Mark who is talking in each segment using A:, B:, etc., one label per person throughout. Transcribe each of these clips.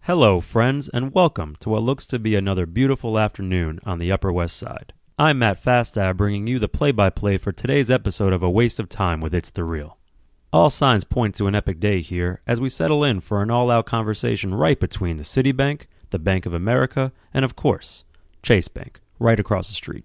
A: Hello, friends, and welcome to what looks to be another beautiful afternoon on the Upper West Side. I'm Matt Fastow, bringing you the play-by-play for today's episode of A Waste of Time with It's the Real. All signs point to an epic day here as we settle in for an all-out conversation right between the Citibank, the Bank of America, and of course, Chase Bank, right across the street.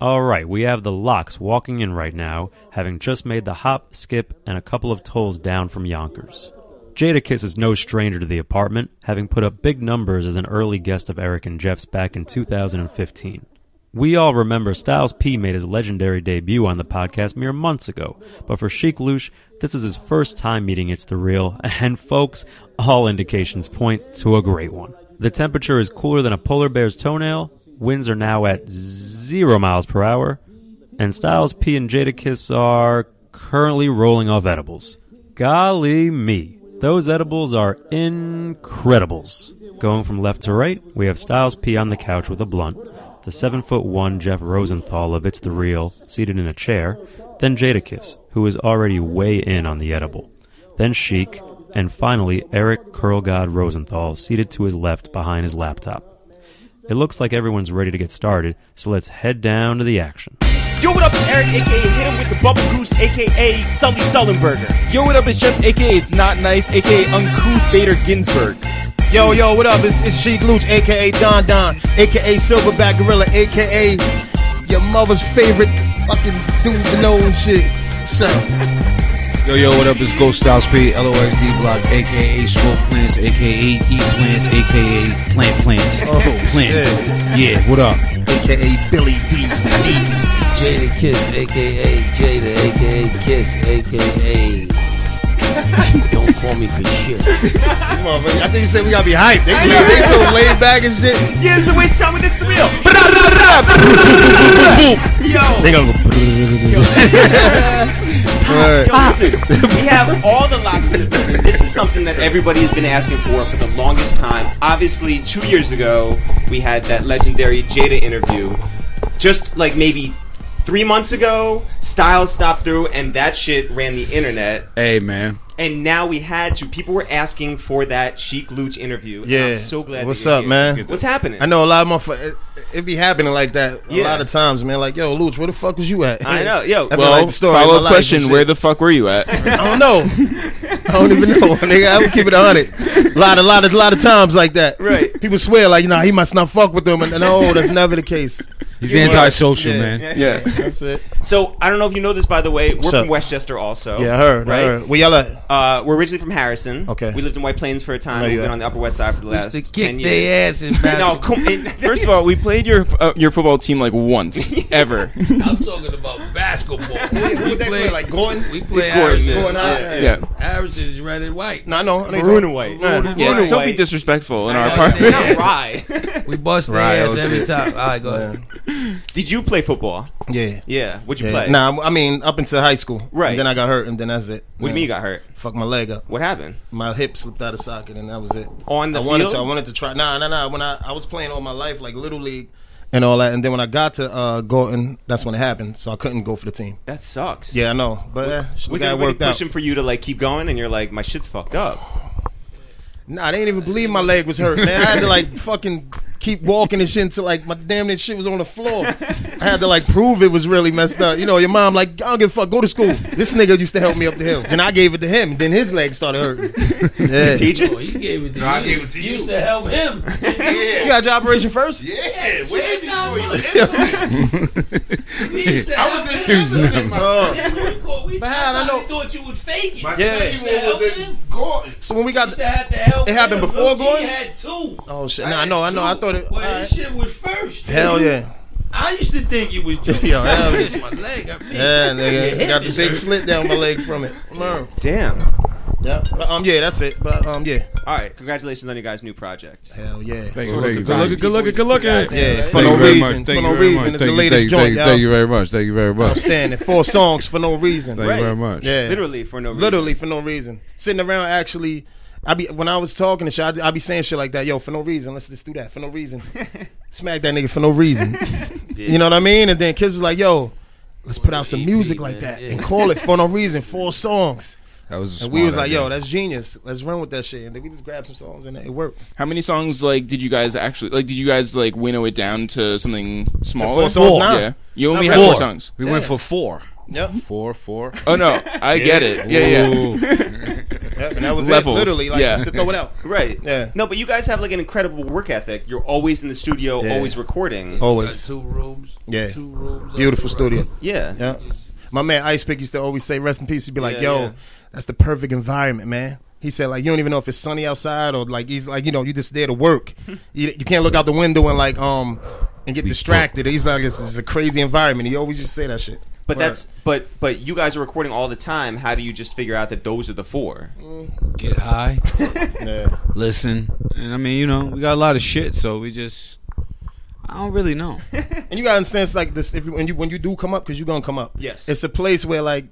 A: All right, we have the locks walking in right now, having just made the hop, skip, and a couple of tolls down from Yonkers. Jadakiss is no stranger to the apartment, having put up big numbers as an early guest of Eric and Jeff's back in 2015. We all remember Styles P made his legendary debut on the podcast mere months ago, but for Sheik Lush, this is his first time meeting It's the Real, and folks, all indications point to a great one. The temperature is cooler than a polar bear's toenail, winds are now at zero miles per hour, and Styles P and Jadakiss are currently rolling off edibles. Golly me, those edibles are incredibles. Going from left to right, we have Styles P on the couch with a blunt, the seven foot one Jeff Rosenthal of It's the Real seated in a chair, then Jadakiss, who is already way in on the edible, then Sheik, and finally Eric Curlgod Rosenthal seated to his left behind his laptop. It looks like everyone's ready to get started, so let's head down to the action.
B: Yo, what up, it's Eric, aka Hit Him with the Bubble Goose, aka Sully Sullenberger.
C: Yo, what up, it's Jeff, aka It's Not Nice, aka Uncouth Bader Ginsburg.
D: Yo, yo, what up? It's, it's Sheik Luch, aka Don Don, aka Silverback Gorilla, aka your mother's favorite fucking dude to know and shit. So,
E: Yo, yo, what up? It's Ghost Styles P, LOXD Block, aka Smoke Plants, aka Eat E Plants, aka Plant Plants.
D: Oh,
E: Plant. Yeah, what up?
D: aka Billy D.
F: Jada Kiss, aka Jada, aka Kiss, aka. Don't call me for shit.
D: These motherfuckers, I think you said we gotta be hyped. They, they so laid back and shit.
B: Yeah, it's a waste of time with It's the Real. Yo,
E: They gonna go.
D: Alright.
B: yo, listen, we have all the locks in the building. This is something that everybody has been asking for for the longest time. Obviously, two years ago, we had that legendary Jada interview. Just like maybe three months ago, Styles stopped through, and that shit ran the internet.
E: Hey, man.
B: And now we had to. People were asking for that Sheik Luch interview. and
D: Yeah.
B: I'm so glad. that
D: What's
B: you're
D: up,
B: here.
D: man?
B: What's happening?
D: I know a lot of motherfuckers, it, it be happening like that a
B: Yeah.
D: lot of times, man. Like, yo, Luch, where the fuck was you at?
B: I know. Yo,
D: That'd be
C: Well,
D: like the story of my
C: follow up
D: life and
C: question:
D: shit.
C: Where the fuck were you at?
D: I don't know. I don't even know, nigga. I would keep it a hundred. A lot, a lot, a lot of times like that.
B: Right.
D: People swear like, nah, he must not fuck with them, and no, that's never the case.
E: He's antisocial,
D: Yeah.
E: man.
C: yeah.
D: That's it.
B: So I don't know if you know this, by the way. We're
D: What's
B: from
D: up?
B: Westchester,
C: Oh,
B: also.
D: Yeah, I heard.
B: Right.
D: I heard. Where y'all at?
B: Uh, we're originally from Harrison.
D: Okay.
B: We lived in White Plains for a time.
D: know
B: We've
D: you
B: been
D: are.
B: on the Upper West Side for the last
F: To
B: ten years.
F: kick their ass in
B: No,
F: basketball.
B: come in.
C: First of all, we played your uh, your football team like once ever.
F: I'm talking about basketball.
D: What they play like Gordon?
F: we play
C: Gordon,
F: Harrison.
D: Gordon High?
B: Yeah.
C: Yeah.
F: Harrison is red and white.
D: No, I know. I know
B: Maroon and white.
D: Nah.
B: Maroon and
C: Yeah.
B: white.
C: Don't be disrespectful in our
F: I
C: apartment.
F: understand.
B: Not rye.
F: We bust their
C: Right,
F: ass
C: oh,
F: every
C: shit.
F: time. All right, go ahead.
B: Did you play football?
D: Yeah.
B: Yeah. What'd you
D: Yeah.
B: play?
D: Nah, I mean up until high school.
B: Right.
D: And then I got hurt, and then that's it.
B: What do you mean you got hurt?
D: Fuck my leg up.
B: What happened?
D: My hip slipped out of socket, and that was it.
B: On the
D: I wanted
B: field?
D: to. I wanted to try. Nah, nah, nah. When I, I was playing all my life, like little league and all that, and then when I got to uh, Gorton, that's when it happened. So I couldn't go for the team.
B: That sucks.
D: Yeah, I know, but eh, shit
B: Was
D: got
B: everybody
D: worked out.
B: pushing for you to like keep going, and you're like, my shit's fucked up.
D: Nah, they didn't even believe my leg was hurt, man. I had to like fucking keep walking and shit until like my damn near shit was on the floor. I had to like prove it was really messed up. You know, your mom like, I don't give a fuck, go to school. This nigga used to help me up the hill. Then I gave it to him. Then his leg started hurting. Yeah.
B: Teachers.
F: Well, Oh, he gave it to you.
G: I gave it to you.
F: used to help him.
D: You got your operation first? Yeah.
G: Yeah, way before you.
F: He used to
G: I
F: help
G: was in
F: him.
G: Houston. My,
F: That's what we call- we-
D: But how
F: that's
D: I
F: how
D: know-
F: we thought you would fake it.
G: my
F: You
D: Yeah.
G: yeah. second one was in Gordon.
D: So when we got
F: used to have to help
D: It happened
F: him.
D: before
F: Look,
D: going?
F: He had two.
D: Oh shit. Nah, I know, I know. I thought it
F: Well,
D: alright.
F: this shit was first.
D: Hell yeah.
F: I used to think it was joking.
D: Yo, hell yeah.
F: It's my leg. I mean,
D: Yeah, nigga.
F: hip
D: Got the
F: is
D: big
F: hurt.
D: slit down my leg from it. Mm.
B: Damn.
D: Yeah. But, um yeah, that's it. But um yeah.
B: All right. Congratulations on your guys' new project.
D: Hell yeah.
E: Thank
C: So
E: you.
C: good looking,
E: good looking, good looking.
D: Yeah, for
E: Thank
D: no
E: you very
D: reason.
E: much. Thank
D: For
E: you
D: no
E: very
D: reason.
E: much.
D: It's the
E: Thank you,
D: latest
E: thank you,
D: joint,
E: Thank you, thank
D: y'all.
E: you very much. Thank you very much.
D: Outstanding. Four songs for no reason.
E: Thank
B: Right.
E: you very much.
D: Yeah.
B: Literally for no reason.
D: Literally for no reason. Sitting around actually I be when I was talking to shit, I, I be saying shit like that, yo, for no reason. Let's just do that. For no reason. Smack that nigga for no reason. You know what I mean? And then Kiss is like, yo, let's put out some
F: EP,
D: music like
F: man.
D: that
F: Yeah.
D: and call it for no reason. Four songs.
E: That was. A
D: And we was
E: smart
D: like,
E: idea.
D: yo, that's genius. Let's run with that shit. And then we just grabbed some songs and it worked.
H: How many songs like did you guys actually like? Did you guys like winnow it down to something smaller?
D: four songs now.
H: Yeah, you only
D: Not
H: had
D: really.
H: four songs.
E: we went for four.
D: Yep.
E: Four, four.
H: Oh no, I get it. Yeah, yeah.
D: yep. And that was
H: Levels.
D: it. Literally, like
H: Yeah.
D: just to throw it out.
B: Right.
D: Yeah.
B: No, but you guys have like an incredible work ethic. You're always in the studio,
D: Yeah. Oh.
B: always recording.
D: Always.
F: Two rooms.
D: Yeah.
F: Two rooms.
D: Beautiful
F: up the
D: studio.
B: Yeah.
D: Yeah. My man Ice Pick used to always say, "Rest in peace." He'd be like,
B: Yeah,
D: "Yo,
B: yeah.
D: that's the perfect environment, man." He said, "Like you don't even know if it's sunny outside or like he's like you know you just there to work. you, you can't look out the window and like um and get distracted." He's like, "This is a crazy environment." He always just say that shit.
B: But
D: Word.
B: that's but but you guys are recording all the time. How do you just figure out that those are the four?
E: Get high.
D: yeah.
E: Listen. And I mean, you know, we got a lot of shit, so we just. I don't really know.
D: And you gotta understand, it's like this: if you, when you when you do come up, because you're gonna come up.
B: Yes.
D: it's a place where like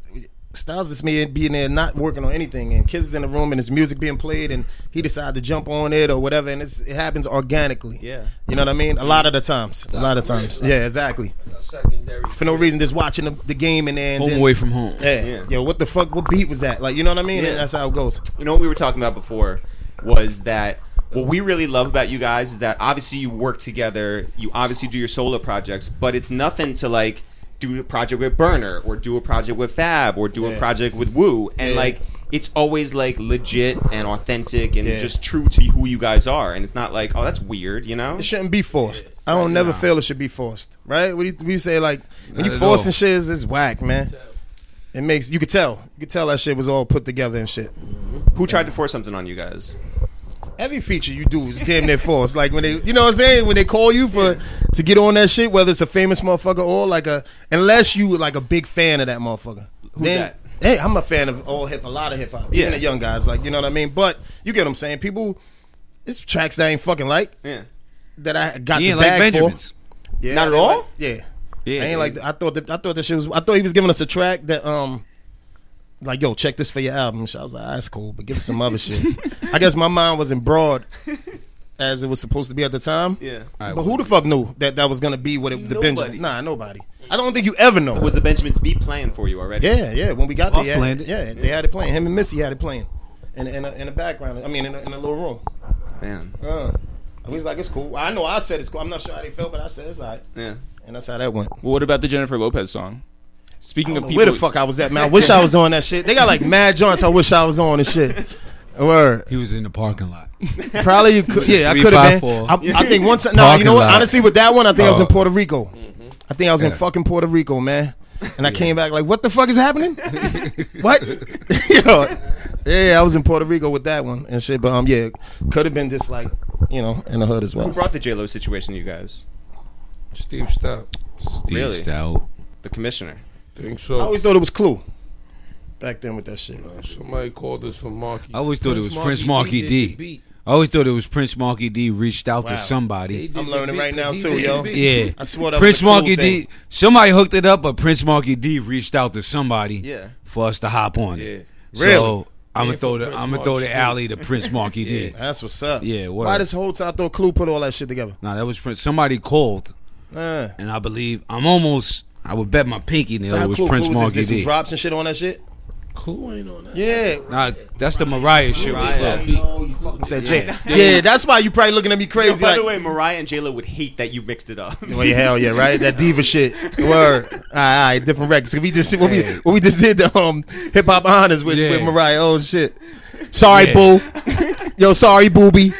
D: Styles just may be in there not working on anything, and Kiss is in the room and his music being played, and he decided to jump on it or whatever, and it's, it happens organically.
B: Yeah.
D: you know what I mean. A lot of the times, a lot of times, yeah, exactly.
F: Secondary.
D: For no reason, just watching the, the game and then.
E: Home
D: then-
E: away from home.
D: yeah.
B: Yeah.
D: yo, what the fuck? What beat was that? Like, you know what I mean?
B: Yeah.
D: And that's how it goes.
B: You know what we were talking about before was that what we really love about you guys is that obviously you work together. You obviously do your solo projects, but it's nothing to like do a project with Burner or do a project with Fab or do a
D: Yeah.
B: project with Woo and
D: Yeah.
B: like. It's always like legit and authentic and
D: Yeah.
B: just true to who you guys are, and it's not like, oh, that's weird, you know?
D: It shouldn't be forced. I don't never feel it should be forced, right? What do you, we say like when
E: Not
D: you
E: at
D: forcing
E: all.
D: shit is it's whack, man. It makes you could tell. You could tell that shit was all put together and shit.
B: Who tried to force something on you guys?
D: Every feature you do is damn near forced. Like when they, you know what I'm saying? When they call you for to get on that shit, whether it's a famous motherfucker or like a, unless you like a big fan of that motherfucker.
B: Who's that?
D: Hey, I'm a fan of all hip, a lot of hip hop.
B: Yeah.
D: Even the young guys, like you know what I mean. But you get what I'm saying? People, it's tracks that I ain't fucking like
B: Yeah.
D: that I got
E: He
D: the
E: ain't like
D: bag for.
E: Benjamins.
D: Yeah,
B: Not at
D: I ain't
B: all?
D: like- yeah.
E: Yeah.
D: I ain't like. I thought that. I thought that shit was. I thought he was giving us a track that um, like yo, check this for your album. So I was like, "Ah, that's cool, but give us some other shit. I guess my mind wasn't broad as it was supposed to be at the time.
B: Yeah.
D: But who the fuck knew that that was gonna be what it, the
B: Nobody.
D: Benjamin? Nah, nobody. I don't think you ever know.
B: Was the Benjamins beat playing for you already?
D: yeah, yeah. When we got there,
E: Off
D: yeah,
E: planned it.
D: yeah, they had it playing. Him and Missy had it playing, in in, a, in the background. I mean, in a, in a little room.
B: Man.
D: Uh, I was like, it's cool. I know I said it's cool. I'm not sure how they felt, but I said it's alright.
B: Yeah.
D: And that's how that went.
H: Well, what about the Jennifer Lopez song? Speaking of
D: know
H: people,
D: Oh, where the fuck I was at, man. I wish I was on that shit. They got like mad joints. I wish I was on and shit. Word.
E: He was in the parking lot.
D: Probably you could. Yeah, I
E: Three,
D: could
E: five,
D: have been.
E: four.
D: I, I think one time. No, you
E: Parking
D: know what?
E: lot.
D: Honestly, with that one, I think I was in
E: Oh.
D: Puerto Rico.
H: Mm-hmm.
D: I think I was in
E: Yeah.
D: fucking Puerto Rico, man. And I came back like, what the fuck is happening? what? Yo, yeah, I was in Puerto Rico with that one and shit. But um, yeah, could have been just like, you know, in the hood as
B: Who
D: well.
B: brought the J Lo situation to you guys?
F: Steve Stout.
E: Steve
B: Really?
E: Stout.
B: The commissioner.
G: Think
D: I
G: so.
D: always thought it was Clue back then with that shit.
E: Oh,
G: Somebody called us from Marky.
E: I always thought it was Prince
F: Marky
E: Marky D. I
F: did the beat.
E: always thought it was Prince Marky D reached out
D: Wow.
E: to
F: They
E: somebody.
F: did
D: I'm
F: the
D: learning
F: beat
D: right now,
F: 'cause
D: too,
F: he did
D: yo.
F: the beat.
E: Yeah.
D: I swear that
E: Prince
D: was a Clue
E: Marky
D: thing.
E: D. Somebody hooked it up, but Prince Marky D reached out to somebody
B: Yeah.
E: for us to hop on it.
D: Yeah. Really?
E: So I'm gonna
G: Yeah,
E: throw
G: for
E: the
G: Prince
E: I'm gonna throw
G: Marky
E: the
G: D.
E: alley to Prince Marky D.
D: That's what's up.
E: Yeah, word.
D: Why this whole time I thought Clue put all that shit together?
E: Nah, that was Prince. Somebody called,
D: Uh.
E: and I believe I'm almost. I would bet my pinky nail
D: So
E: it
D: how
E: was
D: cool
E: Prince
D: Clues is
E: Marky
D: this? Some
E: D.
D: drops and shit on that shit.
F: Clue ain't on that.
D: Yeah.
E: Nah, that's the Mariah shit.
B: Mariah.
E: Right
F: Beat.
D: Said Jay. Yeah. that's why you probably looking at me crazy.
B: Yo, by
D: like,
B: the way, Mariah and J Lo would hate that you mixed it up.
D: Well, yeah, hell yeah, right? That diva shit. Word. All right, all right, different records. 'Cause We just what we what we just did the um hip hop honors with,
E: Yeah.
D: with Mariah. Oh shit. Sorry,
E: Yeah.
D: boo. Yo, sorry, booby.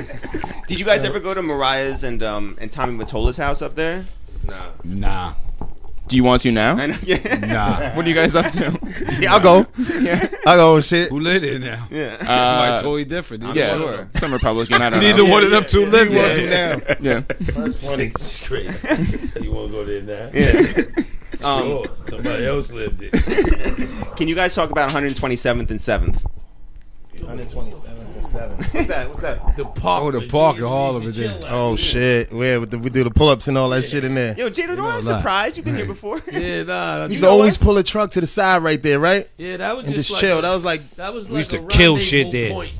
B: Did you guys ever go to Mariah's and um and Tommy Matola's house up there?
E: Nah,
H: do you want to now?
B: I know. Yeah.
E: nah.
H: What are you guys up to?
D: Yeah, I'll go. I'll go and shit.
E: Who lit it now?
B: yeah.
E: Somebody
H: Uh,
E: totally different. Neither
H: yeah,
E: one of them.
H: some Republican. I don't
E: Neither
H: know.
E: one of them two lit
D: You want
E: it.
D: to now?
H: Yeah,
F: Nigga straight. you want to go there now?
B: Yeah. Um,
F: Sure. Somebody else lived it.
B: can you guys talk about 127th and 7th?
D: 127 for seven. What's that? What's that?
F: The park.
E: Oh, the park and all of it there.
D: Oh shit. Yeah, with the, we do the pull ups and all that shit in there.
B: Yo, Jada, don't I'm
E: lie.
B: surprised. You've been here before.
F: Yeah, nah.
D: You
F: that-
D: used to always
B: what?
D: pull a truck to the side right there, right?
F: Yeah, that was
D: And
F: just,
D: just
F: like
D: chill. That was like
F: That was like
E: used
F: a
E: to kill
F: rendezvous
E: shit there.
F: Point.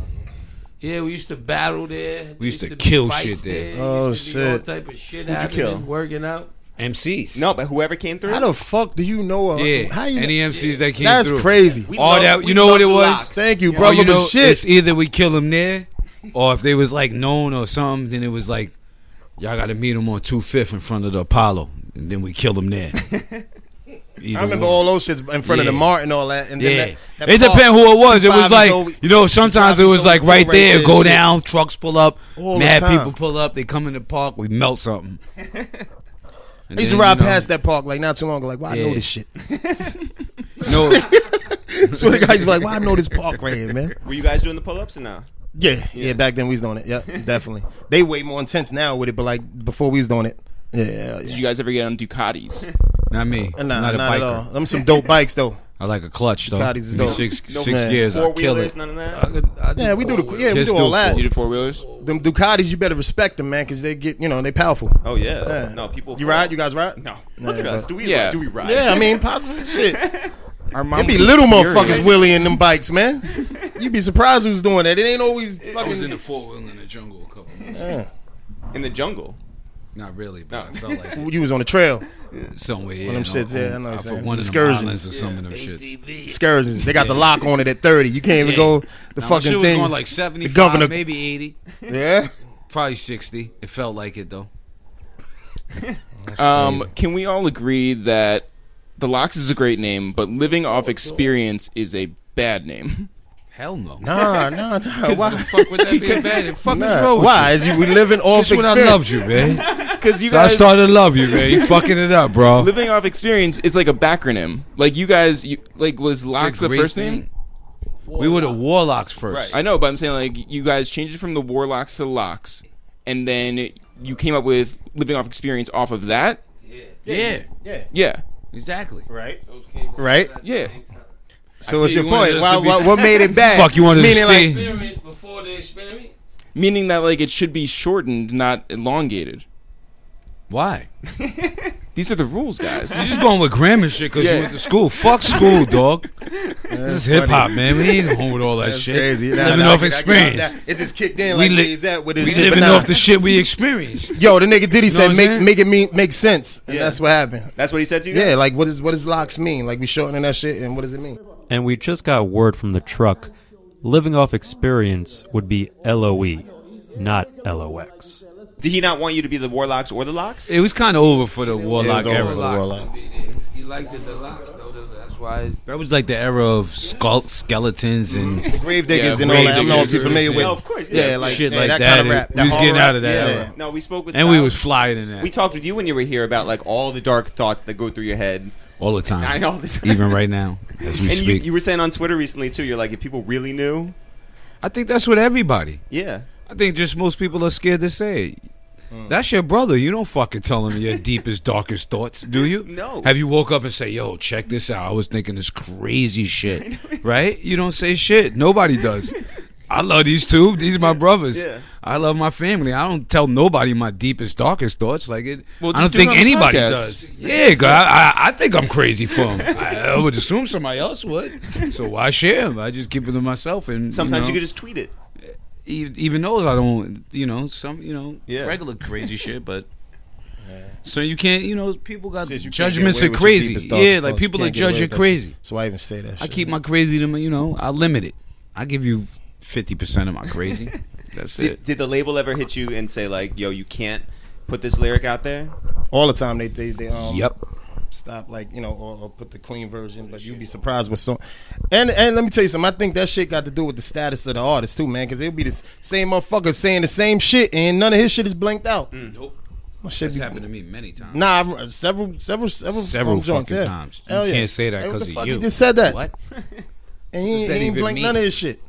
F: Yeah, we used to battle there. There
E: used to
F: be
E: kill
F: fights
E: shit there.
F: There
D: Oh,
F: used to be All
D: shit.
F: type of shit
B: you
F: happening,
B: kill?
F: working out.
E: MCs.
B: No, but whoever came through.
D: How the fuck do you know? Uh,
E: Yeah.
D: How you?
E: Any MCs that came
D: That's
E: through.
D: crazy.
B: We
E: All
B: love-
E: that- you
B: we
E: know
B: love
E: what it
B: the
E: was?
B: locks.
D: Thank you,
E: Or,
D: brother.
E: you know,
D: but shit.
E: It's either we kill him there, or if they was like known or something, then it was like, y'all got to meet him on two fifth in front of the Apollo, and then we kill him there. Either
D: I remember
E: one.
D: all those shits in front of the
E: Yeah.
D: mart and all that. And
E: Yeah,
D: then that, that
E: it
D: park,
E: depends who it was. It
D: two
E: was
D: fives
E: like
D: is over-
E: you know. Sometimes
D: fives
E: it
D: is
E: was
D: over,
E: like
D: two
E: right
D: right
E: there,
D: there,
E: go
D: shit.
E: down, trucks pull up,
D: All the
E: mad
D: time.
E: people pull up. They come in the park, we melt something.
D: I used to ride past that park like not too long ago. Like, why I know
E: Yeah.
D: this shit?
E: No,
D: So the guys be like, why I know this park right here, man?
B: Were you guys doing the pull ups or no?
D: Yeah, yeah, Back then we was doing it. Yeah, definitely. They way more intense now with it, but like before we was doing it. Yeah, yeah,
H: Did
D: yeah.
H: you guys ever get on Ducatis?
E: not me.
D: Nah,
E: not
D: not,
E: a biker.
D: at all. Them some dope bikes though.
E: I like a clutch though.
D: Ducatis is
E: Give me
D: dope.
E: Six
B: No
E: six
D: man.
E: gears, I
B: Four
E: kill it. Uh,
B: wheelers, none of that.
F: I could, I
D: Yeah, we do the yeah, we
E: Kids
D: do
E: do
D: all that.
E: full.
H: You did four wheelers?
D: Them Ducatis, you better respect them, man, because they get you know they powerful.
B: Oh yeah.
D: Yeah.
B: No people.
D: You ride? You guys ride?
B: No. Look
D: Yeah,
B: at us.
D: but-
B: Do we?
H: Yeah.
B: Yeah. Do we ride?
D: Yeah, I mean, possibly shit.
C: Our mom
D: It be
C: was
D: little
C: furious.
D: motherfuckers willying them bikes, man. You'd be surprised who's doing that. It ain't always fucking.
E: four wheel in the jungle a couple. Months.
B: In the jungle.
E: Not really,
B: but I
E: felt like
D: You was on the trail.
E: somewhere. Yeah,
D: them shits, yeah, I know what you're
E: for
D: saying.
E: one of them
D: Excursions.
E: islands or some of them shits.
F: ATV.
D: Excursions. They got the lock on it at thirty. You can't even
E: Yeah.
D: go the
E: Now,
D: fucking
E: shit was
D: thing.
E: going like seventy,
D: The governor-
E: maybe eighty,
D: yeah.
E: probably sixty. It felt like it though.
H: Um, can we all agree that the Locks is a great name, but living off experience is a bad name?
E: Hell no.
D: Nah,
E: Why
D: nah, nah.
E: the
D: Why?
E: fuck would that be a bad? Fuck is
D: Nah.
E: wrong with
D: Why? Is you we living
E: You?
D: off
E: That's when I
D: experience?
E: loved you, man.
H: Because you
E: So I started to love you, man. You fucking it up, bro.
H: living off experience, it's like a backronym. Like you guys, you, like was Locks the
E: Great
H: first
E: thing.
H: name?
E: We were the warlocks first.
H: I know, but I'm saying like you guys changed it from the Warlocks to Locks, and then you came up with living off experience off of that.
E: Yeah,
D: Yeah.
H: Yeah,
E: exactly.
D: Right. Right.
H: yeah.
D: So what's
E: You
D: your
E: wanted
D: point?
E: us
D: Why,
E: to be-
D: why, what made it bad?
E: Fuck, you wanted to
D: Meaning,
E: stay.
D: Like,
F: Experience before the experience.
H: Meaning that like it should be shortened, not elongated.
E: Why?
H: These are the rules, guys.
E: You're just going with grammar shit because
H: Yeah.
E: you went to school. Fuck school, dog. this is hip hop, man. We ain't home with all that
D: that's
E: shit.
D: crazy.
E: It's
D: Nah,
E: living
D: nah,
E: off
D: I get- I get-
E: experience.
D: It just kicked in
E: We
D: like
E: li-
D: is that with
E: We
D: his
E: living off the shit we experienced.
D: Yo, the nigga Diddy
E: what
D: said
E: I'm
D: make
E: saying?
D: make it mean make sense, and
B: Yeah.
D: that's what happened.
B: That's what he said to you.
D: Yeah,
B: guys?
D: like what is what does locks mean? Like we shortening that shit, and what does it mean?
A: and we just got word from the truck living off experience would be LOE, not LOX.
B: Did he not want you to be the warlocks or the locks?
E: It was kind of over for the warlock
D: over
E: era.
D: for the warlocks.
F: He liked it the locks though. That's- That's why it's
E: That was like the era of skull skeletons and
D: Grave diggers
H: Yeah,
D: and all that. I don't know if
E: Gravediggers,
D: you're familiar
E: yeah.
D: with.
B: No, of course,
D: Yeah,
B: yeah.
D: like
E: Shit
D: yeah,
E: like
D: that,
E: that.
D: kind of rap.
E: We
D: that
E: was getting
D: horror
E: out of that
D: rap.
E: era.
B: No, we spoke with.
E: and we
B: Styles.
E: was flying in that
B: We talked with you when you were here about like all the dark thoughts that go through your head.
E: all the time.
B: I know this.
E: Even right now, as we
B: and you,
E: speak,
B: you were saying on Twitter recently too. You're like, if people really knew,
E: I think that's what everybody.
B: yeah.
E: I think just most people are scared to say. it.
H: Hmm.
E: That's your brother. You don't fucking tell him your deepest, darkest thoughts, do you?
B: No.
E: Have you woke up and say, "Yo, check this out. I was thinking this crazy shit," right? You don't say shit. Nobody does. I love these two. These are my brothers.
B: Yeah.
E: I love my family. I don't tell nobody my deepest, darkest thoughts. Like it.
H: Well,
E: I don't
H: just do it
E: think
H: on the
E: anybody
H: podcast.
E: does. Yeah, 'cause I, I, I think I'm crazy for him. I, I would assume somebody else would. So why share 'em? I just keep it to myself. And
B: Sometimes
E: you, know
B: you could just tweet it.
E: even, even those I don't, you know, some, you know,
B: Yeah.
E: regular crazy shit, but. So you can't, you know, people got
D: Since you can't
E: judgments
D: get away
E: are
D: with your
E: crazy.
D: deepest, darkest
E: Yeah, like
D: thoughts,
E: people
D: you
E: that
D: can't get away
E: judge you
D: with that
E: crazy.
D: shit. So I even say that. Shit.
E: I keep my crazy to my, you know, I limit it. I give you fifty percent of my crazy. That's it.
B: Did, did the label ever hit you and say like, yo, you can't put this lyric out there?
D: all the time. They they they um,
E: Yep.
D: stop like you know or, or put the clean version but you'd be surprised with so and and let me tell you something i think that shit got to do with the status of the artist too man because it'll be the s- same motherfucker saying the same shit and none of his shit is blanked out
E: Mm, Nope.
D: my shit
E: That's
D: be,
E: happened to me many times.
D: nah I've- several several several
E: Several
D: um, joints,
E: fucking
D: yeah.
E: times. You
D: Hell yeah.
E: can't say that
D: Hey, what
E: because
D: the
E: of
D: fuck
E: you.
D: he just said that
E: What?
D: and he,
E: Does
D: ain't-
E: that
D: he ain't
E: even
D: blanked
E: mean?
D: none of his shit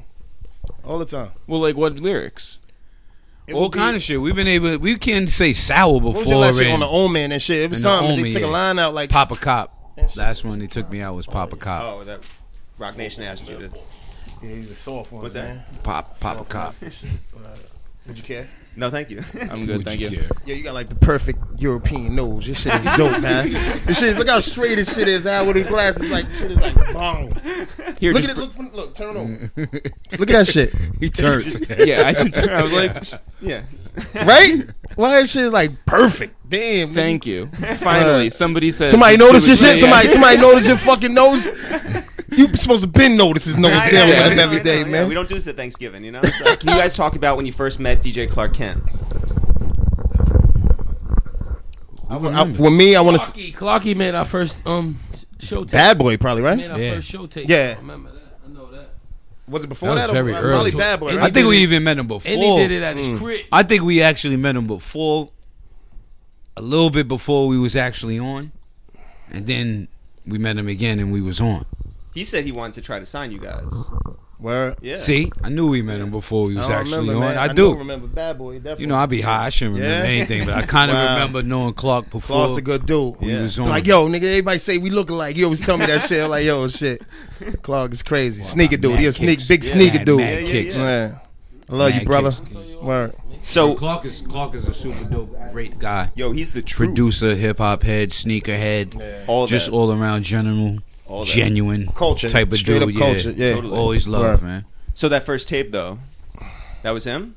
D: all the time
H: Well, like what lyrics?
D: It
E: All
D: would be-
E: kind of shit. We've been able. We can't say sour
D: what was your
E: before.
D: last shit on
E: and
D: the old man and shit it was
E: and the
D: something
E: Old
D: they
E: Man,
D: took a
E: yeah.
D: line out like
E: Pop a cop. Last one they took me out was Pop a cop.
B: Oh, that Rock Nation asked you to.
D: yeah, he's a soft one
B: What's that?
D: man.
E: Pop Pop a cop.
D: would you care
B: No, thank you.
H: I'm good,
E: Would
H: thank you.
E: care?
D: Yeah, you got like the perfect European nose. This shit is dope, man. this shit is look how straight this shit is. How with the glasses, like shit is like bong.
H: Here,
D: Look at
H: just
D: it. Look from look. Turn over. look at that shit.
E: He turns.
H: br- yeah, I, did- I was like,
B: yeah.
D: Right? Why that shit is like perfect? Damn.
H: Thank you. Finally, somebody said.
D: Somebody notice your
H: Yeah,
D: shit.
H: yeah.
D: Somebody, somebody notice your fucking nose. You supposed to been notice his nose
B: I know, I
D: dealing with him
B: know,
D: every
B: I
D: day,
B: know, yeah,
D: man.
B: we don't do this at Thanksgiving, you know. So, can you guys talk about when you first met DJ Clark Kent?
D: I, I, for me, I want to.
F: Clarky, Clarky made our first um s- show tape.
D: Bad boy, probably
F: made
D: right.
F: our
E: Yeah.
F: first show tape.
D: Yeah.
F: I remember that. I know that.
D: Was it before
E: That
D: that?
E: was very
D: or, probably
E: early.
D: bad boy.
F: And
E: I
D: Right?
E: think we even met him before.
F: And he did it at his
D: Mm.
F: crib.
E: I think we actually met him before, a little bit before we was actually on, and then we met him again and we was on.
B: He said he wanted to try to sign you guys.
D: Where?
B: Yeah.
E: See, I knew we met him before we
D: I
E: was
D: don't
E: actually
D: remember,
E: on.
D: man.
E: I,
D: don't
E: do.
D: remember bad boy. Definitely.
E: You know, I be high. I shouldn't remember
D: Yeah.
E: anything, but I kind of
D: Wow.
E: remember knowing Clark before
D: Floss a good dude.
E: we was on.
D: Like yo, nigga, everybody say we look alike. You always tell me that shit. I'm like yo, shit. Clark is crazy. sneaker
E: mad
D: dude. He a
E: kicks.
D: sneak, big
E: Yeah.
D: sneaker
E: Mad,
D: dude.
E: mad
B: yeah,
E: kicks.
B: yeah.
D: Man, I love
E: Mad
D: you, brother.
E: kicks.
D: Word.
B: So,
E: Clark is Clark is a super dope, great guy.
B: yo, he's the truth.
E: Producer, hip hop head, sneaker head,
B: All
E: just
B: that.
E: all around general,
B: All that.
E: genuine
D: Culture.
E: type of
D: Straight
E: dude.
D: up culture, yeah.
E: Totally. always love
D: Right.
E: man.
B: So that first tape though, that was him.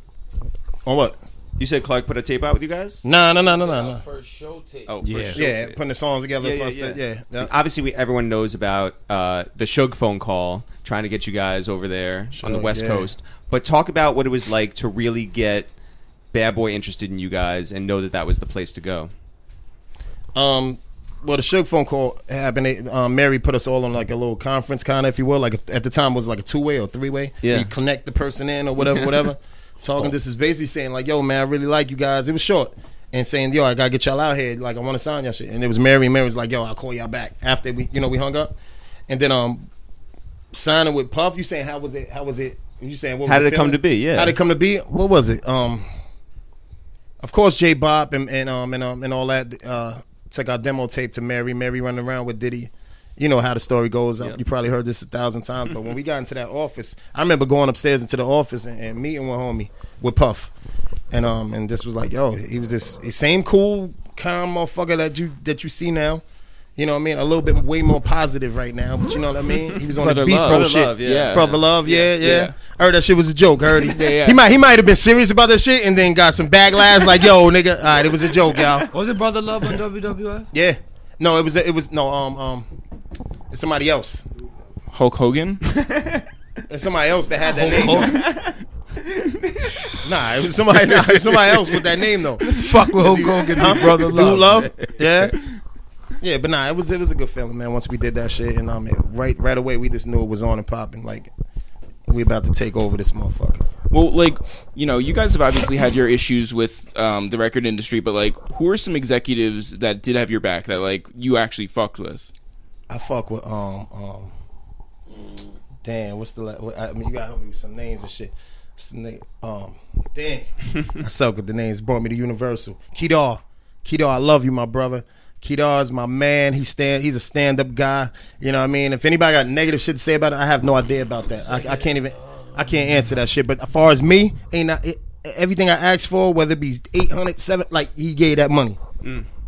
D: On what?
B: You said Clark put a tape out with you guys.
D: Nah, nah, nah, nah, nah, nah.
F: First show tape.
B: Oh,
E: Yeah.
B: For sure.
D: Mm-hmm. Yeah, putting the songs together.
B: Yeah, yeah,
D: first,
B: yeah.
D: yeah. yeah.
B: And Obviously, we, everyone knows about uh, the Shug phone call, trying to get you guys over there on the
D: Shug,
B: West
D: yeah.
B: Coast. But talk about what it was like to really get Bad Boy interested in you guys and know that that was the place to go.
D: Um, well, the Suge phone call happened. They- Um, Mary put us all on like a little conference kind of, if you will. Like at the time, it was like a two way or three way.
B: Yeah.
D: you connect the person in or whatever, whatever. Talking. This is basically saying like, "Yo, man, I really like you guys." It was short. And saying, "Yo, I gotta get y'all out here. Like, I want to sign y'all shit." And it was Mary. Mary was like, "Yo, I'll call y'all back after we, you know, we hung up." And then um, signing with Puff. You saying how was it? How was it? You saying what was
B: How
D: the
B: did it come
D: feeling?
B: to be? Yeah.
D: How did it come to be? What was it? Um, of course, J. Bob and and um and um and all that uh, took our demo tape to Mary. Mary running around with Diddy. You know how the story goes. Uh, You probably heard this a thousand times. But when we got into that office, I remember going upstairs into the office and, and meeting with homie with Puff, and um and this was like, yo, he was this same cool, calm motherfucker that you that you see now. You know what I mean? A little bit way more positive right now, but you know what I mean? He was on
H: Brother
D: his beast
H: Love.
D: mode
B: Brother
D: shit.
B: Love, yeah.
D: Brother Love, yeah, yeah.
H: yeah.
D: I heard that shit was a joke. I heard he,
H: yeah.
D: he might he might have been serious about that shit and then got some backlash like, yo, nigga, all right, it was a joke, y'all.
E: Was it Brother Love on WWF?
D: Yeah. No, it was it was no um um it's somebody else.
H: Hulk Hogan.
D: It's somebody else that had that name. nah, it was somebody nah, it was somebody else with that name though.
E: Fuck with Hulk Hogan, and Brother
D: Dude
E: Love.
D: love. Yeah. Yeah, but nah, it was it was a good feeling, man. Once we did that shit, and um, it, right right away, we just knew it was on and popping. Like we about to take over this motherfucker.
H: Well, like you know, you guys have obviously had your issues with um, the record industry, but like, who are some executives that did have your back that like you actually fucked with?
D: I fuck with um um. Damn, what's the? la- What, I mean, you gotta help me with some names and shit. Snake, um, damn, I suck with the names. Brought me to Universal. Kedar, Kedar, I love you, my brother. Kedar is my man. He stand. He's a stand up guy. You know what I mean. If anybody got negative shit to say about it, I have no idea about that. I, I can't even. I can't answer that shit. But as far as me, ain't I, it, everything I asked for, whether it be 800, 7, like he gave that money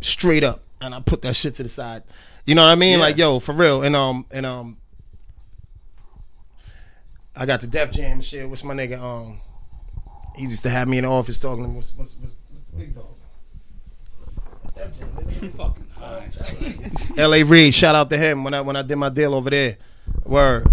D: straight up and I put that shit to the side. You know what I mean? Like, yo, for real. And um and um I got the Def Jam and shit. What's my nigga? Um he used to have me in the office talking to him. What's what's what's, what's the big dog? Def Jam, nigga. L.A. Reid, shout out to him when I when I did my deal over there. Word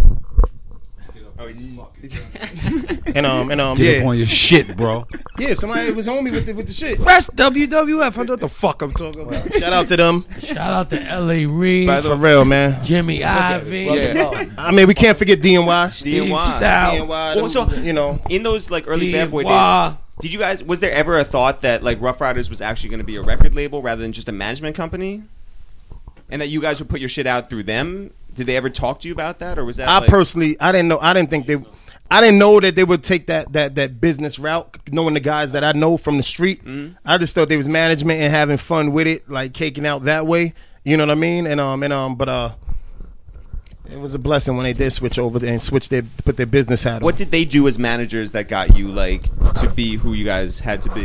D: and um and um
E: Get up
D: yeah
E: on your shit, bro.
D: yeah somebody was on me with the, with the shit.
E: That's WWF. I know what the fuck I'm talking about.
D: Shout out to them
F: Shout out to L.A. Reid,
H: By the-
D: for real, man.
F: Jimmy Ivey,
H: Yeah.
D: I mean, we can't forget DNY.
F: Steve
B: DNY.
F: Stout,
D: DNY,
B: Well, so-
D: them, you know.
B: In those like early Bad Boy days,
F: DNY.
B: did you guys? Was there ever a thought that like Rough Riders was actually going to be a record label rather than just a management company, and that you guys would put your shit out through them? Did they ever talk to you about that, or was that?
D: I
B: like-
D: personally, I didn't know. I didn't think they. I didn't know that they would take that that that business route. Knowing the guys that I know from the street,
E: Mm-hmm.
D: I just thought they was management and having fun with it, like caking out that way. You know what I mean? And um and um, but uh, it was a blessing when they did switch over there and switch their put their business hat on.
B: What did they do as managers that got you like to be who you guys had to be?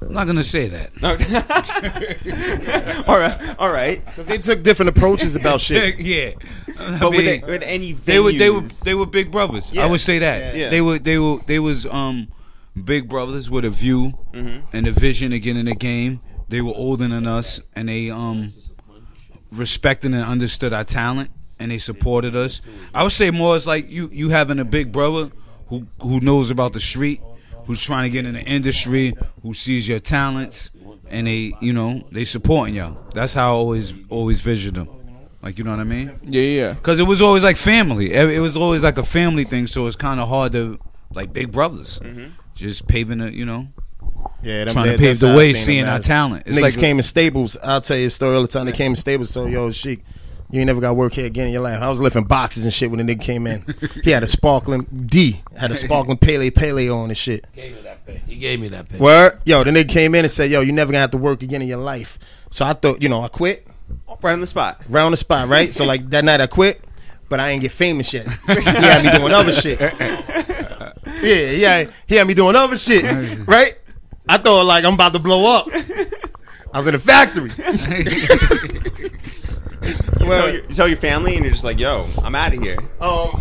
E: I'm not gonna say that.
B: No. all right, all right.
D: Because they took different approaches about shit.
E: yeah, I
B: But with,
E: mean,
B: a- with any venues,
E: they were they were they were big brothers.
B: Yeah.
E: I would say that
B: Yeah.
E: they were they were they was um big brothers with a view
B: Mm-hmm.
E: and a vision to get in the game. They were older than us, and they um respected and understood our talent, and they supported us. I would say more it's like you you having a big brother who who knows about the street, who's trying to get in the industry, who sees your talents, and they you know they supporting y'all. That's how I always always vision them. Like you know what I mean?
H: Yeah, yeah, yeah.
E: Cause it was always like family. Ev- It was always like a family thing, so it's kind of hard to like big brothers,
D: Mm-hmm.
E: just paving the you know.
D: Yeah, them,
E: Trying to
D: that-
E: pave
D: that's
E: the
D: how I
E: way,
D: seen them
E: seeing our
D: as-
E: talent. It's
D: niggas
E: like-
D: came in stables. I'll tell you a story all the time. They came in stables. So yo, Sheik, you ain't never got work here again in your life. I was lifting boxes and shit when the nigga came in. he had a sparkling D, had a sparkling Pele Pele on and shit.
F: Gave me that pen. He gave me that pen.
D: Word, yo, the nigga came in and said, yo, you never gonna have to work again in your life. So I thought, you know, I quit.
B: Right on the spot.
D: right on the spot, right? so like that night I quit, but I ain't get famous yet. He had me doing other shit. yeah, yeah, he had me doing other shit, right? I thought like I'm about to blow up. I was in a factory.
B: You tell,
D: Well-
B: your, you tell your family, and you're just like, "Yo, I'm out of here."
D: Um,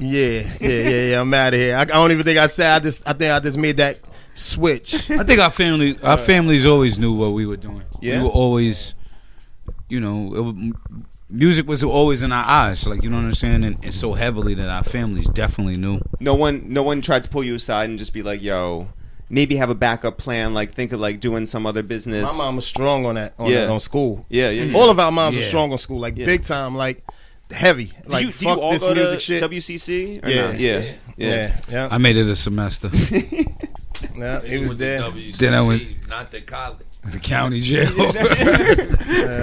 D: yeah, yeah, yeah, yeah. I'm out of here. I, I don't even think I said. I just, I think I just made that switch.
E: I think our family, our families always knew what we were doing.
B: Yeah.
E: we were always, you know, it, wa- music was always in our eyes. Like you know what I'm saying, and, and so heavily that our families definitely knew.
B: No one, no one tried to pull you aside and just be like, "Yo, maybe have a backup plan. Like, think of like doing some other business."
D: My mom was strong on that. On,
B: Yeah.
D: that, on school.
B: Yeah, yeah. yeah.
D: All of our moms were
E: Yeah.
D: strong on school, like big time, like heavy,
B: Did
D: like
B: you, did you
D: fuck
B: all
D: this
B: go
D: music
B: to
D: shit.
B: WCC? Or
D: Yeah.
B: not? yeah, yeah,
D: yeah, yeah,
E: I made it a semester. the
D: yeah. It was
F: With the
D: there.
F: WCC,
E: Then I went-
F: Not the college.
E: county jail.
D: Yeah,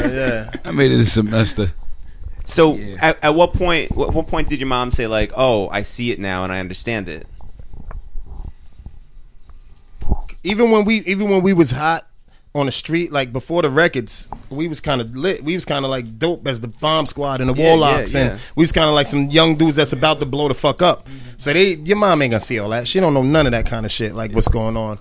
D: yeah.
E: I made it a semester.
B: So,
E: Yeah.
B: at, at what point? What, what point did your mom say like, "Oh, I see it now and I understand it"?
D: even when we even when we was hot on the street, like before the records, we was kind of lit. We was kind of like dope as the Bomb Squad and the
B: Yeah,
D: Warlocks,
B: yeah,
D: and
B: yeah.
D: we was kind of like some young dudes that's about to blow the fuck up. So they, your mom ain't gonna see all that. She don't know none of that kind of shit. Like what's going on.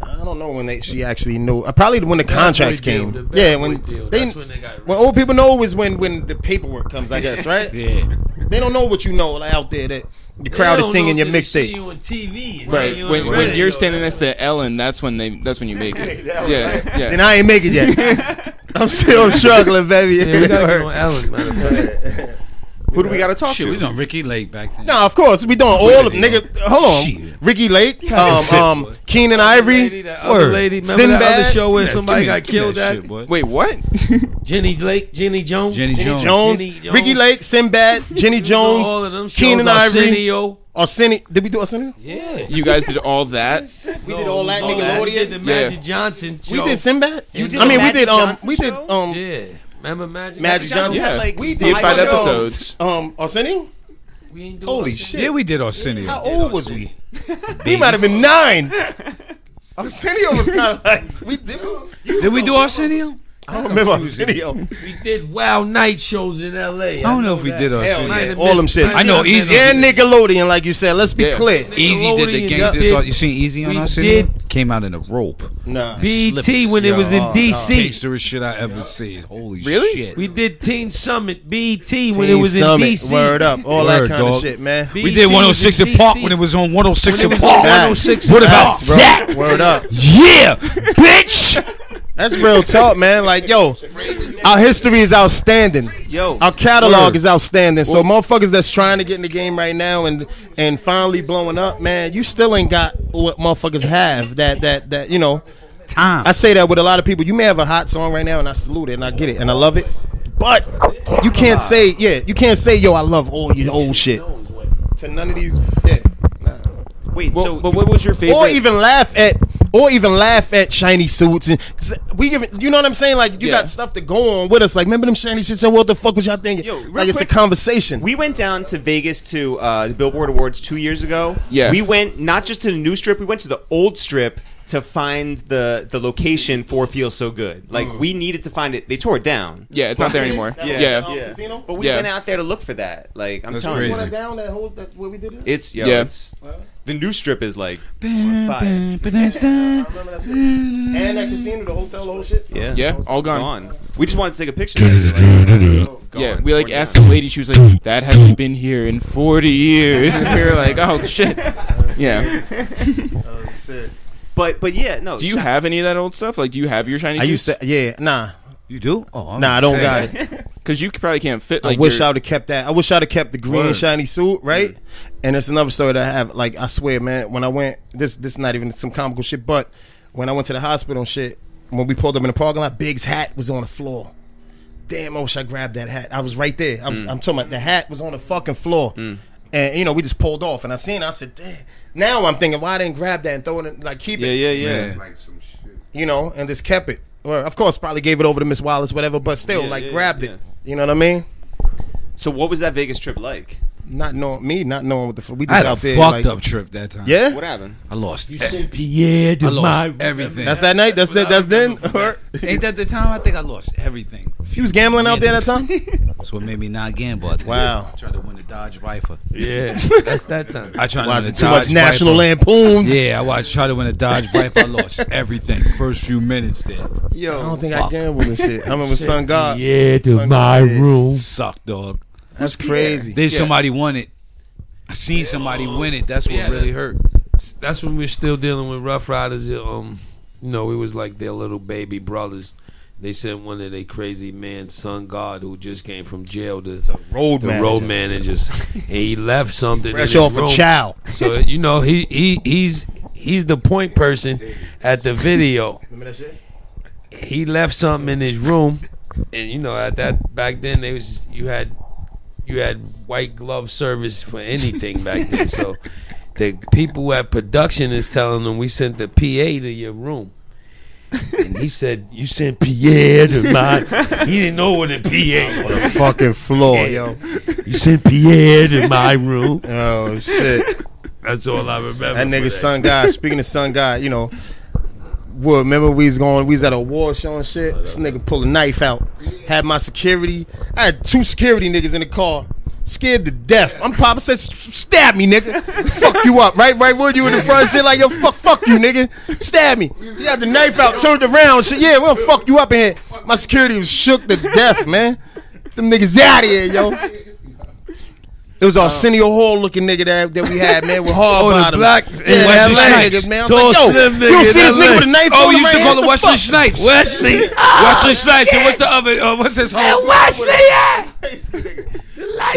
D: I don't know when they, she actually knew. Uh, probably when the contracts
F: Bad Boy
D: came.
F: Deal, the Bad
D: yeah,
F: Boy
D: when
F: Deal.
D: they,
F: That's when they got
D: when old people know is when when the paperwork comes. I guess right.
E: Yeah.
D: They don't know what you know like, out there that the crowd is singing your mixtape.
F: You on TV, and
H: Right.
F: you on
H: When,
F: the
H: when
F: radio.
H: you're standing next to Ellen, that's when they that's when you make it. Yeah, yeah.
D: and I ain't make it yet. I'm still struggling, baby.
F: Yeah, we gotta get on Ellen, man.
B: Who do we got to talk to?
E: Shit, we was on Ricky Lake back then.
D: no, of course we doing all of nigga. Hold on,
E: Shit.
D: Ricky Lake,
E: gotta sit,
D: um,
E: boy.
D: um, Keenan
F: Lady,
D: Ivory.
F: that other
E: Word.
F: lady, remember that other
D: Sinbad?
F: show where
E: Yeah,
F: somebody
E: give me-
F: got
E: give me
F: killed
E: that
F: at?
E: shit, boy.
B: Wait, what?
F: Jenny Blake, Jenny Jones.
E: Jenny
F: Jenny
E: Jones.
D: Jones,
F: Jenny Jones.
D: Ricky Lake, Sinbad, Jenny Jones,
F: all of them shows.
D: Keenan Ivory,
F: Arsenio.
D: Arsenio. Did we do Arsenio?
F: Yeah. Oh,
H: You guys did all that.
D: We did all that
F: We did the
D: Nickelodeon.
F: Magic
H: Yeah.
F: Johnson show.
D: We did Sinbad.
B: You did
D: I mean,
B: the
D: we did
B: Magic
D: um,
B: Johnson
D: we did
B: show?
D: um,
F: Yeah. Remember Magic?
D: Magic Johnson.
H: Yeah.
B: Like,
D: We
H: Did
D: five shows.
H: five episodes.
D: Um, Arsenio.
F: We ain't do
D: Holy
F: Arsenio.
D: shit!
E: Yeah, we did
D: How
E: Arsenio.
D: old was we? We might have been nine. Arsenio was kind of like we did.
E: Did we do Arsenio?
D: I don't remember Arsenio.
F: We did Wild Night shows in L.A.
E: I don't know if we
F: that.
E: did
D: Hell
E: Arsenio.
D: yeah.
F: Might
D: All them
F: have
D: shit.
F: missed-
E: I know
F: might have
E: Easy
F: missed
D: and Nickelodeon, like you said. Let's be
H: Yeah.
D: clear.
E: Easy did the
F: Nickelodeon
E: gangsters.
F: did-
E: Ar- You seen Easy on
F: we
E: Arsenio?
F: did-
E: Came out in a rope.
D: Nah.
F: BT
E: Slippers.
F: when it was in
D: Yo,
F: D.C.
E: Gangsterest shit I ever seen. Holy
H: Really?
E: shit.
F: We did Teen Summit BT when it was
D: Summit,
F: in D.C.
D: Word up. All that
E: Word,
D: kind of
E: dog.
D: shit, man.
E: We did 106 in Park when it was on 106
F: When it
E: in
F: was
E: Park.
F: on 106
E: What about
D: Facts, bro.
E: that?
D: Word up.
E: Yeah, bitch.
D: That's real talk, man. Like, yo, our history is outstanding.
B: Yo,
D: Our catalog is outstanding. So motherfuckers that's trying to get in the game right now and and finally blowing up, man, you still ain't got what motherfuckers have. That that that you know.
E: Time.
D: I say that with a lot of people. You may have a hot song right now, and I salute it, and I get it, and I love it. But you can't say, yeah, you can't say, yo, I love all your old shit to none of these, yeah.
B: wait. so
H: but what was your favorite?
D: or even laugh at, or even laugh at shiny suits and we give, you know what I'm saying? Like you
H: Yeah.
D: got stuff to go on with us. Like remember them shiny suits? So what the fuck was y'all thinking?
B: Yo, real
D: like it's a
B: quick,
D: conversation.
B: We went down to Vegas to uh, the Billboard Awards two years ago.
H: Yeah.
B: We went not just to the new strip, we went to the old strip to find the the location for Feel So Good. Like we needed to find it. They tore it down.
H: Mm. yeah, it's not there anymore. Yeah, yeah.
D: Casino?
B: But we
H: Yeah.
B: went out there to look for that. Like I'm
E: That's
B: telling
E: crazy.
B: you.
E: Wanna
D: down that whole that where we did it.
B: It's yo,
H: Yeah.
B: it's the new strip is like fire.
D: Remember that shit? And that casino, the hotel, the whole shit.
B: yeah,
H: Yeah, all gone.
B: gone. We just wanted to take a picture. Like, gone,
H: Yeah, we like
B: torn
H: asked the
B: down.
H: lady. She was like, "That hasn't been here in 40 years," and we were like, "Oh shit." Yeah.
B: But but yeah, no.
H: Do you have any of that old stuff? Like, do you have your shiny?
D: I used to, yeah, nah,
E: You do? Oh, I'm
D: nah, I don't
E: saying.
D: got it.
H: because you probably can't fit. Like,
D: I wish I
H: your-
D: would have kept that. I wish I'd have kept the green
E: Word.
D: shiny suit, right? And it's another story that I have. Like I swear, man, when I went, this this is not even some comical shit, but when I went to the hospital and shit, when we pulled up in the parking lot, Big's hat was on the floor. Damn, I wish I grabbed that hat. I was right there. I
B: Mm.
D: was, I'm talking about the hat was on the fucking floor. And you know, we just pulled off, and I seen. It, I said, "Damn!" Now I'm thinking, why I didn't grab that and throw it, in, like keep
B: Yeah,
D: it,
B: yeah, yeah.
E: Yeah.
I: Like some shit.
D: you know, and just kept it. Or of course, probably gave it over to Miss Wallace, whatever. But still,
B: Yeah,
D: like
B: yeah,
D: grabbed
B: yeah.
D: it. You know what I mean?
B: So what was that Vegas trip like?
D: not knowing me, not knowing what the fuck we
E: I
D: just
E: had a
D: out there.
E: fucked
D: like,
E: up trip that time.
D: Yeah,
B: What happened?
E: I lost. You said
A: Pierre
E: I
A: de
E: lost everything.
D: that's that night. That's that. That's then. Or-
E: Ain't that the time? I think I lost everything.
D: He was gambling out there that time.
E: That's what made me not gamble. I think.
D: Wow.
E: I tried to win the Dodge Viper.
A: Yeah, that's that time.
E: I tried to win the
D: Watching too
E: Dodge
D: much National
E: Viper.
D: Lampoons.
E: Yeah, I watched. Tried to win a Dodge Viper. I lost everything. First few minutes there
D: I don't think I
E: Fuck.
D: gambled and shit. I remember Son God.
A: Yeah, to
D: Son
A: my
D: God did.
A: room.
E: sucked, dog.
D: That's crazy.
E: Then somebody won it. I seen somebody win it. That's what
G: Yeah,
E: really
G: that-
E: hurt.
G: That's when we were still dealing with Rough Riders. Um, you know, we was like their little baby brothers. They sent one of their crazy man, Son God, who just came from jail to
D: Road
G: the
D: man.
G: road managers. and he left something.
D: Fresh
G: in his
D: off a
G: room.
D: chow.
G: So you know, he he he's he's the point person at the video. He left something in his room, and you know, at that back then, they was you had you had white glove service for anything back then. So the people at production is telling them we sent the PA to your room. And he said, You sent Pierre to mine. He didn't know what a PA was.
D: The fucking floor, yo.
G: You sent Pierre to my room.
D: Oh shit.
G: That's all I remember.
D: That
G: for
D: nigga Son God. Speaking of Son God, you know. Well, remember we was going, we was at a war show and shit. This nigga pulled a knife out. Had my security. I had two security niggas in the car. Scared to death. I'm Papa said, stab me, nigga. fuck you up, right? Right, Wood? You in the front shit like, yo, fuck, fuck you, nigga. Stab me. You had the knife out, turned around, shit. Yeah, we'll fuck you up in here. My security was shook to death, man. Them niggas out of here, yo. It
E: Oh.
D: was Arsenio Hall looking nigga that, that we had, man, with hard
G: Oh, the
D: bottoms.
G: black- Wesley
D: yeah, that black
G: Snipes.
D: niggas, man. I was
G: Tall,
D: like, yo,
G: slim
D: you don't
G: nigga
D: see
G: in
D: this
G: LA.
D: nigga with a knife
E: Oh,
D: on
E: we
D: him
E: used to call
D: right here?
E: him
D: What the
E: Wesley
D: fuck?
E: Snipes.
G: Wesley.
E: Wesley Snipes. And what's the other? Uh, what's his whole?
G: Wesley, yeah.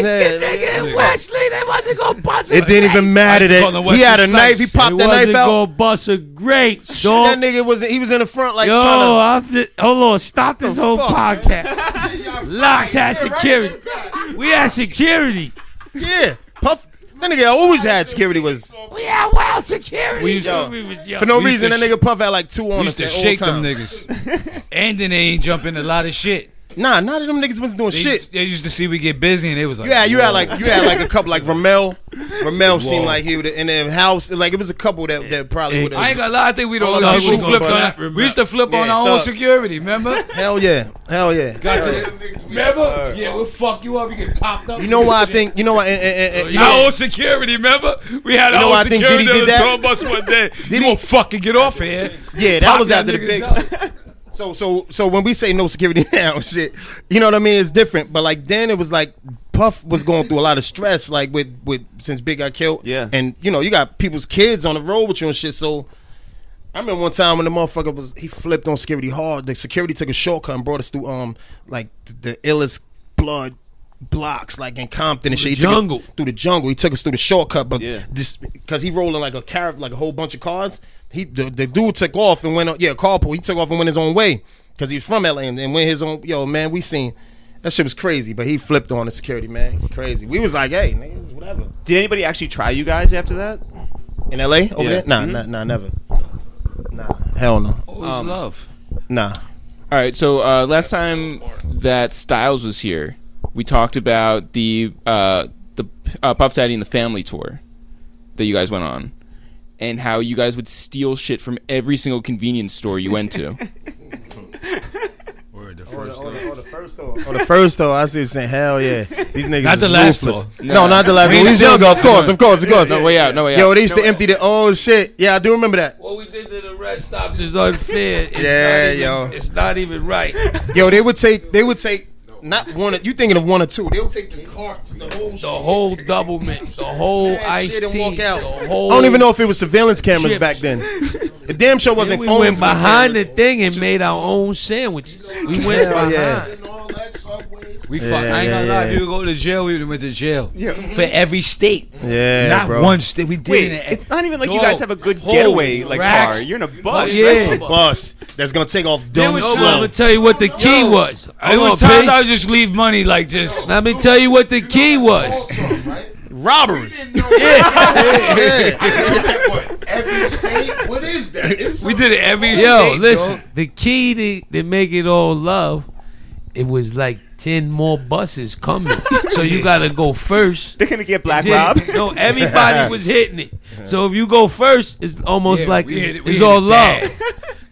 D: Yeah, yeah.
G: Wesley, they wasn't gonna bust
D: It didn't even matter
E: I used to
D: that
E: call him
D: he
E: Wesley
D: had a
E: Snipes.
D: knife. He popped the knife out.
A: gonna bust a great
D: That
A: dog.
D: nigga was he was in the front like
A: Yo,
D: trying
A: I'm fi- hold on, stop this whole
D: fuck?
A: podcast. Locks had security. We had security.
D: to yeah. Puff that nigga always had security was
A: We had wild security.
E: We used to-
A: We was young.
D: for no
E: We used to
D: reason that nigga Puff had like two on
E: We used
D: us
E: to
D: at all
E: shake them
D: times.
E: niggas, and then they ain't jumping a lot of shit.
D: Nah, none of them niggas was doing
E: They
D: shit.
E: Used, they used to see we get busy, and they was like,
D: Yeah, you
E: "Whoa."
D: had like you had like a couple like Ramel. Ramel seemed
E: Whoa.
D: like he would in the house like it was a couple that that probably would
E: I ain't
D: have.
E: gonna lie, I think we the
D: All
E: only
D: of us
E: people who
D: was
E: flipped
D: gonna
E: on.
D: buy-
E: our- We used to flip on
D: Yeah,
E: our own
D: thug.
E: security. Remember?
D: Hell yeah, hell yeah.
E: Got to, remember? Yeah, we'll fuck you up. You get popped up.
D: You know why I think you know why and, and, and, and, you
E: our
D: know,
E: old security, remember? We had
D: know
E: our
D: why I
E: old
D: think
E: security
D: Diddy
E: on
D: did
E: the
D: that?
E: tour bus one day. you
D: Diddy-
E: won't fucking get off here.
D: yeah that
E: Pop
D: was
E: y'all
D: after the big.
E: niggas out.
D: So so so when we say no security now, shit, you know what I mean? It's different. But like then it was like Puff was going through a lot of stress, like with with since Big got killed.
B: Yeah.
D: And you know you got people's kids on the road with you and shit. So I remember one time when the motherfucker was he flipped on security hard. The security took a shortcut and brought us through um like th- the illest blood blocks like in Compton and shit. He took us
G: jungle.
D: through the jungle. He took us through the shortcut, but
B: Yeah.
D: just because he rolling like a car, like a whole bunch of cars. He the, the dude took off and went on yeah carpool. He took off and went his own way because he was from LA and, and went his own. Yo man, we seen that shit was crazy, but he flipped on the security man, crazy. We was like, hey, niggas, whatever.
B: Did anybody actually try you guys after that?
D: In LA over
B: Yeah.
D: there, nah, nah, nah, never. Nah, hell no, Um,
E: Always love.
D: nah.
H: All right. So uh, last time that Styles was here, we talked about the uh, the uh, Puff Daddy and the Family tour that you guys went on, and how you guys would steal shit from every single convenience store you went to.
D: Oh, the first store. Oh, the first store. I see what you're saying. Hell yeah. These niggas
E: Not
D: is
E: the last
D: ruthless.
E: store.
D: No, not the last one. We was younger, of course, of course, of course.
H: no way out. No way out.
D: Yo, they used to empty the oh shit. Yeah, I do remember that.
G: What we did to the rest stops is unfair. It's
D: Yeah,
G: not even,
D: yo.
G: It's not even right.
D: Yo, they would take they would take Not one. Of, you thinking of one or two? They'll take the carts, the whole.
G: The whole double mint, the whole
D: That
G: ice
D: shit
G: tea,
D: and walk out.
G: the whole.
D: I don't even know if it was surveillance cameras
G: Chips.
D: back then. The damn show
G: Then
D: wasn't
G: we
D: phones.
G: went
D: back
G: behind the
D: then.
G: thing and made our own sandwiches. We went
D: Hell
G: behind.
D: yeah.
E: We fuck. I ain't gonna
D: yeah,
E: lie.
D: yeah.
E: If you go to jail, we went to jail. For every state,
D: Yeah,
E: not
D: bro.
E: one state. We did
B: Wait,
E: it.
B: it's not even like you
E: Dog,
B: guys have a good
E: whole
B: getaway like
E: racks.
B: car. You're in a bus.
G: Oh, yeah.
B: right?
D: Bus that's gonna take off
G: Then
D: dumb
G: we-
D: slow.
G: let me tell you what the key was.
E: it
G: Hold
E: was
G: on,
E: times
G: P.
E: I would just leave money like just.
G: Let me tell you what the key was.
D: Robbery.
E: We did it every
G: Yo,
E: state.
G: listen. The key to, to make it all love, it was like ten more buses coming. so you gotta go first.
B: They're gonna get Black
G: Yeah,
B: Rob.
G: No, everybody was hitting it. So if you go first, it's almost
E: Yeah,
G: like
E: we
G: it's,
E: hit it- we
G: it's
E: hit
G: all
E: it
G: love.
E: bad.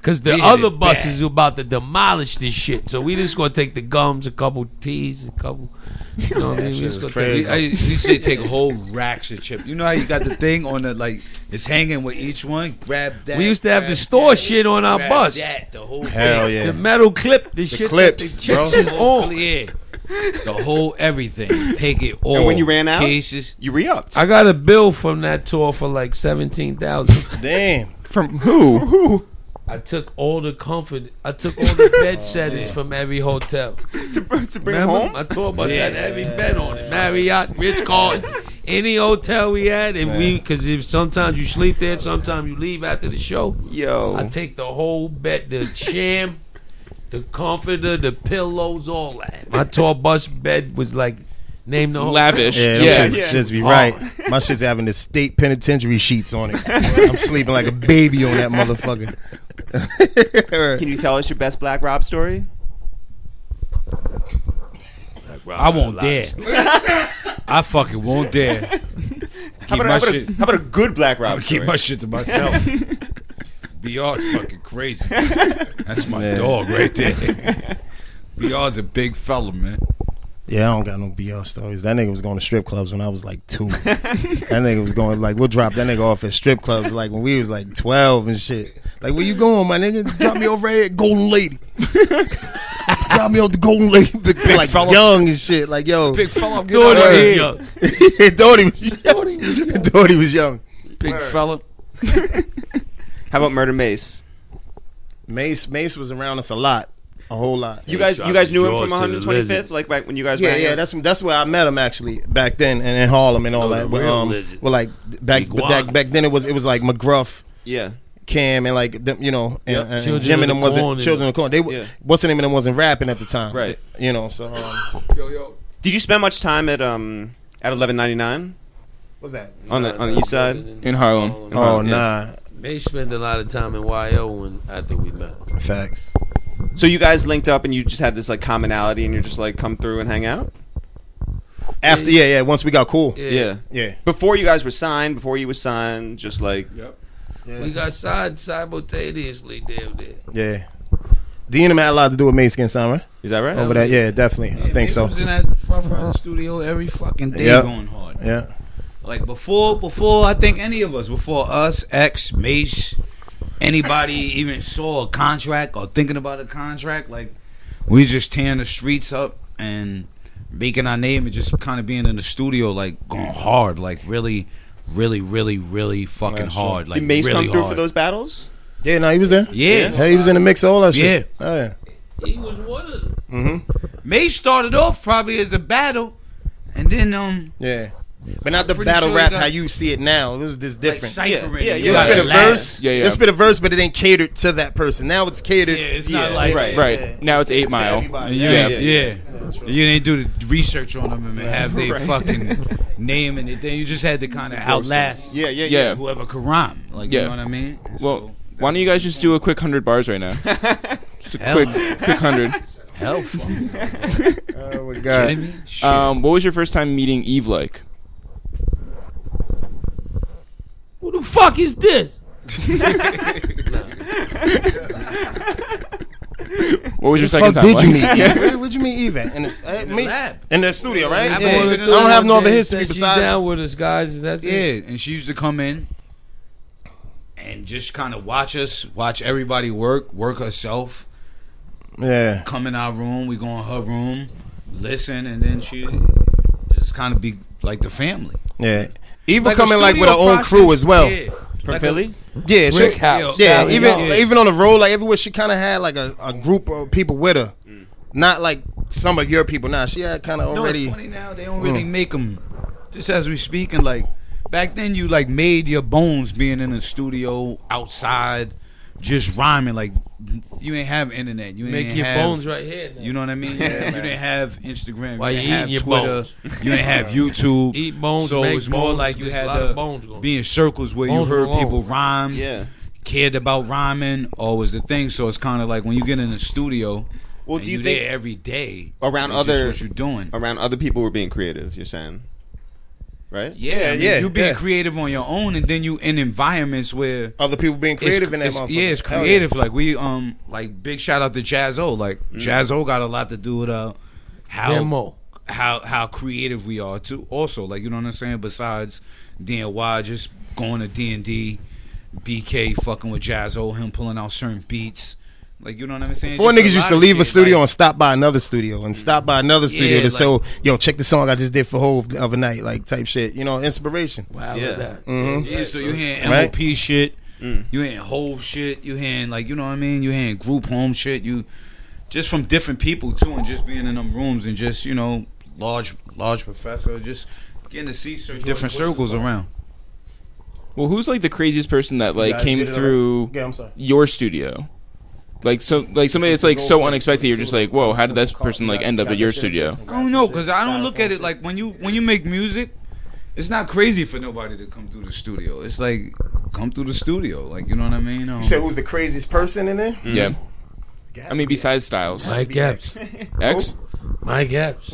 G: Cause the
E: We hit
G: other
E: it
G: buses are about to demolish this shit. So we just gonna take the gums, a couple teas, a couple. You know what I mean? We just gonna take-
E: I, you should take whole racks of chip. You know how you got the thing on the like it's hanging with each one. Grab that.
G: We used to have
E: grab
G: the store
E: that,
G: shit on our
E: grab
G: bus.
E: That the whole
D: Hell
E: thing,
D: yeah.
G: The metal clip, the, shit
D: clips,
G: that the chips
D: bro.
G: is on.
E: yeah, the whole everything. Take it all.
B: And when you ran out,
E: cases.
B: you re-upped.
G: I got a bill from that tour for like seventeen thousand.
D: Damn.
I: From who?
G: I took all the comfort. I took all the bed
D: Oh,
G: settings from every hotel.
B: to, br- to bring
G: Remember,
B: home.
G: my tour bus had every bed on it. Marriott, Ritz Carlton, any hotel we had. If we, because if sometimes you sleep there, sometimes you leave after the show.
B: Yo,
G: I take the whole bed, the sham, the comforter, the pillows, all that. My tour bus bed was like, name the whole.
H: Lavish.
D: Yeah,
H: Yeah.
D: them
B: Yeah.
D: shits,
B: Yeah. Oh.
D: shits be right. My shit's having the state penitentiary sheets on it. I'm sleeping like a baby on that motherfucker.
B: can you tell us your best Black Rob story?
E: I won't dare. I fucking won't dare.
B: How
E: keep
B: about, a-
E: my
B: how, about
E: shit.
B: a, how about a good Black Rob
E: keep
B: story?
E: my shit to myself. Beyond fucking crazy. That's my
D: Man.
E: dog right there. Beyond's a big fella, man.
D: Yeah, I don't got no BR stories. That nigga was going to strip clubs when I was like two. that nigga was going like we'll drop that nigga off at strip clubs like when we was like twelve and shit. Like where you going, my nigga? Drop me over here at Golden Lady. drop me off the Golden Lady. Big, like
E: fella.
D: young and shit. Like yo,
E: Big fella, I'm getting
G: Doing
E: out of here.
G: it.
D: Yeah. Doherty was young. Doherty was young.
E: Big fella.
B: How about Murder Mace?
D: Mace Mace was around us a lot, a whole lot.
B: You guys, you guys knew him from 125th, like back when you guys.
D: Yeah,
B: ran
D: yeah,
B: out?
D: that's that's where I met him actually back then, and in Harlem and all
G: Oh, the
D: that. Well,
G: real
D: um,
G: legend.
D: well, like back
G: Big
D: but
G: Guac.
D: back back then it was it was like McGruff,
B: yeah.
D: Cam, and like them, you know, and, and
G: Children
D: Jim
G: of
D: and
G: the
D: them
G: Corn
D: wasn't
G: and-
D: children of the corn. They were
B: Yeah.
D: what's the name of them wasn't rapping at the time,
B: Right.
D: You know, so um,
B: Did you spend much time at um at 1199
D: what's that?
B: on
F: Uh,
B: the on the east side?
H: In Harlem.
D: Oh
B: yeah.
D: nah,
G: They spent a lot of time in YO when after we met.
D: facts.
B: So you guys linked up and you just had this like commonality and you're just like come through and hang out.
D: After yeah, yeah, once we got cool, yeah,
G: Yeah.
D: yeah,
B: Before you guys were signed, before you were signed, just like
G: We got signed simultaneously, damn near.
D: yeah. D and him had a lot to do with Mace Skin Summer
B: is that right?
D: over that. Yeah, definitely. I think so.
E: was in that Rough Rider studio every fucking day
D: Yep.
E: going hard.
D: Yeah.
E: Like before, before I think any of us, before us, X, Mace, anybody even saw a contract or thinking about a contract, like we just tearing the streets up and making our name and just kind of being in the studio, like going hard, like really, really, really, really fucking hard. Like
B: Did Mace
E: really
B: come through
E: hard.
B: for those battles?
D: Yeah, no, he was there.
E: Yeah.
D: Hey, he was in the mix of all that shit.
E: Yeah.
D: Oh, yeah.
G: He was one of them.
B: Mm-hmm.
E: Mace started off probably as a battle, and then um.
D: Yeah. But not the
E: pretty
D: battle
E: sure
D: rap
E: you got-
D: how you see it now. It was just different.
E: Like ciphering.
B: Yeah, yeah,
E: You
D: You'll
B: yeah.
E: gotta
D: spit a
E: laugh.
D: verse.
H: Yeah, yeah.
D: You'll spit a verse, but it ain't catered to that person. Now it's catered.
E: Yeah, it's
B: Yeah,
E: not like
B: right.
H: Right. Now it's 8
D: to
H: Mile.
D: everybody.
E: Yeah,
H: Yeah,
E: yeah.
B: yeah,
E: You didn't do the research on them and have their fucking name and it. Then you just had to kind of outlast
B: Yeah, yeah, yeah.
H: Yeah.
E: whoever could rhyme. Like,
H: Yeah.
E: you know what I mean?
H: Well, why don't you guys just do a quick 100 bars right now? Just a
E: Hell
H: quick,
E: no.
H: quick 100.
E: So, hell, fuck. You
D: Oh, my
E: kidding
D: God.
E: me? Shit.
H: Um, what was your first time meeting Eve like?
G: Who the fuck is this?
H: What was your
D: Fuck
H: second time
D: did
H: like?
D: you meet Eve? Where would you meet Eve at? In the, uh, me-
E: lab.
D: In the studio, right?
G: I
D: Yeah.
G: wanna
D: I
G: do
D: don't
G: it
D: have
G: one
D: no other
G: day.
D: history
G: Said she
D: besides.
G: down with us guys. and That's it.
E: Yeah, and she used to come in and just kind of watch us, watch everybody work, work herself,
D: Yeah.
E: come in our room, we go in her room. listen, and then she just kind of be like the family.
D: Yeah. Even
E: a
D: coming like with her
E: studio
D: own
E: process.
D: crew as well.
E: Yeah.
B: From
E: Like a-
B: Philly?
D: Yeah, she,
G: Brick house.
D: yeah.
G: Sally
D: even
G: Hall.
D: even on the road, like everywhere, she kind of had like a, a group of people with her. Not like some of your people. Nah, she had kind of
E: No,
D: already.
E: it's funny now. They don't
B: Mm.
E: really make 'em make them. Just as we speaking, like back then, you like made your bones being in the studio outside, just rhyming. Like you ain't have internet. You
G: Make
E: ain't
G: your
E: have,
G: bones right here. now.
E: You know what I mean? you didn't have Instagram.
G: Why
E: you
G: you
E: didn't have
G: eating your
E: Twitter.
G: bones?
E: You didn't have YouTube.
G: Eat bones,
E: So
G: make
E: it's more
G: bones,
E: like you
G: just
E: had
G: a lot of
E: to
G: bones going.
E: be in circles where
G: Bones
E: you heard
G: belong.
E: people rhyme.
B: Yeah.
E: Cared about rhyming or was the thing. So it's kind of like when you get in the studio.
B: Well,
E: and
B: do you
E: you
B: think-
E: there every day
B: Around
E: it's just
B: other-
E: what you doing?
B: Around other people who are being creative, you're saying? Right?
E: Yeah, I mean,
D: yeah,
E: You being
D: yeah.
E: creative on your own, and then you in environments where
D: Other people being creative
E: it's,
D: in that
E: it's-
D: motherfucker.
E: Yeah, it's
D: Hell
E: creative. Like we um like big shout out to Jazzo. Like
D: Mm.
E: Jazzo got a lot to do with uh how
G: Demo.
E: how how creative we are too. Also, like you know what I'm saying. Besides DNY, just going to D and D, BK fucking with Jazzo, him pulling out certain beats. Like you know what I'm saying.
D: Four
E: Just
D: niggas
E: a
D: used
E: lot
D: to
E: of
D: leave
E: shit,
D: a studio
E: like-
D: and stop by another studio and stop by another studio
E: Yeah,
D: to
E: like-
D: so yo check the song I just did for Hove the other night like type shit you know inspiration Mm-hmm.
G: Wow,
B: Yeah.
G: yeah. that.
E: Yeah, so you hearing
D: Right.
E: MOP shit,
D: Mm.
E: you hearing whole shit, you hearing like you know what I mean, you hearing group home shit, you just from different people too, and just being in them rooms and just you know large large professor, just getting to see certain different circles around.
H: Well, who's like the craziest person that like
D: Yeah, I
H: came
D: did it
H: through
D: yeah I'm sorry
H: your studio? Like so, like somebody that's like so unexpected. You're just like, whoa, how did that person like end up at your studio?
E: I don't know because I don't look at it like when you when you make music, it's not crazy for nobody to come through the studio. It's like come through the studio, like you know what I mean. Um,
D: you said who's the craziest person in there
B: Mm-hmm.
H: Yeah. I mean, besides Styles,
B: Oh,
G: Mike Epps.
H: X.
G: Mike Epps.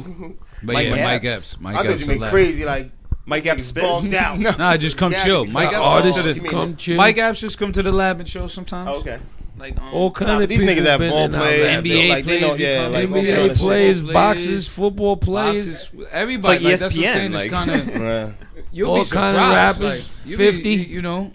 E: but
B: Mike
E: yeah,
B: Epps.
E: Mike Epps. Mike
D: I thought
E: Epps
D: you
E: a
D: meant
E: lot.
D: crazy like
B: Mike Epps spit.
D: bogged down
E: Nah, just come
D: Yeah,
E: chill.
D: you
E: Mike
D: mean-
E: Epps
D: Artists
E: come to the-
G: come chill.
E: Mike Epps just come to the lab and show sometimes.
B: Oh, okay.
E: Like um,
G: All kind
D: Nah,
G: of
D: these
G: people
D: niggas have
G: been
D: ball
G: in our
D: players,
G: lab.
D: NBA
E: like, they know-
D: players yeah,
E: become
D: like, all
G: NBA
D: kind of shit.
G: players,
E: Players,
G: boxers, football players,
E: boxes,
B: It's like
E: everybody.
B: E
E: like, that's what I'm
B: ESPN,
E: saying.
B: like-
E: It's kind of
D: yeah,
E: you'll
G: All
E: be
G: kind of
E: surprised,
G: rappers,
E: like, you
G: 50.
E: be- you know,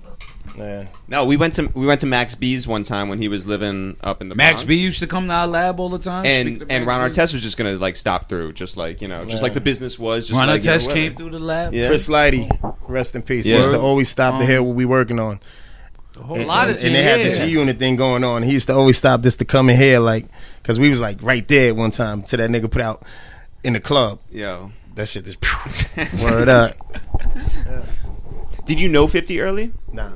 D: yeah.
B: No, we went to we went to Max B's one time when he was living up in the
E: Max
B: Bronx.
E: B used to come to our lab all the time.
B: and and Ron Artest was just gonna like stop through, just like you know, just like the business was. Just
E: Ron
B: like, you know,
E: Artest
B: whatever.
E: came through the lab.
B: Yeah.
D: Chris Lighty, rest in peace. He
B: Yeah.
D: used to always stop to hear what we working on.
G: a whole
D: And,
G: lot of
D: and, they had the G Unit thing going on. He used to always stop just to come in here, like, cause we was like right there at one time till that nigga put out in the club.
B: Yo,
D: That shit just word up.
B: did you know Fifty early?
D: Nah,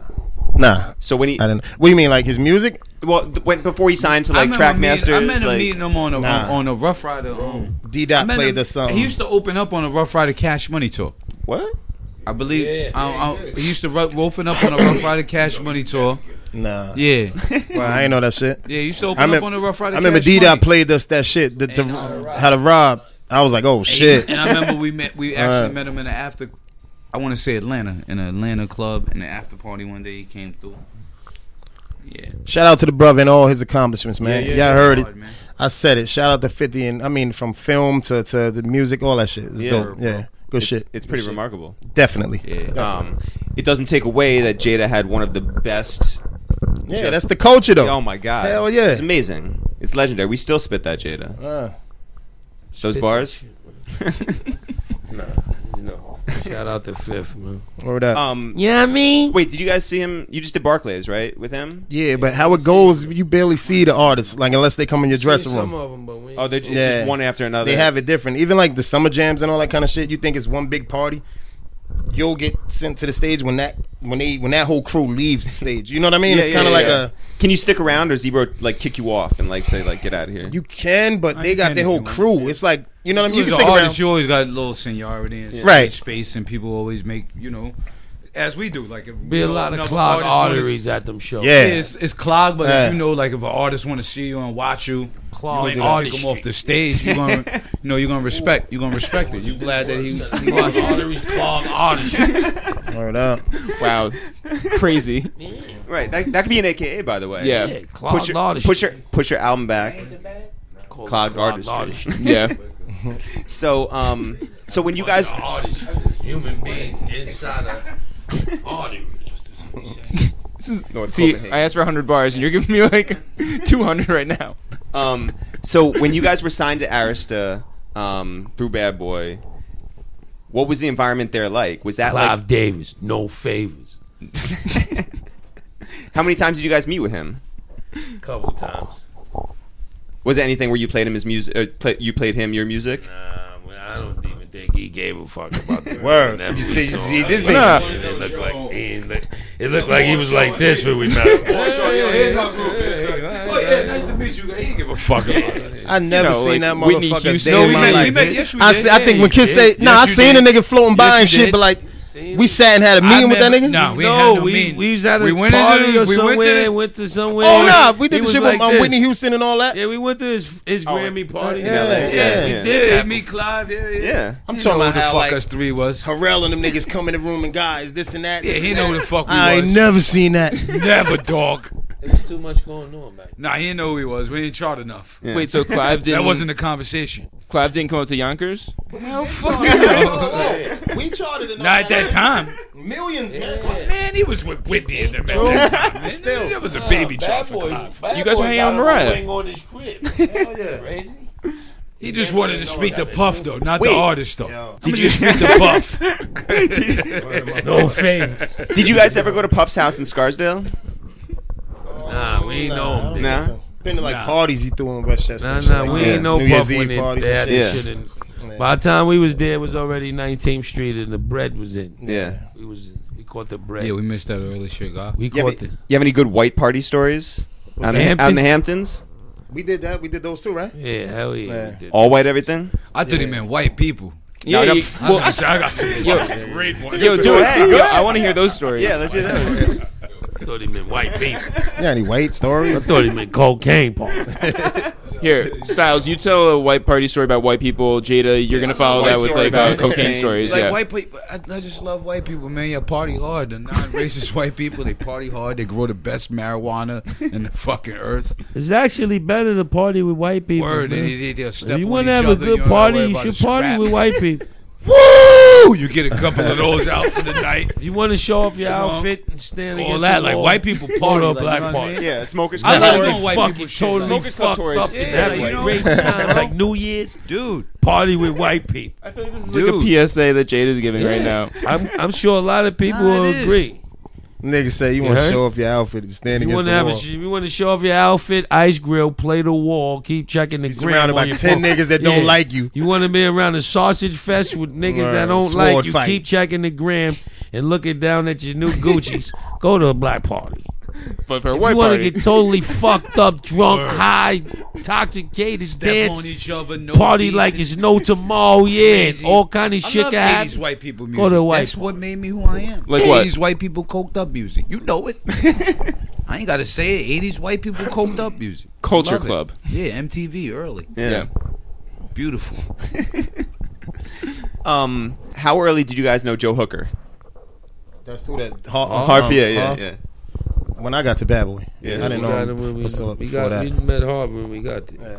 D: nah.
B: So when he
D: I didn't. What do you mean, like his music?
B: well, th- when before he signed to like
E: I remember meeting-
B: Trackmaster,
E: I met him
B: like,
E: meeting him on a
D: Nah.
E: on a Rough Rider. Um,
D: D
E: I
D: Dot
E: met
D: played
E: him-
D: the song.
E: He used to open up on a Rough Rider Cash Money tour.
B: what?
E: I believe
G: Yeah.
E: I, I, he used to ru- open up on a Rough Rider Cash Money tour.
D: nah,
E: Yeah,
D: Well, I ain't know that shit.
E: yeah. He used to open
D: I
E: up
D: remember,
E: on a Rough Rider.
D: I remember
E: Cash
D: D Dot
E: Money.
D: played us that shit. The, to, how to rob? I was like, oh shit.
E: And I remember we met. We actually
D: Alright.
E: met him in the after. I want to say Atlanta in an Atlanta club in the after party one day. He came through. Yeah,
D: Shout out to the brother and all his accomplishments, man.
E: Yeah, yeah,
D: Y'all
E: yeah,
D: heard it.
E: hard, man.
D: I said it. Shout out to 50 and I mean from film to, to the music, all that shit. It's
B: Yeah,
D: dope.
B: bro.
D: Yeah. Good
B: It's,
D: shit.
B: it's pretty remarkable.
D: Definitely.
E: yeah.
B: Um, it doesn't take away that Jada had one of the best.
D: Yeah,
B: just-
D: that's the culture though.
B: Oh my god!
D: Hell yeah.
B: It's amazing. It's legendary. We still spit that Jada.
D: Uh,
B: Those bars.
G: You know, shout out to Fifth, man.
D: word up.
B: Um,
G: Yeah, I mean,
B: wait, did you guys see him? You just did Barclays, right, with him?
D: yeah, but how it goes, you barely see the artists, like unless they come in your dressing
G: some
D: room.
G: of them, but we ain't
B: Oh, they're
G: seen
B: ju-
G: it.
B: it's
D: Yeah.
B: just one after another.
D: They have it different. Even like the summer jams and all that kind of shit, you think it's one big party. You'll get sent to the stage when that when they when that whole crew leaves the stage. You know what I mean?
B: Yeah,
D: it's
B: yeah,
D: kinda
B: yeah,
D: like
B: yeah.
D: a
B: Can you stick around, or Zebra like kick you off and like say like get out of here?
D: you can, but they
E: you
D: got
E: can
D: their
E: if
D: whole
E: you want.
D: crew. It's like you know what I mean? You
E: You
D: can
E: as
D: stick
E: an
D: around.
E: artist, you always got a little seniority and
D: Right.
E: space, and people always make you know, as we do. Like if
G: be a
E: you know,
G: lot of
E: another
G: clogged
E: artist wanna-
G: arteries at them shows.
D: Yeah.
E: It's, it's clogged, but
D: Yeah.
E: if you know, like if an artist want to see you and watch you,
G: Clogged
E: you ain't
G: artistry.
E: come off the stage. You gonna, you know, you gonna respect. You gonna respect it. You glad that he
G: clogged arteries, clogged arteries.
D: Word up.
H: Wow, crazy.
B: Right. That, that could be an AKA, by the way.
H: Yeah.
G: Yeah, clogged
D: Oh,
B: Push your,
G: artistry.
B: push your push your album back.
G: Call it
B: Clogged artistry.
H: Yeah.
B: So um, so when you guys,
G: artists, human beings inside of artery.
B: no, it's
H: See,
B: Copenhagen.
H: I asked for 100 bars, and you're giving me like 200 right now.
B: um, so when you guys were signed to Arista, um, through Bad Boy. What was the environment there like? Was that
G: Clive Davis, no favors.
B: like how many times did you guys meet with him?
G: A couple times.
B: Was it anything where you played him his music? Uh, play, you played him your music?
G: Nah, well, Um, I don't even think he gave a fuck about the
D: Word.
G: that
D: You see-
G: song.
D: see, this
G: Like,
D: nigga-
G: It looked like he, ain't look- it looked like he was like this when we met. him.
E: Oh yeah, nice to meet you. He didn't give a fuck about it.
D: I never
H: know,
D: seen
H: like
D: that
H: Whitney
D: motherfucker
H: Houston.
D: day
H: No,
D: in
H: we
D: my
H: met- we
D: life.
E: met- yes, we
D: I,
E: did.
D: see, I think when kids say, nah, I
E: Yes, you
D: seen
E: did.
D: a nigga floating by
E: Yes,
D: and
E: you
D: shit,
E: did.
D: but like,
G: Seen
D: we
G: him.
D: sat and had a meeting with that
E: never-
D: nigga?
E: Nah, we ain't
G: no,
E: had no
G: we
E: meeting.
G: we was at a
E: We went into
G: party
E: the-
G: or
E: we went
G: somewhere.
E: to the-
G: and went to somewhere.
D: Oh, nah, we
G: He
D: did the
G: was
D: shit
G: like
D: with um,
G: this.
D: Whitney Houston and all that.
G: Yeah, we went to his his
B: Oh,
G: Grammy party.
D: yeah, yeah, yeah.
G: we did.
E: Yeah,
G: that
E: me,
G: before.
E: Clive. Yeah, yeah.
B: Yeah.
D: I'm
E: You know
D: talking
E: who
D: about
E: the
D: how
E: fuck
D: like
E: us three was.
D: Harrell and them niggas come in the room and guys, this and that.
E: Yeah,
D: this
E: he
D: and
E: know
D: that.
E: who the fuck we
D: I
E: was.
D: ain't never seen that.
E: never dog.
G: There was too much going on back.
E: Nah, he didn't know who he was. We didn't chart enough.
H: Wait, so Clive didn't
E: That wasn't a conversation.
H: Clive didn't come up to Yonkers?
D: we charted it
E: Not at that time.
D: Millions,
G: then.
E: Man, he was with Whitney and them at that time. Man,
D: Still.
E: that was a baby
G: Bad
E: chart for
G: Boy-
E: Clive.
G: Bad
H: You guys
G: Boy
H: were hanging
G: got
H: out with
G: a
H: Mariah.
G: wing on his crib. Crazy.
E: He just wanted to speak to Puff though, not
B: Wait.
E: the artist though.
D: Yo.
E: Did you speak to Puff?
G: No favors.
B: Did you guys ever go to Puff's house in Scarsdale?
G: Nah, we ain't know him.
B: Nah.
G: Nah,
D: Been to like
E: Nah.
D: parties he threw in Westchester.
G: nah,
D: and shit like
G: we
D: that.
G: ain't know Buff
D: New Year's
G: when
D: Eve
G: they,
D: parties
G: they had
D: and
B: Yeah.
D: shit.
G: this shit in. By the time we was there, it was already 19th Street and the bread was in.
B: Yeah.
G: We was we caught the bread.
E: Yeah,
G: we,
E: we missed that early shit, God.
B: You
G: caught
B: have,
G: the.
B: you have any good white party stories? Out
G: that?
B: in, out in the Hamptons?
D: We did that. We did those too, right?
G: Yeah, hell yeah.
D: Yeah.
G: We did.
B: All white everything?
E: I thought he meant white people.
H: Yeah,
B: No,
H: you-
E: I was gonna say, I got some fucking great ones.
H: yo, do it.
B: Hey, go
H: Yo,
B: ahead.
H: I want to hear those stories.
B: Yeah, let's hear those.
G: I thought he meant white people.
D: Yeah, any white
G: I
D: stories?
G: thought he meant cocaine part.
H: Here, Styles, you tell a white party story about white people. Jada, you're gonna follow
B: White
H: that with
B: story
H: like uh,
B: about
H: cocaine
B: cocaine.
H: stories.
E: Like
H: yeah.
E: white people, I, I just love white people, man. You party hard. The non-racist white people, they party hard. They grow the best marijuana in the fucking earth.
G: It's actually better to party with white people.
E: Word,
G: man.
E: and they, they, they'll step
G: If you
E: want to
G: have a good party, you should party with white people.
E: Woo! You get a couple of those out for the night.
G: If you want to show off your
E: know,
G: outfit and stand
E: all
G: against
E: that,
G: the
E: like,
G: wall,
E: white people
G: go to
E: party,
G: a
E: like, you
G: black
E: know what I'm
G: party.
E: saying?
B: Yeah, smokers.
G: I
E: like
G: love
E: when
G: to
E: white
G: fucking
E: people shit,
G: totally
B: like-
G: fucked
B: Smokers
G: up.
B: Club
G: and
E: tourists.
G: have
E: Yeah,
G: a
E: you know?
G: great time, like New Year's.
E: Dude,
G: Party with white people.
B: I feel like this is
H: It's like a PSA that Jada's giving right
G: Yeah.
H: now.
G: I'm, I'm sure a lot of people
E: Nah, it
G: will
E: is.
G: agree.
D: Nigga say you want to
G: heard?
D: show off your outfit and stand
G: You
D: against
G: want
D: the
G: to have
D: wall.
G: a, sh- you want to show off your outfit, ice grill, play the wall, keep checking the
D: You
G: gram
D: surrounded
G: on
D: by
G: your
D: ten
G: phone.
D: niggas that
G: Yeah.
D: don't like you.
G: You want to be around a sausage fest with niggas that
D: Word.
G: don't
D: Sword
G: like you.
D: fight.
G: Keep checking the gram and looking down at your new Gucci's. Go to a black party.
H: But for a
G: You
H: white
G: want to
H: party,
G: get totally fucked up, drunk,
E: Word.
G: high, intoxicated,
E: step
G: dance,
E: on each other. No
G: party
E: beef.
G: like it's no tomorrow. Yeah, and
E: Crazy.
G: all kind of
E: I
G: shit
E: love
G: can
E: 80s
G: happen.
E: white people music.
G: Go to a white
E: That's what made me who I am.
H: Like
E: 80s
H: what?
E: white people coked up music. You know it. I ain't got to say it. 80s white people coked up music.
H: Culture
E: Love it.
H: Club.
E: Yeah, MTV early.
H: Yeah.
E: Beautiful.
B: Um, how early did you guys know Joe Hooker?
D: That's who that. Har-
B: Harp,
D: um,
B: yeah, yeah,
D: Har-
B: yeah.
D: When I got to Bad Boy,
B: Yeah.
D: I didn't
G: We
D: know
G: got
D: him
G: it when we,
D: f- so
G: we
D: before
G: got,
D: that.
G: we met Harvard when we got there.
D: Yeah.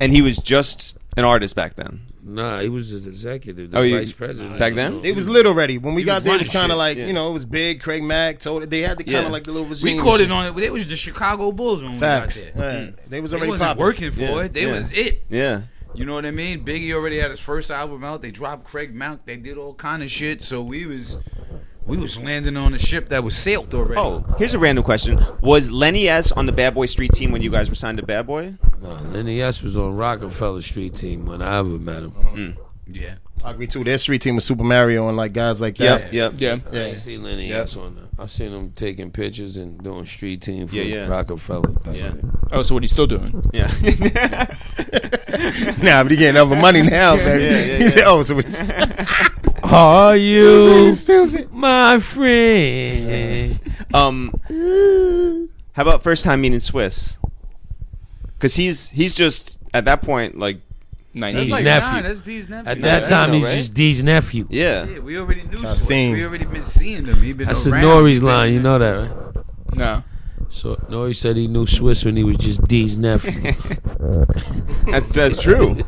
B: And he was just an artist back then.
G: Nah, he was an executive, the
B: Oh, you-
G: vice president.
B: back then?
D: It was lit already. When we got there, it was kind of like
B: Yeah.
D: you know, it was big. Craig Mack told it. They had the kind
B: Yeah.
D: of like the little regime.
E: We caught it
D: and
E: on it. They was the Chicago Bulls when
D: shit. facts.
E: we got
D: Yeah.
E: there.
D: They was
E: They
D: already
E: wasn't
D: popping.
E: working for
B: Yeah,
E: it. They
B: yeah.
E: was it.
B: Yeah.
E: You know what I mean? Biggie already had his first album out. They dropped Craig Mount. They did all kind of shit. So we was we was landing on a ship that was sailed already.
B: Oh, here's a random question. Was Lenny S on the Bad Boy Street team when you guys were signed to Bad Boy?
G: No, Lenny S was on Rockefeller Street team when I ever met him.
E: yeah.
D: I agree too. Their street team was Super Mario and like guys like
B: Yep,
D: that.
B: yep.
H: Yeah.
G: I
D: Yeah.
G: ain't see Lenny S on there. I seen him taking pictures and doing street team for
B: Yeah, yeah.
G: Rockefeller. Back
B: Yeah.
G: then.
H: Oh, so what he's still doing?
B: Yeah.
D: Nah, but he getting other money now, baby.
B: yeah, yeah,
D: he said,
B: yeah.
D: "Oh, so it's
G: Are you
D: stupid."
G: my friend?
B: um, how about first time meeting Swiss? Because he's he's just at that point like
H: Nineteen.
G: like-
E: nah,
G: nephew.
E: that's D's nephew.
G: At
B: Yeah,
G: that
B: that's
G: time,
B: all
G: he's
B: right.
G: just D's nephew.
B: yeah
E: Yeah, we already knew. Swiss.
D: seen.
E: We already been seeing them. He been
G: That's a
E: around.
G: Nori's line. You know that, right?
H: no.
G: So Nori said he knew Swiss when he was just D's nephew.
B: that's that's true.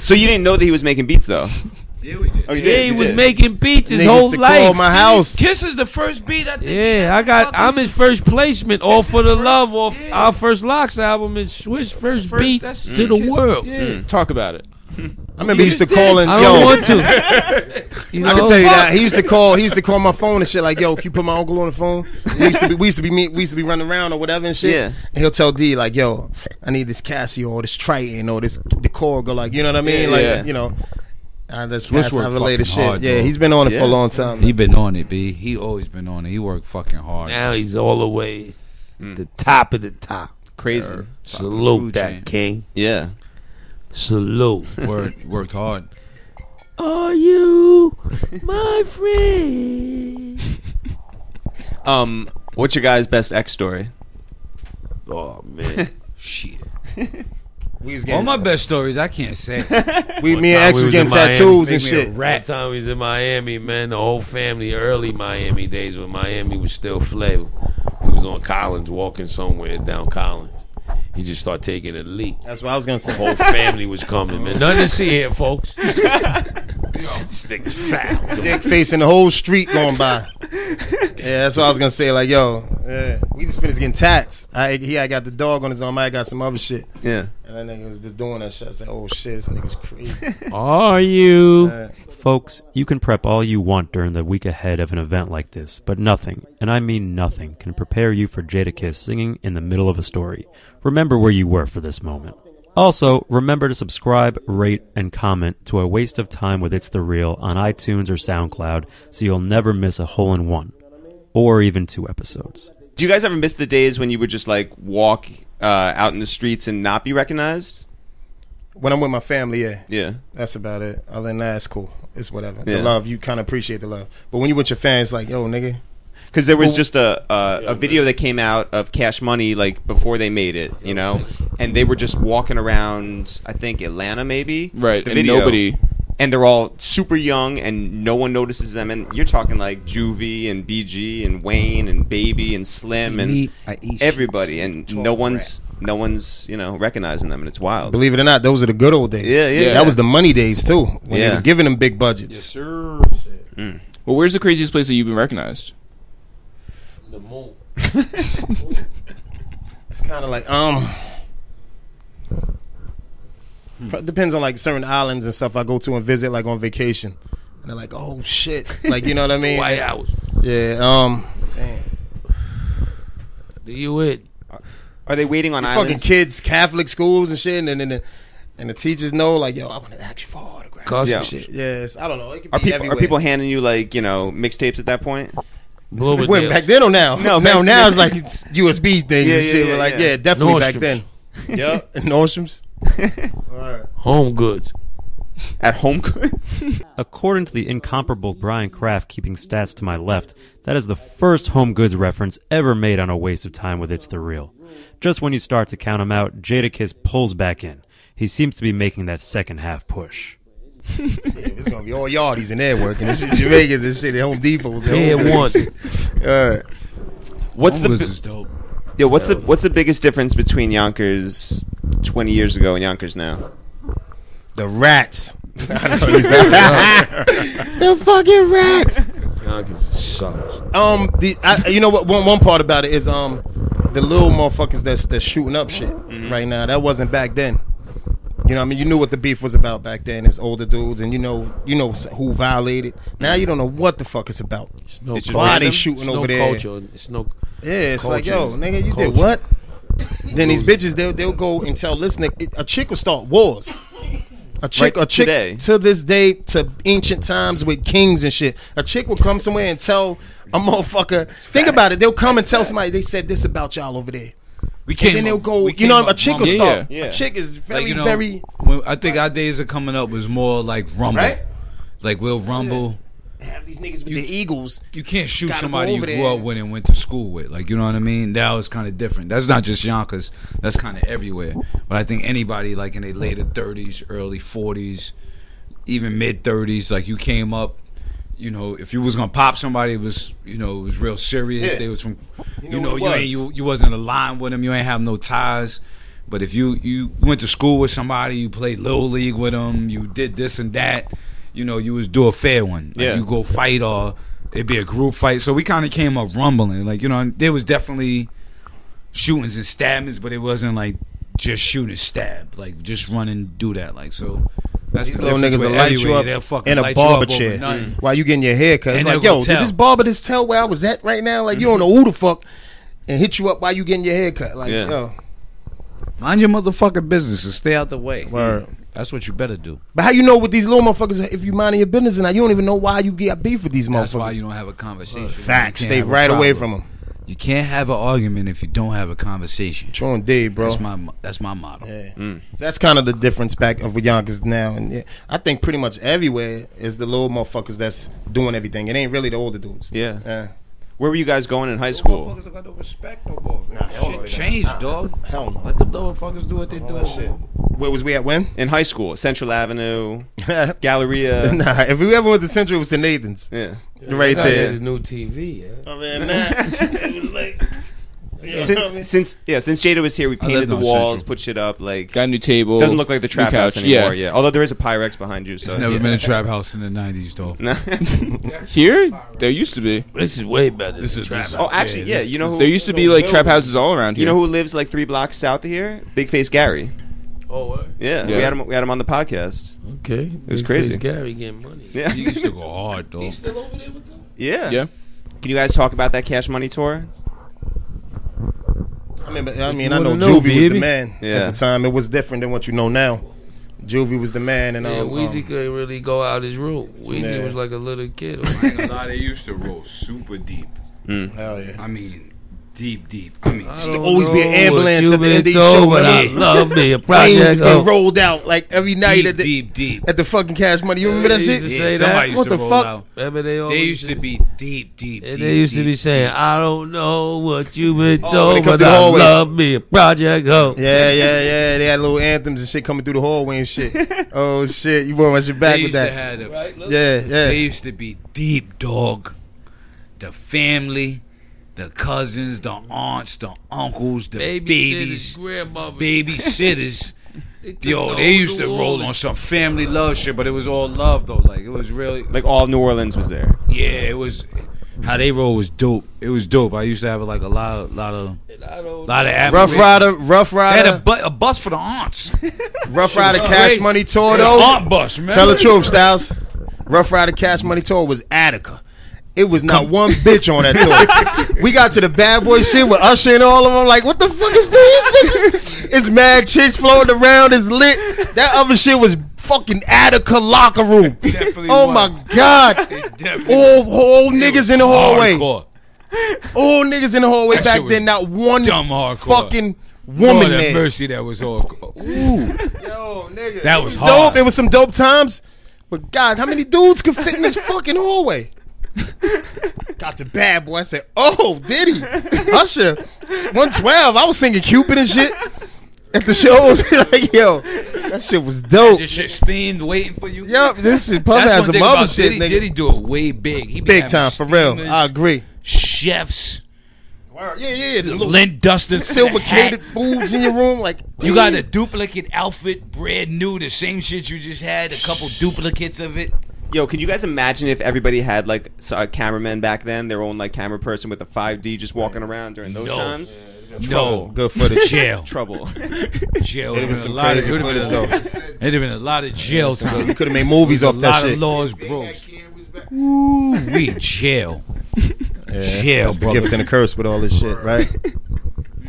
B: so you didn't know that he was making beats though. Oh, you did,
G: Yeah, he
B: you
G: was
B: did.
G: making beats his
D: Niggas
G: whole
D: to
G: life.
D: call my house.
E: Kiss is the first beat. I think.
G: Yeah, I got. I'm in first placement. All for the love. Off our first Locks album is Swish first,
E: First-
G: beat
E: that's-
G: to the
E: Kiss-
G: world.
E: Yeah.
H: Talk about it.
D: I remember he used to
E: was
D: call in.
G: I don't
D: Yo,
G: want to. You know?
D: I can tell you that he used to call. He used to call my phone and shit. Like, yo, can you put my uncle on the phone? We used to be, we used to be, meet, we used to be running around or whatever and shit.
B: Yeah.
D: And he'll tell D like, yo, I need this Casio or this Triton or this the Korg or like, you know what I mean?
B: Yeah,
D: like,
B: yeah.
D: you know, uh, that's
E: Swiss
D: past
E: work
D: related
E: fucking
D: shit.
E: hard,
D: yeah,
E: dog.
D: he's been on it for
B: Yeah.
D: a long time.
E: He been on it, b. He always been on it. He worked fucking hard.
G: Now he's all the way
D: Mm.
G: the top of the top.
B: Crazy.
G: Salute
E: food
G: that
E: chain.
G: king.
B: Yeah.
G: Salute.
E: Worked, worked hard.
G: Are you my friend?
B: Um, what's your guy's best ex story?
G: Oh man.
E: Shit.
D: We was
E: All
D: getting,
E: my best stories I can't say.
D: we, me and
G: Time
D: X
G: we
D: was
G: was
D: getting
G: in Miami.
D: tattoos and
G: Make
D: shit.
G: Rat time he's in Miami, man. The whole family, early Miami days when Miami was still flavor. He was on Collins, walking somewhere down Collins. He just started taking a leak.
D: That's what I was gonna say.
G: Whole family was coming, man. Nothing to see here, folks. this nigga's foul.
D: Dick facing the whole street going by. Yeah, that's what I was gonna say. Like, yo, yeah, we just finished getting tats. I, he, I got the dog on his arm. I got some other shit.
B: Yeah.
D: And that nigga was just doing that shit. I said, oh shit, this nigga's crazy.
A: Are you?
D: Uh,
A: Folks, you can prep all you want during the week ahead of an event like this, but nothing, and I mean nothing, can prepare you for Jadakiss singing in the middle of a story. Remember where you were for this moment. Also, remember to subscribe, rate, and comment to A Waste of Time with It's the Real on iTunes or SoundCloud so you'll never miss a hole in one, or even two episodes.
B: Do you guys ever miss the days when you would just like walk uh, out in the streets and not be recognized?
D: when I'm with my family, yeah,
B: Yeah.
D: that's about it. Other than that, it's cool. It's whatever.
B: Yeah.
D: The love, you kind of appreciate the love. But when you with your fans, like, yo, nigga,
B: Because there was just a uh, a video that came out of Cash Money like before they made it, you know, and they were just walking around. I think Atlanta, maybe.
H: Right,
B: The
H: and nobody-
B: And they're all super young, and no one notices them. And you're talking like Juvie and BG and Wayne and Baby and Slim and everybody, and no one's no one's you know recognizing them, and it's wild.
D: believe it or not, those are the good old days.
B: Yeah, yeah,
D: That
B: yeah.
D: was the money days too. When
B: Yeah.
D: they was giving them big budgets.
H: Well, where's the craziest place that you've been recognized?
G: The moon.
D: It's kind of like um. pro- Depends on like certain islands and stuff I go to and visit, like on vacation, and they're like, "Oh shit!" Like you know what I mean?
G: White House.
D: Yeah. Um.
G: Do you it?
B: Are they waiting on
D: Fucking
B: islands?
D: kids, Catholic schools and shit, and then and, the- and the teachers know, like, "Yo, I want to ask you for autographs."
G: Customs.
B: Yeah.
D: Shit. Yes. I don't know. It could
B: Are
D: be
B: people are
D: everywhere.
B: people handing you like you know mixtapes at that point?
G: Bloomingdale's.
D: Wait, back then or now?
B: No,
D: now
B: back-
D: now it's like it's USB things
B: Yeah,
D: and
B: yeah,
D: shit.
B: yeah,
D: We're like,
B: yeah.
D: yeah, definitely back
G: Nordstrom's.
D: then. yeah, Nordstrom's. All right.
G: Home goods.
B: At Home Goods.
A: According to the incomparable Brian Kraft keeping stats to my left, that is the first home goods reference ever made on a waste of time with It's the Real. Just when you start to count him out, Jadakiss pulls back in. He seems to be making that second half push.
D: It's gonna be all yardies in there working. This shit, Jamaicans and shit at Home Depots. at
G: Yeah,
D: Home Goods.
G: one.
D: Uh,
B: What's the
E: This
B: bi-
E: is dope.
B: Yeah, what's the what's the biggest difference between Yonkers twenty years ago and Yonkers now?
D: the rats. the fucking rats.
G: Yonkers sucks.
D: Um, the I, you know what? One, one part about it is um, the little motherfuckers that's that's shooting up shit right now. That wasn't back then. You know, what I mean, you knew what the beef was about back then. It's older dudes, and you know, you know who violated. Now you don't know what the fuck it's about.
G: No
B: It's just
G: culture.
B: why they
D: shooting
G: It's no
D: over there.
G: Culture. It's no.
D: Yeah, it's like yo,
G: Culture.
D: nigga, you
G: Culture.
D: did what? Then these bitches, they'll they'll go and tell this nigga. A chick will start wars. A chick,
B: Like
D: a chick
B: today.
D: to this day, to ancient times with kings and shit. A chick will come somewhere and tell a motherfucker. think about it. They'll come and tell somebody they said this about y'all over there.
E: We came.
D: then they'll
E: up-
D: go.
E: we
D: You
E: came
D: know, a
E: up
D: chick will
E: rumbling.
D: start.
B: Yeah.
D: A chick is very,
E: Like, you know,
D: very
E: when- I think our days of coming up was more like rumble.
D: Right?
E: Like we'll rumble.
D: have these niggas with the eagles.
E: You can't shoot
D: Gotta go
E: somebody you
D: over
E: grew
D: there.
E: up with and went to school with. Like you know what I mean? That was kind of different. That's not just Yonkers. That's kind of everywhere. But I think anybody like in their later thirties, early forties, even mid thirties, like you came up. You know, if you was gonna pop somebody, it was you know it was real serious.
D: Yeah.
E: They was from, you,
D: knew
E: know,
D: what it
E: you ain't
D: was.
E: you you wasn't aligned with them. You ain't have no ties. But if you you went to school with somebody, you played little league with them, you did this and that, you know, you was do a fair one. Like,
B: Yeah.
E: You go fight or it'd be a group fight. So we kind of came up rumbling. Like, you know, and there was definitely shootings and stabbings, but it wasn't like just shoot and stab. Like, just run and do that. Like, so that's
D: These
E: the
D: little
E: difference
D: niggas will
E: with
D: light you
E: everywhere.
D: up
E: They'll fucking
D: in a
E: light you
D: barber
E: up over
D: chair
E: nothing.
D: while you getting your hair cut. It's
E: And
D: like,
E: they'll
D: yo,
E: go
D: did
E: tell.
D: this barber just tell where I was at right now? Like, you don't know who the fuck and hit you up while you getting your hair cut. Like,
B: Yeah.
D: yo,
E: Mind your motherfucking business and stay out the way.
D: Word.
E: That's what you better do.
D: but how you know with these little motherfuckers if you minding your business and not, you don't even know why you get beef with these
E: That's
D: motherfuckers?
E: why you don't have a conversation.
D: Facts,
E: You can't
D: stay
E: have a
D: right away
E: problem.
D: from them.
E: You can't have an argument if you don't have a conversation.
D: True indeed, bro.
E: That's my mo- that's my motto.
D: Yeah. So that's kind of the difference back of Yonkers now, and yeah, I think pretty much everywhere is the little motherfuckers that's doing everything. It ain't really the older dudes.
B: Yeah.
D: Yeah.
B: Where were you guys going in high school?
E: don't got no respect no more. shit changed, dog.
D: Hell no.
E: Let them motherfuckers do what they do.
D: Where was we at when?
B: In high school, Central Avenue,
D: nah,
B: Galleria.
D: if we ever went to Central, it was to Nathan's.
B: Yeah.
D: Right
G: I did
D: there.
G: a new TV. Yeah.
B: Since, since yeah, since Jada was here, we painted
E: lived
B: the
E: on
B: walls,
E: Central.
B: put shit up. Like
H: Got a new table.
B: doesn't look like the
H: new
B: trap house
H: couch.
B: anymore. Yeah. although there is a Pyrex behind you. So
E: It's never
B: yeah.
E: been a trap house in the nineties, dog.
H: Here, there used to be.
G: This is way better.
E: This
G: than
E: is-
G: Trap
E: this is-
B: oh,
G: House.
B: actually, yeah. You know who?
H: There used to be like trap houses all around here.
B: you know who lives like three blocks south of here? Big Face Gary.
G: Oh, word.
B: Yeah, we
H: Yeah.
B: had him. We had him on the podcast.
G: okay. It
B: was crazy.
G: Gary getting money.
B: Yeah,
E: You used to go hard, dog.
B: yeah,
H: Yeah.
B: Can you guys talk about that Cash Money tour?
D: I remember. I mean, I
G: wanna
D: know
G: know,
D: Juvie was
G: baby.
D: the man
B: Yeah.
D: at the time. It was different than what you know now. Juvie was the man, and um,
G: Yeah,
D: um,
G: Weezy couldn't really go out his room. Weezy
D: Yeah.
G: was like a little kid.
E: nah, they used to roll super deep.
D: um, hell yeah.
E: I mean, deep, deep. I mean,
G: I
E: st-
G: don't
D: always be
G: know
D: an
G: what
D: ambulance
G: you
D: at the
G: been
D: end of these
G: "Oh, told,
D: shows,
G: but I
D: man.
G: love me a
D: Planes
G: project.
D: get
G: of-
D: rolled out like every night at the
E: deep, deep.
D: at the fucking Cash Money. You remember
G: Yeah,
D: that
G: they
D: shit?
G: used to
E: Yeah,
G: say
E: somebody
G: that?
E: used
D: What
E: to
D: the
E: roll
D: fuck?
E: out.
G: Remember they always
E: They used to
G: did-
E: be deep, deep,
G: And
E: deep.
G: they used to
E: deep.
G: be saying, "I don't know what you've been
D: when they
G: told,
D: come
G: but
D: through the
G: I
D: hallways.
G: love me a project hoe."
D: Yeah, yeah, yeah. They had little anthems and shit coming through the hallway and shit. oh shit, you were on your
E: They
D: back with
E: used to
D: that.
E: have the-
D: Yeah, yeah.
E: They used to be deep, dog. The family, the cousins, the aunts, the uncles, the babies,
G: grandma,
E: babysitters. Yo, they used to roll on some family love shit, but it was all love though. Like it was really,
B: Like all New Orleans was there.
E: yeah, it was. How they roll was dope. It was dope. I used to have like a lot of, lot of, lot of
D: Rough
E: admiration.
D: Rider, Rough
E: They had a,
D: Rider,
E: bu- a bus for the aunts.
D: Rough Rider, Cash
E: crazy.
D: Money Tour though.
E: Aunt bus, man.
D: Tell the truth, Styles. Rough Rider, Cash Money Tour was Attica. It was not one bitch on that tour. we got to the bad boy shit with Usher and all of them. Like, what the fuck is these bitches? It's mad chicks floating around. It's lit. That other shit was fucking Attica locker room.
E: Definitely
D: Oh
E: was.
D: my god.
E: Definitely
D: All, all niggas in the hallway.
E: Hardcore.
D: all niggas in the hallway
E: That shit
D: back
E: was
D: then. Not one
E: dumb hardcore.
D: fucking
E: Lord
D: woman
E: have
D: there.
E: mercy, that was hardcore.
D: Yo, nigga,
E: That
D: it
E: was
D: dope.
E: hard.
D: It was some dope times. But God, how many dudes could fit in this fucking hallway? Got the bad boy. I said, "Oh, did he? Usher, one twelve. I was singing Cupid and shit at the shows. like, yo, that shit was dope.
E: Just shit steamed, waiting for you.
D: Yup, this shit pump
E: That's one
D: has some
E: thing
D: other
E: about
D: shit,
E: Diddy,
D: nigga.
E: Diddy do it way big. He be
D: Big
E: having
D: time for real.
E: steamers,
D: I agree.
E: Chefs,
D: Yeah, yeah, the little
E: lint dusters,
D: silver
E: hat.
D: catered foods in your room. Like,
E: You got a
D: damn.
E: duplicate outfit, brand new, the same shit you just had. A couple duplicates of it.
B: Yo, can you guys imagine if everybody had like s- a cameraman back then, their own like camera person with a 5D just walking around during those
E: No.
B: times?
E: No,
D: good footage.
E: jail,
B: Trouble.
E: jail. It would have
D: was
E: been a
D: some
E: lot of. It
D: crazy
E: would have been,
D: footage,
E: a- it'd have been a lot of jail
D: So you
E: time.
D: could have made movies
E: A
D: off that
E: lot of
D: shit.
E: laws broke. Ooh, we jail. Jail,
D: that's the
E: brother.
D: gift and a curse with all this shit, right?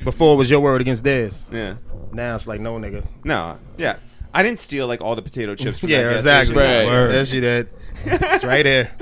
D: Before it was your word against theirs.
B: yeah.
D: Now it's like no nigga.
B: No. Yeah. I didn't steal like all the potato chips. From that
D: Yeah,
B: gas
D: exactly.
B: station.
H: Right.
E: Word.
D: That's you that. It's right there.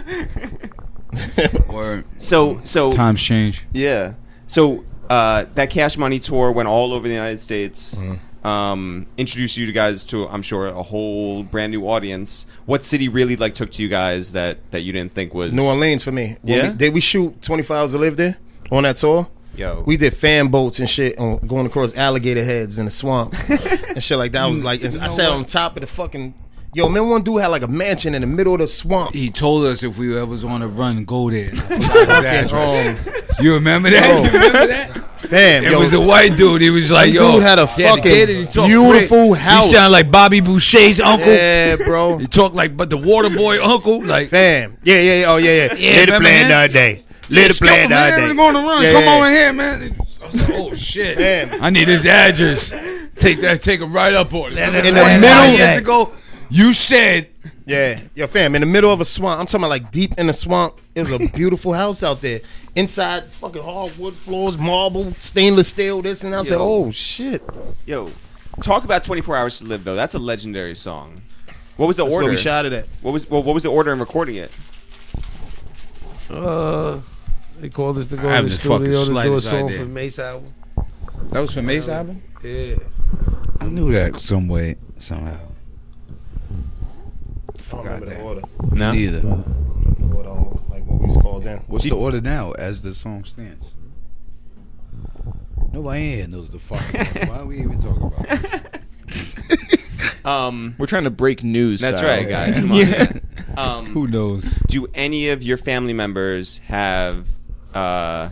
E: Or
B: So so
E: times change.
B: yeah. So uh, that Cash Money tour went all over the United States.
D: Mm-hmm.
B: Um, introduced you guys to, I'm sure, a whole brand new audience. What city really like took to you guys that that you didn't think was
D: New Orleans for me. When
B: Yeah?
D: We, did we shoot 25 Hours to Live there on that tour?
B: Yo.
D: We did fan boats and shit on going across alligator heads in the swamp and shit like that. I was like, I sat on top of the fucking. Yo, remember one dude had like a mansion in the middle of the swamp.
E: He told us if we ever was on a run, go there. I forgot his address.
D: Um,
E: You remember that?
D: Bro.
E: You remember that?
D: Fam,
G: It
D: yo,
G: was a white dude. He was like,
D: dude
G: yo,
D: had a
G: yeah, the kid, he
D: fucking
G: talked
D: beautiful
G: great.
D: house.
G: He sounded like Bobby Boucher's uncle.
D: yeah, bro.
G: He talked like, but the water boy uncle, like.
D: Fam, yeah, yeah, yeah, oh yeah, yeah.
G: Yeah,
D: Little
G: remember
D: plan
G: that?
D: that day. Little
G: Let's go, man.
D: plan that
G: We're
D: day.
G: going to run.
D: Yeah,
G: Come
D: yeah,
G: on in here, man. I was like, oh shit.
D: Damn.
E: I need his address. Take that. Take him right up on it.
D: In the
E: Five
D: middle-
E: years ago, you said
D: Yeah, yo, fam, in the middle of a swamp. I'm talking about like deep in the swamp. It was a beautiful house out there. Inside, fucking hardwood floors, marble, stainless steel, this and that. I said,
B: Yo.
D: oh shit.
B: Yo, talk about 24 hours to live though. That's a legendary song. What was the
D: That's
B: order?
D: where we shot it at.
B: What was well, what was the order in recording it?
G: Uh, they called us to go
E: I have
G: to the
E: the fucking
G: studio to do a
E: slightest
G: song
E: idea.
G: for Mace album.
E: that was for Mace album.
G: Yeah.
E: I knew that some way somehow.
D: I don't remember the order.
B: No.
E: Neither.
D: Order on, like what we was called in.
E: What's the order now as the song stands? Nobody in here knows the fucking order. Why are we even talking about it?
B: Um,
H: We're trying to break news.
B: that's
H: style.
B: right, guys. Come on. man. Um,
E: Who knows?
B: do any of your family members have uh,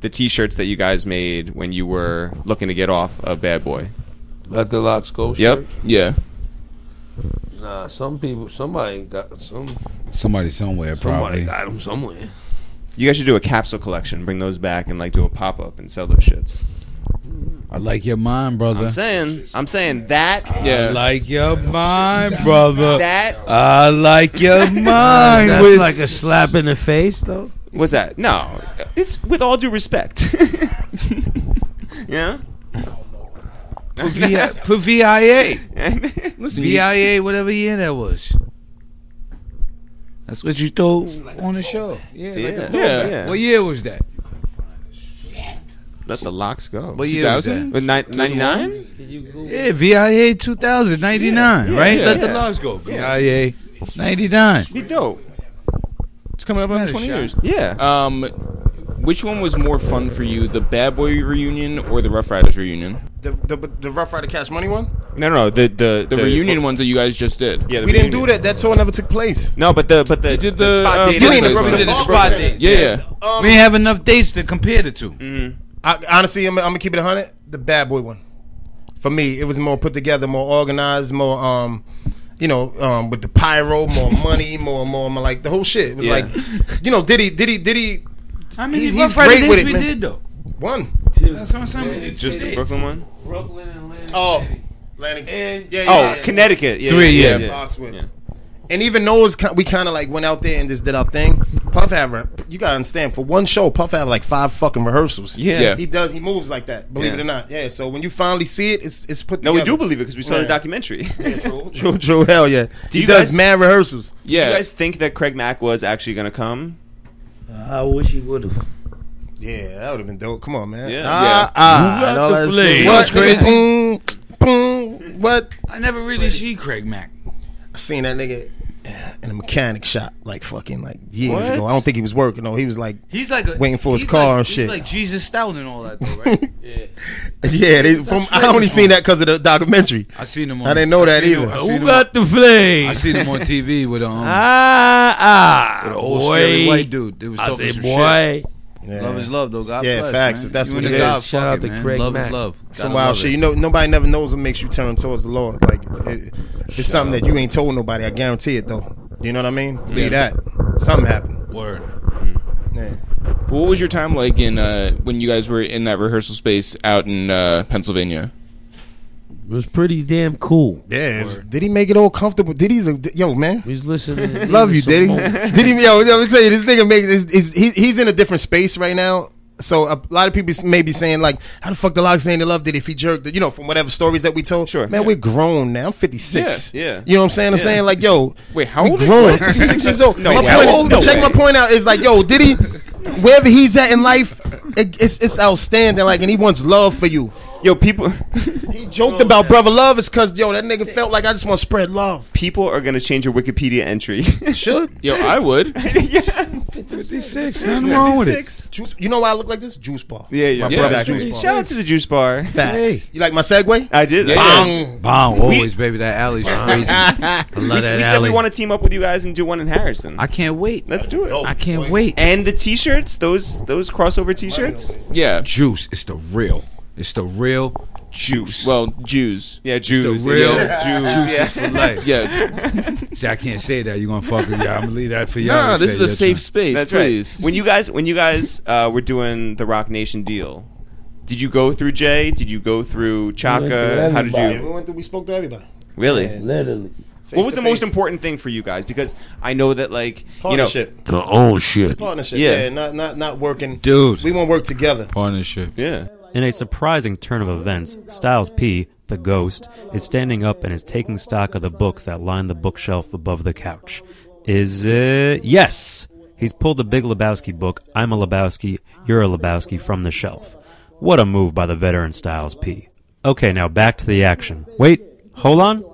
B: the T-shirts that you guys made when you were looking to get off of Bad Boy?
G: Let the locks go.
B: Yep.
H: Yeah.
G: shirt? Nah, some people, somebody got some.
E: Somebody somewhere
G: Somebody
E: probably.
G: got them somewhere.
B: You guys should do a capsule collection. Bring those back and like do a pop up and sell those shits.
E: I like your mind, brother.
B: I'm saying, I'm saying that
E: I
H: Yeah.
E: like your mind, brother.
B: that
E: I like your mind.
G: That's
E: with-
G: like a slap in the face, though.
B: was that. No, it's with all due respect. yeah.
E: for, VI for VIA.
H: Listen, you-
E: VIA, whatever year that was. That's what you told on the show. Yeah. like
B: Yeah.
E: a throwback.
B: Yeah, yeah.
E: What year was that?
B: Let the locks go.
E: What year was
H: 2000?
E: that?
B: With ninety nine?
E: Yeah, VIA 2000, 99, right?
B: yeah,
E: Let
B: yeah.
E: the logs go. VIA 99.
B: Be dope.
E: It's coming up on
H: 20 years.
B: Yeah.
H: Um, which one was more fun for you, the Bad Boy reunion or the Rough Riders reunion?
D: The, the, the Rough Rider Cash Money one?
B: no, no, no. The the
H: The, reunion ones that you guys just did.
B: Yeah. The
D: We
B: reunion.
D: didn't do that. That tour never took place.
B: No, but the but the,
H: did
B: the
H: the,
B: spot
H: uh,
B: dating
H: You
D: ain't
B: was
D: the
B: one.
D: rubber
E: did the
D: ball
E: spot days.
D: days.
H: Yeah, yeah.
D: Um,
E: we ain't have enough dates to compare the two.
D: I, honestly, I'm, I'm gonna keep it 100. The bad boy one. For me, it was more put together, more organized, more um, you know, um, with the pyro, more money, more more, more like the whole shit. It was
B: Yeah.
D: like, you know, Diddy, Diddy, Diddy
E: How many
D: He's-
E: Rough
D: he's
E: Rider
D: great
E: dates
D: with it,
E: we
D: man.
E: did, though?
D: won.
E: That's what I'm saying. We did
B: Just
E: two
B: the
E: dates.
B: Brooklyn one.
G: Brooklyn and Atlantic
D: Oh, Atlantic.
G: And-
D: yeah, yeah,
B: Oh,
D: yeah.
B: Connecticut. Yeah,
E: Three,
B: yeah,
E: yeah.
B: yeah.
D: Foxwood.
B: Yeah.
D: And even those, ki- we kind of like went out there and just did our thing. Puff had, re- you gotta understand, for one show, Puff had like five fucking rehearsals.
B: Yeah.
H: Yeah.
D: he does. He moves like that. Believe it
B: Yeah.
D: or not. Yeah. So when you finally see it, it's it's put.
B: No, we
D: together.
B: do believe it because we saw the
D: Yeah.
B: documentary.
D: True, true, true. Hell yeah.
B: you
D: he does
B: guys-
D: mad rehearsals.
H: Yeah.
B: You guys think that Craig Mack was actually going to come?
F: I wish he would have.
D: Yeah, that would have been dope. Come on, man.
B: Yeah.
D: Ah, ah, and all that
E: play.
D: shit.
E: You know what's crazy?
D: Boom, boom. What?
E: I never really see Craig Mack.
D: I seen that nigga in a mechanic shop like fucking like years
B: What?
D: ago. I don't think he was working. No, he was like,
E: He's like a,
D: Waiting for his
E: he's
D: car
E: like-
D: and
E: he's
D: shit.
E: like Jesus Stout and all that, though, right?
D: yeah. They, from I only seen that because of the documentary.
E: I seen him. On,
D: I didn't know that
E: seen him-
D: either.
E: I
D: Who
E: seen him,
G: the flame?
E: I seen him on TV with um,
G: ah, ah,
E: with an old scary white dude. That was
G: I
E: talking
G: say,
E: some shit.
G: boy.
D: Yeah.
E: Love is love, though. God
D: Yeah,
E: bless,
D: facts,
E: man.
D: if that's
E: You
D: what
E: and
D: it
E: the
D: is.
E: God,
G: Shout
E: fuck
G: out
E: it,
G: to
E: man.
G: Craig
E: Love
G: Mack.
E: is love.
D: Some
E: Gotta
D: wild
E: love
D: shit.
E: it.
D: You know, nobody never knows what makes you turn towards the Lord. Like it, it's something that you ain't told nobody. I guarantee it though. You know what I mean? Believe that. Something happened.
E: Word.
D: Yeah.
H: But what was your time like in uh, when you guys were in that rehearsal space out in uh, Pennsylvania?
G: It was pretty damn cool.
D: Yeah, it was- did he make it all comfortable? Diddy's a yo man.
G: We was listening.
D: Love you, Diddy. Diddy, yo, yo, let me tell you, this nigga make this is he, he's in a different space right now. So a lot of people may be saying like, how the fuck the locks saying they loved it if he jerked? it? You know, from whatever stories that we told.
B: Sure,
D: man,
B: yeah.
D: we're grown now. I'm 56.
B: Yeah, yeah.
D: You know what I'm saying? I'm saying like, yo,
H: Wait, how
D: we
H: old are you?
D: grown. I'm 56 years old.
B: No
D: my
B: way.
D: point
B: How old?
D: is-
B: No
D: check
B: way.
D: my point out is like, yo, Diddy, wherever he's at in life, it, it's it's outstanding. Like, and he wants love for you.
B: Yo, people
D: He joked
B: Oh,
D: about brother love is because yo, that nigga felt like I just want to spread love.
B: people are going to change your Wikipedia entry.
D: Should
H: Yo, I would.
E: 56. Nothing wrong with it.
D: Juice, you know why I look like this? Juice bar.
B: Yeah, yeah,
D: My
B: yeah,
D: brother's
B: exactly.
D: juice bar.
B: Shout out to the juice bar.
D: Facts. You like my segue?
B: I did.
H: Yeah.
B: Bong.
D: Bang.
E: Bong, always, baby. That alley's crazy. I
B: We,
E: love
B: s-
E: that
B: we said
E: alley.
B: we want to team up with you guys and do one in Harrison.
E: I can't wait.
B: Let's do it.
E: I can't wait.
B: And the t-shirts, those those crossover t-shirts.
H: Yeah.
E: Juice. It's the real. It's the real juice.
H: Well, Jews.
B: Yeah, Jews.
E: the real
B: yeah, Jews.
E: juice is for life.
H: Yeah.
E: See, I can't say that. You're going to fuck with y'all. I'm going to leave that for y'all.
H: Nah,
E: to
H: this
E: say.
H: is a
E: That's
H: safe
E: right.
H: space,
B: That's
H: please.
B: right. When you guys when you guys uh, were doing the Rock Nation deal, did you go through Jay? Did you go through Chaka? How did
D: We
B: you
D: went through. We spoke to everybody.
B: really?
F: Literally.
B: What was the most
D: Face-to-face.
B: important thing for you guys? Because I know that like you know
D: Partnership.
G: The own shit.
D: Partnership.
B: Yeah.
D: Yeah. Not not not working.
E: Dude.
D: We won't work together.
E: Partnership.
B: yeah.
A: In a surprising turn of events, Styles P, the ghost, is standing up and is taking stock of the books that line the bookshelf above the couch. Is it? Yes! He's pulled the Big Lebowski book, I'm a Lebowski, You're a Lebowski, from the shelf. What a move by the veteran Styles P. Okay, now back to the action. Wait, hold on.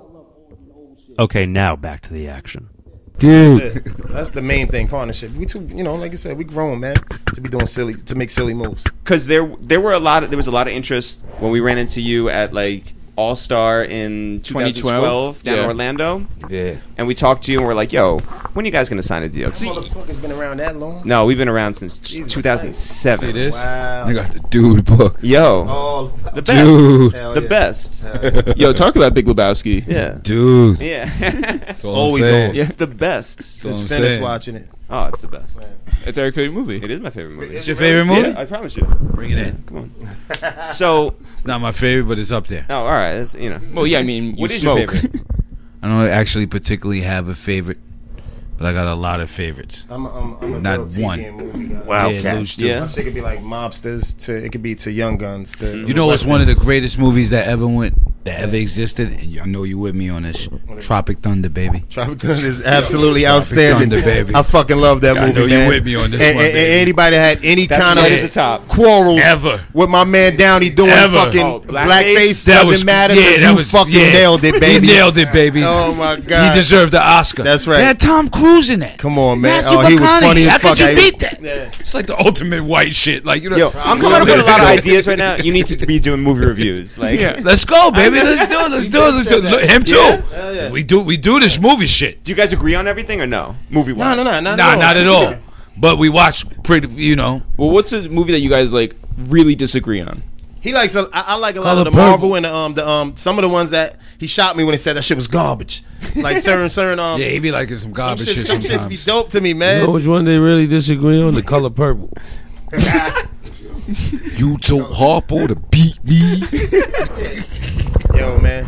A: Okay, now back to the action.
D: Yeah. That's the main thing. Partnership. We too. You know, like I said, we grown man to be doing silly to make silly moves.
B: because there there were a lot of, there was a lot of interest when we ran into you at like All Star in 2012,
H: 2012,
B: down in
H: yeah.
B: Orlando,
G: Yeah.
B: and we talked to you and we're like, "Yo, when are you guys gonna sign a deal?" 'Cause we-
D: Motherfucker's been around that long.
B: no, we've been around since t-
E: See
B: 2007.
E: this?
D: Wow.
E: I got the dude book.
B: Yo,
D: Oh,
B: the best,
E: Dude.
D: Hell
B: the
D: yeah.
B: best.
H: Yo, talk about Big Lebowski.
B: Yeah,
E: Dude. That's
B: yeah, it's
E: all I'm
D: always
E: saying.
D: on.
B: yeah, it's the best.
E: That's all
D: just
E: I'm
D: finished
E: saying.
D: watching it.
B: Oh, it's the best.
H: It's Eric's favorite movie.
B: It is my favorite movie.
E: It's your favorite movie?
B: Yeah, I promise you.
E: Bring it in.
B: Come on. So,
E: It's not my favorite, but it's up there.
B: oh, all right. That's, you know,
H: Well, yeah, I mean, you
B: What is your
H: smoke.
B: favorite?
E: I don't actually particularly have a favorite, but I got a lot of favorites.
D: I'm, I'm, I'm a
E: Not
D: real TV
E: one.
D: and Movie guy.
A: Wow,
E: Yeah, Luge do.
B: Yeah.
D: That shit could be like mobsters to it could be to Young Guns to
E: You know what's one of the greatest movies that ever went that ever existed, and I know you with me on this. Tropic Thunder, baby.
D: Tropic Thunder is absolutely outstanding.
E: Thunder, baby.
D: I fucking love that
E: I
D: movie.
E: know you
D: man.
E: with me on this
D: And,
E: one,
D: and- and
E: baby.
D: anybody had any
B: that's
D: kind
B: right
D: of
B: at the top.
D: quarrels
E: Ever.
D: with my man Downey doing
E: Ever.
D: fucking
B: Oh, blackface?
D: blackface
E: That
D: doesn't
E: was-
D: matter.
E: yeah, that
D: you
E: was-
D: fucking
E: yeah.
D: nailed it, baby.
E: He nailed it, baby.
D: Oh my
E: He
D: god.
E: deserved the Oscar.
D: That's right.
E: They had Tom Cruise in that.
D: Come on, man.
E: Matthew
D: oh, he was
E: McConaughey.
D: funny as
E: How
D: fuck.
E: could you
D: I-
E: beat that?
D: Yeah.
E: It's like the ultimate white shit. Like you know,
B: Yo, I'm coming up with a lot of ideas right now. You need to be doing movie reviews. Like,
E: Let's go, baby. Let's do it. Let's do it. Let's do it. Look, Him too.
D: Hell yeah.
E: We do. We do this movie shit.
B: Do you guys agree on everything or no? Movie
D: No,
B: wise?
D: no, no, not
E: Nah,
D: at all.
E: not at all. But we watch pretty, you know.
H: Well, what's a movie that you guys like really disagree on?
D: He likes a, I, I like a lot
E: Color
D: of the
E: purple.
D: Marvel and the, um the um some of the ones that he shot me when he said that shit was garbage. Like certain certain um
E: Yeah, he be like in some
D: some
E: garbage
D: shit,
E: shit
D: some shits be
E: sometimes.
D: dope to me,
G: You
D: man.
G: know which one they really disagree on? The color purple.
E: You told Harpo to beat me.
D: Yo, man.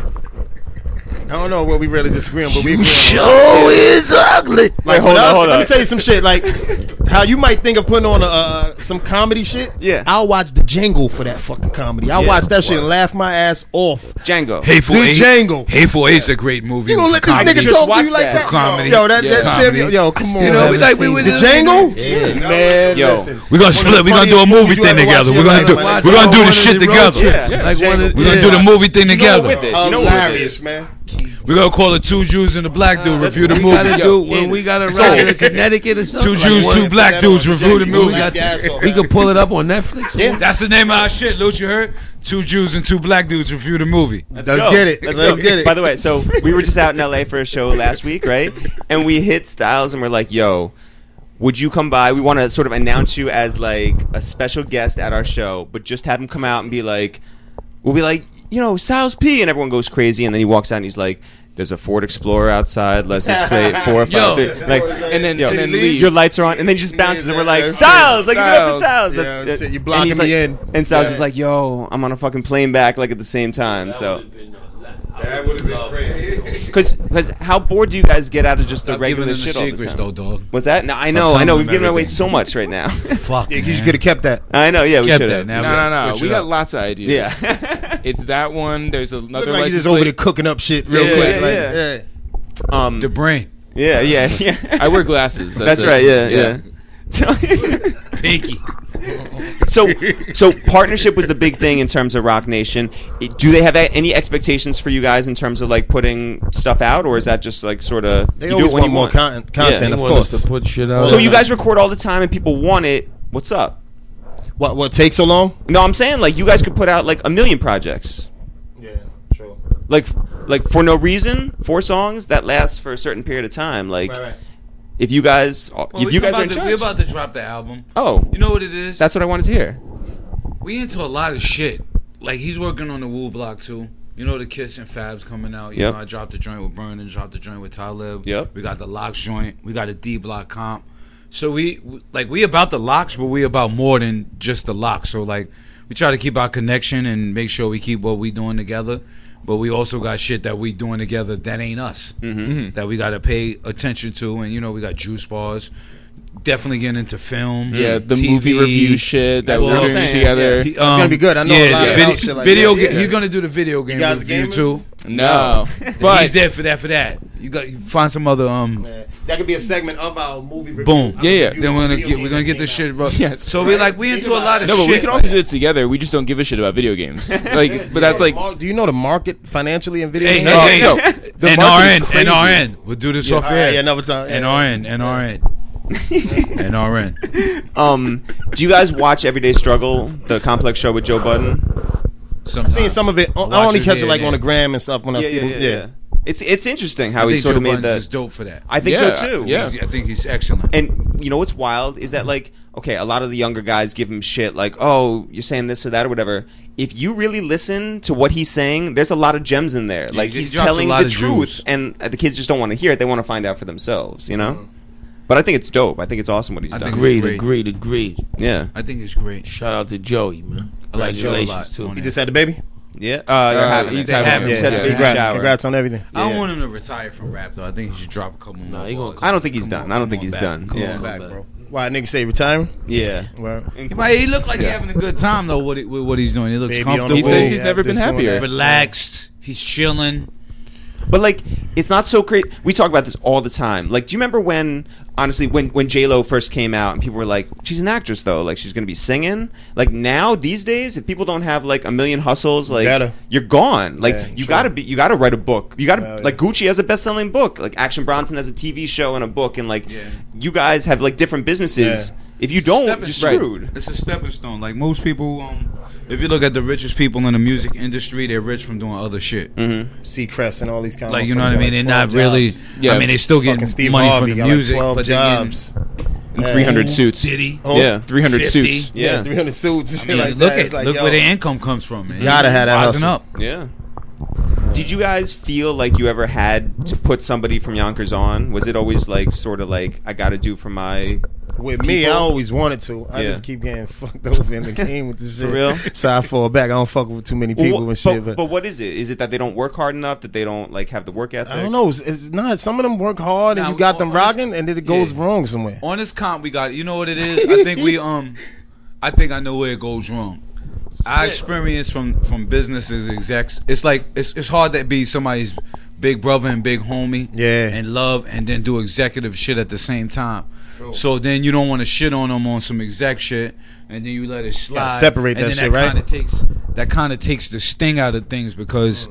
D: I don't know what we really disagree on, but we agree on. a lot.
E: Show is ugly.
D: Like,
B: hold
D: with
B: on,
D: us,
B: hold
D: let
B: on.
D: me tell you some shit. Like, how you might think of putting on a, uh, some comedy shit.
B: Yeah.
D: I'll watch The Django for that fucking comedy. I'll
B: Yeah,
D: watch that shit and laugh my ass off.
B: Django.
E: Hateful
D: Dude,
E: Eight.
D: Django.
E: Hateful Eight's a great movie.
D: You gonna
E: It's a
D: let this
E: comedy.
D: nigga
B: Just
D: talk to
B: watch
D: you like
B: that.
D: that?
E: Comedy.
D: Yo, that,
E: Yeah.
D: that Samuel.
E: Comedy.
D: Yo, come on.
E: You know, we
G: Haven't
E: like we
G: seen
E: with
D: The
G: that.
D: Django?
G: Yeah.
D: Man,
B: Yo.
D: listen.
E: We're gonna split. We're gonna do a movie thing together. We're gonna do.
G: life.
E: We're gonna do the
G: One of
E: shit
G: the real
E: together.
G: trips.
B: Yeah. Yeah.
G: Like one of,
E: We're gonna
G: yeah.
E: do the movie thing together.
B: with it. You know what it
D: Hilarious,
B: is.
D: man.
E: We're gonna call it Two Jews and a Black Dude review the
G: We gotta
E: movie.
G: do when we got around to Connecticut or something.
E: Two
G: like
E: Jews,
G: what-
E: two black dudes review the
D: Django.
E: movie.
G: We, got,
D: Black ass off,
G: we
D: man.
G: could pull it up on Netflix.
D: Yeah.
E: That's the name of our shit, Luch. You heard? Two Jews and two black dudes review the movie.
D: Let's
B: Go.
D: get it.
B: Let's,
D: Let's,
B: go.
D: get it.
B: By the way, so we were just out in LA for a show last week, right? And we hit Styles and we're like, yo, would you come by? We want to sort of announce you as like a special guest at our show, but just have him come out and be like, we'll be like, you know, Styles P. And everyone goes crazy. And then he walks out and he's like, there's a Ford Explorer outside. Let's display it four or
E: Yo.
B: five. three." Like, and then,
H: Yo.
B: and then
H: They leave.
B: your lights are on, and then he just bounces, and we're like,
D: Yeah,
B: Styles, like, give it up for
D: Styles.
B: Styles.
D: Yeah,
B: That's-
D: shit, you
B: and
D: blocking
B: he's
D: me
B: like-
D: in.
B: And Styles
D: Yeah.
B: is like, yo, I'm on a fucking plane back, like at the same time. So
D: That would have been crazy.
B: Cause, cause, how bored do you guys get out of just the
E: Stop giving
B: regular
E: them the
B: shit all the
E: secrets,
B: time?
E: though, dog.
B: What's that? No, I
E: Stop
B: know, I
E: telling
B: know.
E: them
B: We've given away
E: everything.
B: so much right now.
E: Fuck.
D: You
E: man.
D: could have kept that.
B: I know. Yeah, we
E: Kept
B: should
E: that.
B: have.
E: Now
H: No,
E: we
H: no,
E: gotta
H: no.
E: switch
H: We
E: it
H: got
E: up.
H: lots of ideas.
B: Yeah.
H: It's that one. There's another.
D: Look like you
H: license
D: just over
H: plate.
D: there cooking up shit real
B: Yeah,
D: quick.
B: yeah,
D: like,
B: yeah.
D: yeah.
B: um.
E: The brain.
B: Yeah, yeah, yeah.
H: I wear glasses.
B: That's
H: it.
B: right. Yeah, yeah.
E: Pinky.
B: So, so partnership was the big thing in terms of Rock Nation. It- Do they have a- any expectations for you guys in terms of like putting stuff out, or is that just like sort of
D: They always want more Oh, content, content
B: Yeah.
D: of
G: They want us
D: course.
G: to put shit out.
B: So you guys record all the time, and people want it. What's up?
D: What what takes so long?
B: No, I'm saying like you guys could put out like a million projects,
D: Yeah, true.
B: like like for no reason, four songs that last for a certain period of time. Like if you guys,
E: Well,
B: if
E: we
B: you guys
E: about
B: are in
E: to,
B: charge,
E: We're about to drop the album.
B: oh,
E: You know what it is?
B: that's what I wanted to hear.
E: we into a lot of shit. Like he's working on the Woo Block too. You know the Kiss and Fabs coming out. You
B: Yep.
E: know I dropped the joint with Burn and dropped the joint with Talib.
B: Yep.
E: We got the Locks joint. We got a D Block comp. So we we- like we about the Locks, but we about more than just the Locks. So like we try to keep our connection and make sure we keep what we doing together. But we also got shit that we doing together that ain't us. Mm-hmm. That we got to pay attention to, and you know we got juice bars. Definitely getting into film.
H: Yeah, the
E: TV,
H: movie review shit that
B: That's
H: we're
B: what I'm
H: doing
B: saying,
H: together.
E: he- um,
D: It's gonna be good. I know a lot of
E: video,
D: house shit like
E: video
D: that.
E: game.
D: Yeah.
E: He's gonna do the video game
D: guys
E: review
D: gamers?
E: too.
H: No,
E: But
H: but
E: he's there for that. For that, you got you find some other um.
D: That could be a segment of our movie. Review.
E: Boom.
H: Yeah, yeah.
E: Then we're gonna get we're gonna get this shit. Rough.
H: Yes.
E: So we like we into a lot of
H: no, but
E: shit.
H: we can also do it together. We just don't give a shit about video games. Like, but that's like
D: do you know the market financially in video?
E: hey,
D: games?
E: hey, hey,
H: no, the
E: NRN,
H: market is crazy.
E: NRN. We'll do this off
D: All right, yeah,
E: air.
D: another time. Yeah.
E: NRN, NRN, NRN.
B: Um, do you guys watch Everyday Struggle, the complex show with Joe Budden?
E: I've
D: Seen some of it. I- I only catch it like on the gram and stuff when I see. them.
B: It's it's interesting how
E: I
B: he
E: think
B: sort
E: Joe
B: of made
E: Budden's
B: that.
E: is dope for that.
B: I think
H: Yeah,
B: so too.
H: yeah.
E: I think he's excellent.
B: And you know what's wild is that like okay, a lot of the younger guys give him shit like, "Oh, you're saying this or that or whatever." If you really listen to what he's saying, there's a lot of gems in there. like
E: he
B: he's
E: drops a
B: telling
E: lot
B: the
E: of
B: truth
E: jewels.
B: and uh, the kids just don't want to hear it. They want to find out for themselves, you know? But I think it's dope. I think it's awesome what he's
E: Mm-hmm. I
B: done.
E: think it's-
G: agreed,
E: Great.
G: agreed, agreed.
B: Yeah.
E: I think it's great.
G: Shout out to Joey, man.
E: I like Joe a lot.
G: Congratulations too.
E: on
D: You
E: it.
D: just had the baby.
B: Yeah. Uh, they're
H: Uh,
B: having
H: he's
B: it.
H: having
B: Having
H: it.
B: it. He's had
H: Yeah.
B: a big
D: Congrats,
B: shower.
D: congrats on everything.
E: I don't
B: Yeah.
E: want him to retire from rap though. I think he should drop a couple more.
G: Nah, he gonna
E: bars.
G: come-
B: I don't think he's
E: Come
B: done.
E: on,
B: I don't
E: come
B: think
E: on
B: he's
E: back.
B: done.
E: Come
B: yeah.
E: on back, bro.
D: Why nigga say retiring?
B: Yeah.
D: Well,
E: He might. He look like he's having a good time though. What he, with what he's doing, he looks
D: Baby on the
E: comfortable.
H: he says he's
D: Yeah,
H: never been
D: just doing
H: happier.
D: that.
E: relaxed. He's chilling.
B: But like, it's not so crazy. We talk about this all the time. Like, do you remember when, honestly, when when J Lo first came out and people were like, "She's an actress, though. Like, she's gonna be singing." Like now, these days, if people don't have like a million hustles, like
D: Gotta.
B: you're gone. Like
D: Yeah,
B: you
D: true.
B: gotta be, you gotta write a book. You gotta
D: Yeah,
B: like Gucci has a best selling book. Like Action Bronson has a TV show and a book, and like you guys have like different businesses.
D: Yeah.
B: If you don't, Oh, you're
E: Right.
B: screwed.
E: It's a stepping stone. Like most people, um, if you look at the richest people in the music industry, they're rich from doing other shit.
B: Mm-hmm.
D: Seacrest and all these kind of
E: Like you know
D: motherfuckers
E: what I
D: got,
E: mean? They're not
D: 12
E: really.
D: jobs.
H: Yeah.
E: I mean, they still
D: Fucking
E: getting
D: Steve
E: money
D: Harvey
E: from the
D: got
E: music,
D: like twelve
E: but
D: jobs.
H: And 300 suits.
E: Diddy.
D: Oh,
B: Yeah.
H: 300
E: 50.
H: suits.
D: yeah,
B: Yeah.
D: three hundred suits. And shit
E: I mean,
D: like
E: look
D: that.
E: at
D: It's like,
E: look
D: yo,
E: where their income comes from. Man.
D: Gotta have that
E: Rising
D: hustle.
E: up.
B: Yeah. Did you guys feel like you ever had to put somebody from Yonkers on? Was it always like sort of like I got to do for my
D: With me, I
B: people-
D: always wanted to. I
B: Yeah.
D: just keep getting fucked over in the game with this shit.
B: real?
D: So I fall back. I don't fuck with too many people
B: Well,
D: and
B: what-
D: shit.
B: but,
D: But,
B: but what is it? Is it that they don't work hard enough? That they don't like have the work ethic?
D: I don't know. It's, it's not. Some of them work hard and
E: Nah,
D: you got them
E: on- on this-
D: rocking, and then it goes
E: yeah.
D: wrong somewhere.
E: On this comp, we got you know what it is. I think we um, I think I know where it goes wrong. I experience from from businesses execs. It's like it's it's hard to be somebody's big brother and big homie.
D: Yeah.
E: and love, and then do executive shit at the same time. So then you don't want to shit on them on some exec shit, and then you let it slide.
D: separate
E: and
D: that
E: then
D: shit, right?
E: Kinda takes that kind of takes the sting out of things because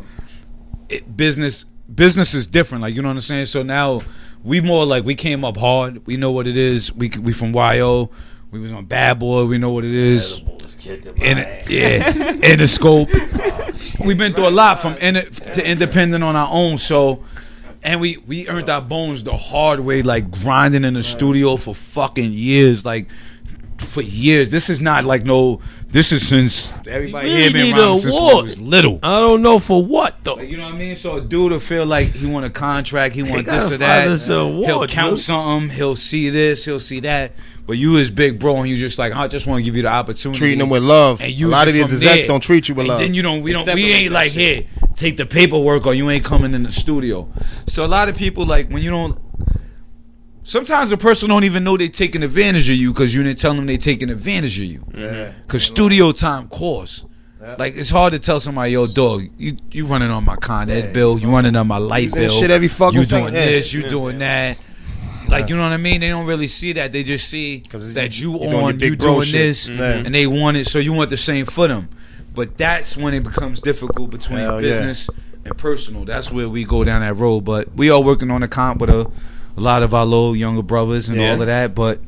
E: it, business business is different. Like you know what I'm saying. So now we more like we came up hard. We know what it is. We c- we from YO. We was on Bad Boy. We know what it is. In yeah, Interscope. We've been through a lot from in, to independent on our own. So. And we, we earned our bones the hard way, like grinding in the studio for fucking years. Like, for years. This is not like no. This is since everybody
G: really
E: here been
G: need
E: around
G: an
E: since we
G: award.
E: was little.
G: I don't know for what though.
E: You know what I mean? So a dude will feel like he want a contract, he want
G: gotta
E: this or
G: find
E: that.
G: us an
E: he'll
G: award,
E: count
G: dude.
E: something, he'll see this, he'll see that. But you as big bro, and you just like, I just want to give you the opportunity.
D: Treating them with love.
E: And
D: A
E: use
D: lot
E: it
D: of these
E: from
D: execs
E: there.
D: don't treat you with
E: And
D: love.
E: Then you don't. We
D: They
E: don't. We
D: separate
E: ain't
D: that
E: like
D: shit.
E: here. Take the paperwork, or you ain't coming in the studio. So a lot of people like when you don't. Sometimes a person don't even know they taking advantage of you because you didn't tell them they taking advantage of you. Cause studio time costs. Like it's hard to tell somebody, yo, dog, you you running on my con ed bill, you running on my light
D: Using
E: bill,
D: shit every fucking
E: you doing
D: second, yeah.
E: this, you doing that. Like you know what I mean? They don't really see that. They just see
D: 'Cause
E: that you
D: you- you're doing your
E: on,
D: big
E: you
D: bro
E: doing
D: shit.
E: this,
D: Mhm.
E: and they want it. So you want the same for them. But that's when it becomes difficult between
D: Hell yeah.
E: business and personal. That's where we go down that road. But we are working on a comp with a, a lot of our little younger brothers and
B: Yeah.
E: all of that. But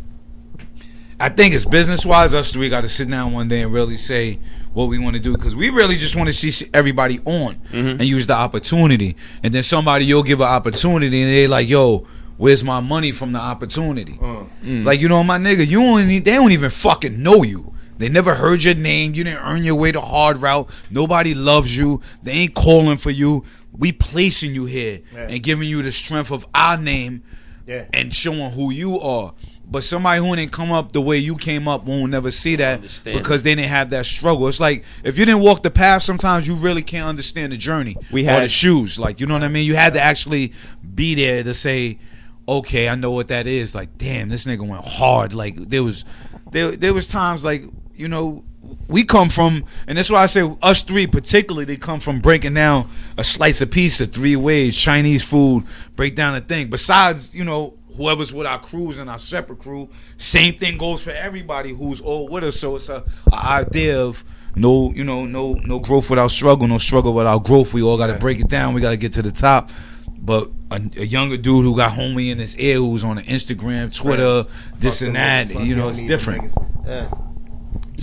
E: I think it's business wise, us three got to sit down one day and really say what we want to do because we really just want to see everybody on and use the opportunity. And then somebody you'll give an opportunity and they like, yo, where's my money from the opportunity? Like you know, my nigga, you don't need, they don't even fucking know you. They never heard your name. You didn't earn your way to hard route. Nobody loves you. They ain't calling for you. We placing you here and giving you the strength of our name
D: Yeah.
E: and showing who you are. But somebody who didn't come up the way you came up won't never see that
G: understand.
E: because they didn't have that struggle. It's like if you didn't walk the path, sometimes you really can't understand the journey
B: We
E: or the
B: had-
E: shoes. Like you know what I mean? You had to actually be there to say, okay, I know what that is. Like damn, this nigga went hard. Like there was, there there was times like you know. We come from, and that's why I say us three particularly they come from breaking down a slice of pizza three ways, Chinese food, break down a thing. Besides, you know, whoever's with our crews and our separate crew, same thing goes for everybody who's all with us. So it's a, a idea of no, you know, no, no growth without struggle, no struggle without growth. We all got to break it down. We got to get to the top. But a, a younger dude who got homie in his ear, who's on the Instagram, Twitter, this and that, you know, it's different.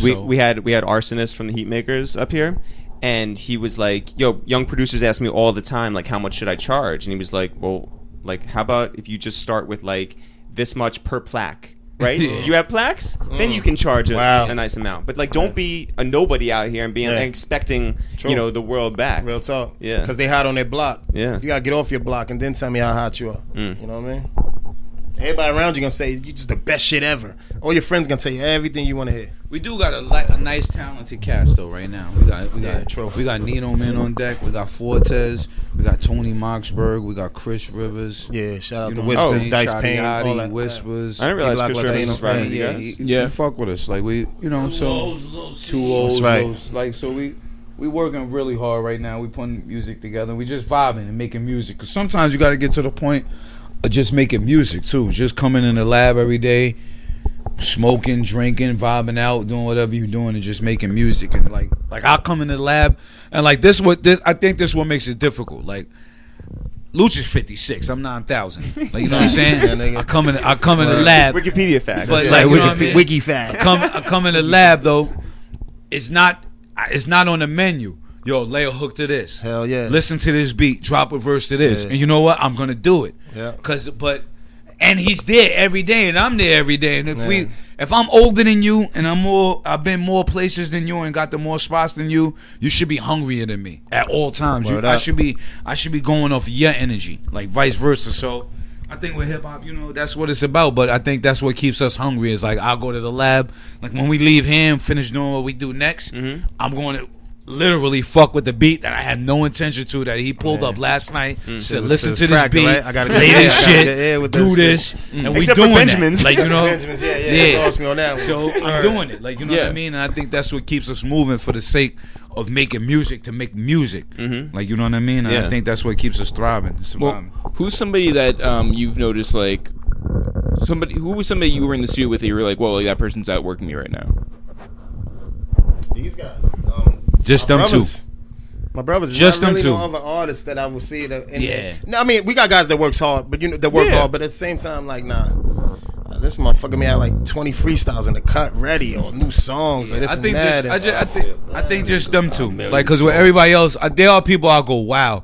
B: we,
E: So-
B: we had we had arsonist from the heat makers up here and he was like yo young producers ask me all the time like how much should i charge and he was like well like how about if you just start with like this much per plaque right you have plaques then you can charge a,
D: Mm. Wow.
B: a nice amount but like don't be a nobody out here and being
D: Yeah.
B: expecting
D: True.
B: you know the world back
D: Real talk.
B: Yeah.
D: Because they hot on their block.
B: Yeah. Mm.
D: You got to get off your block and then tell me how hot you are. You know what I mean? Everybody around you going to say, you just the best shit ever. All your friends going to tell you everything you want to hear.
E: We do got a, li- a nice talented cast though right now. We got we got
D: Yeah, true.
E: we got Nino Man on deck. We got Fortes. We got Tony Moxburg. We got Chris Rivers.
D: Yeah, shout out
E: You
D: to
E: know what I'm
D: Whispers,
E: saying?
D: Dice
E: Shawty
D: Payne,
E: Yachty,
D: all that.
E: Whispers.
B: i didn't realize
D: Black
B: chris Rivers
D: Latino.
B: was right with you
E: yeah,
B: guys
E: he-
H: Yeah.
E: he fuck with us. Like we, you know, so two O's,
D: That's right.
E: those- like so we we working really hard right now. We putting music together. We just vibing and making music. Cause sometimes you got to get to the point of just making music too. Just coming in the lab every day, smoking, drinking, vibing out, doing whatever you're doing, and just making music. And like like I come in the lab and like this what this I think this what makes it difficult. Like. Luch is 56. I'm 9,000. Like, you know what I'm saying? I come in, I come in the lab.
B: wikipedia facts
E: But
D: That's
E: like,
D: right,
E: you know what I
D: Wiki-
E: mean?
D: Wiki facts.
E: come I come in the lab though. It's not it's not on the menu. Yo, lay a hook to this.
D: Hell yeah.
E: Listen to this beat. Drop a verse to this.
D: Yeah.
E: And you know what? I'm gonna do it.
D: Yeah.
E: Cause but and he's there every day, and I'm there every day. And if
D: Yeah.
E: we if I'm older than you, and I'm more I've been more places than you, and got the more spots than you, you should be hungrier than me at all times. You,
D: Word
E: I
D: up.
E: should be I should be going off your energy, like vice versa. So I think with hip hop, you know, that's what it's about. But I think that's what keeps us hungry. Is like I'll go to the lab. Like when we leave him, finish doing what we do next.
D: Mm-hmm.
E: I'm going to literally fuck with the beat that I had no intention to that he pulled up last night. Said,
D: was-
E: listen
D: it was
E: to this
D: cracker,
E: beat,
D: right? I gotta
E: play
D: get-
E: this
D: I gotta
E: shit,
D: get air with
E: do
D: this
E: this, and we
B: Except for
E: doing
B: Benjamin's.
E: that. Like you know,
D: Benjamin's, yeah, yeah, they lost me on that one.
E: So I'm doing it. Like you know what
H: Yeah.
E: I mean. And I think that's what keeps us moving for the sake of making music to make music. Like you know what I mean. And
B: Yeah.
E: I think that's what keeps us thriving. and
H: Well,
E: surviving.
H: who's somebody that um, you've noticed like somebody who was somebody you were in the studio with that you were like, well, that person's outworking me right now.
D: These guys. Um,
E: Just
D: my
E: them two.
D: brothers- My brothers,
E: Just
D: just not
E: them
D: really
E: two.
D: no other artists that I would see that. And,
E: Yeah.
D: No, I mean we got guys that works hard, but you know that work
H: Yeah.
D: hard, but at the same time, like nah, Nah, this motherfucker me had like twenty freestyles in the cut ready or new songs or this
E: I
D: and
E: think
D: that.
E: just, I, just, I think I think just them two. Like, cause with everybody else, I, there are people I go, wow,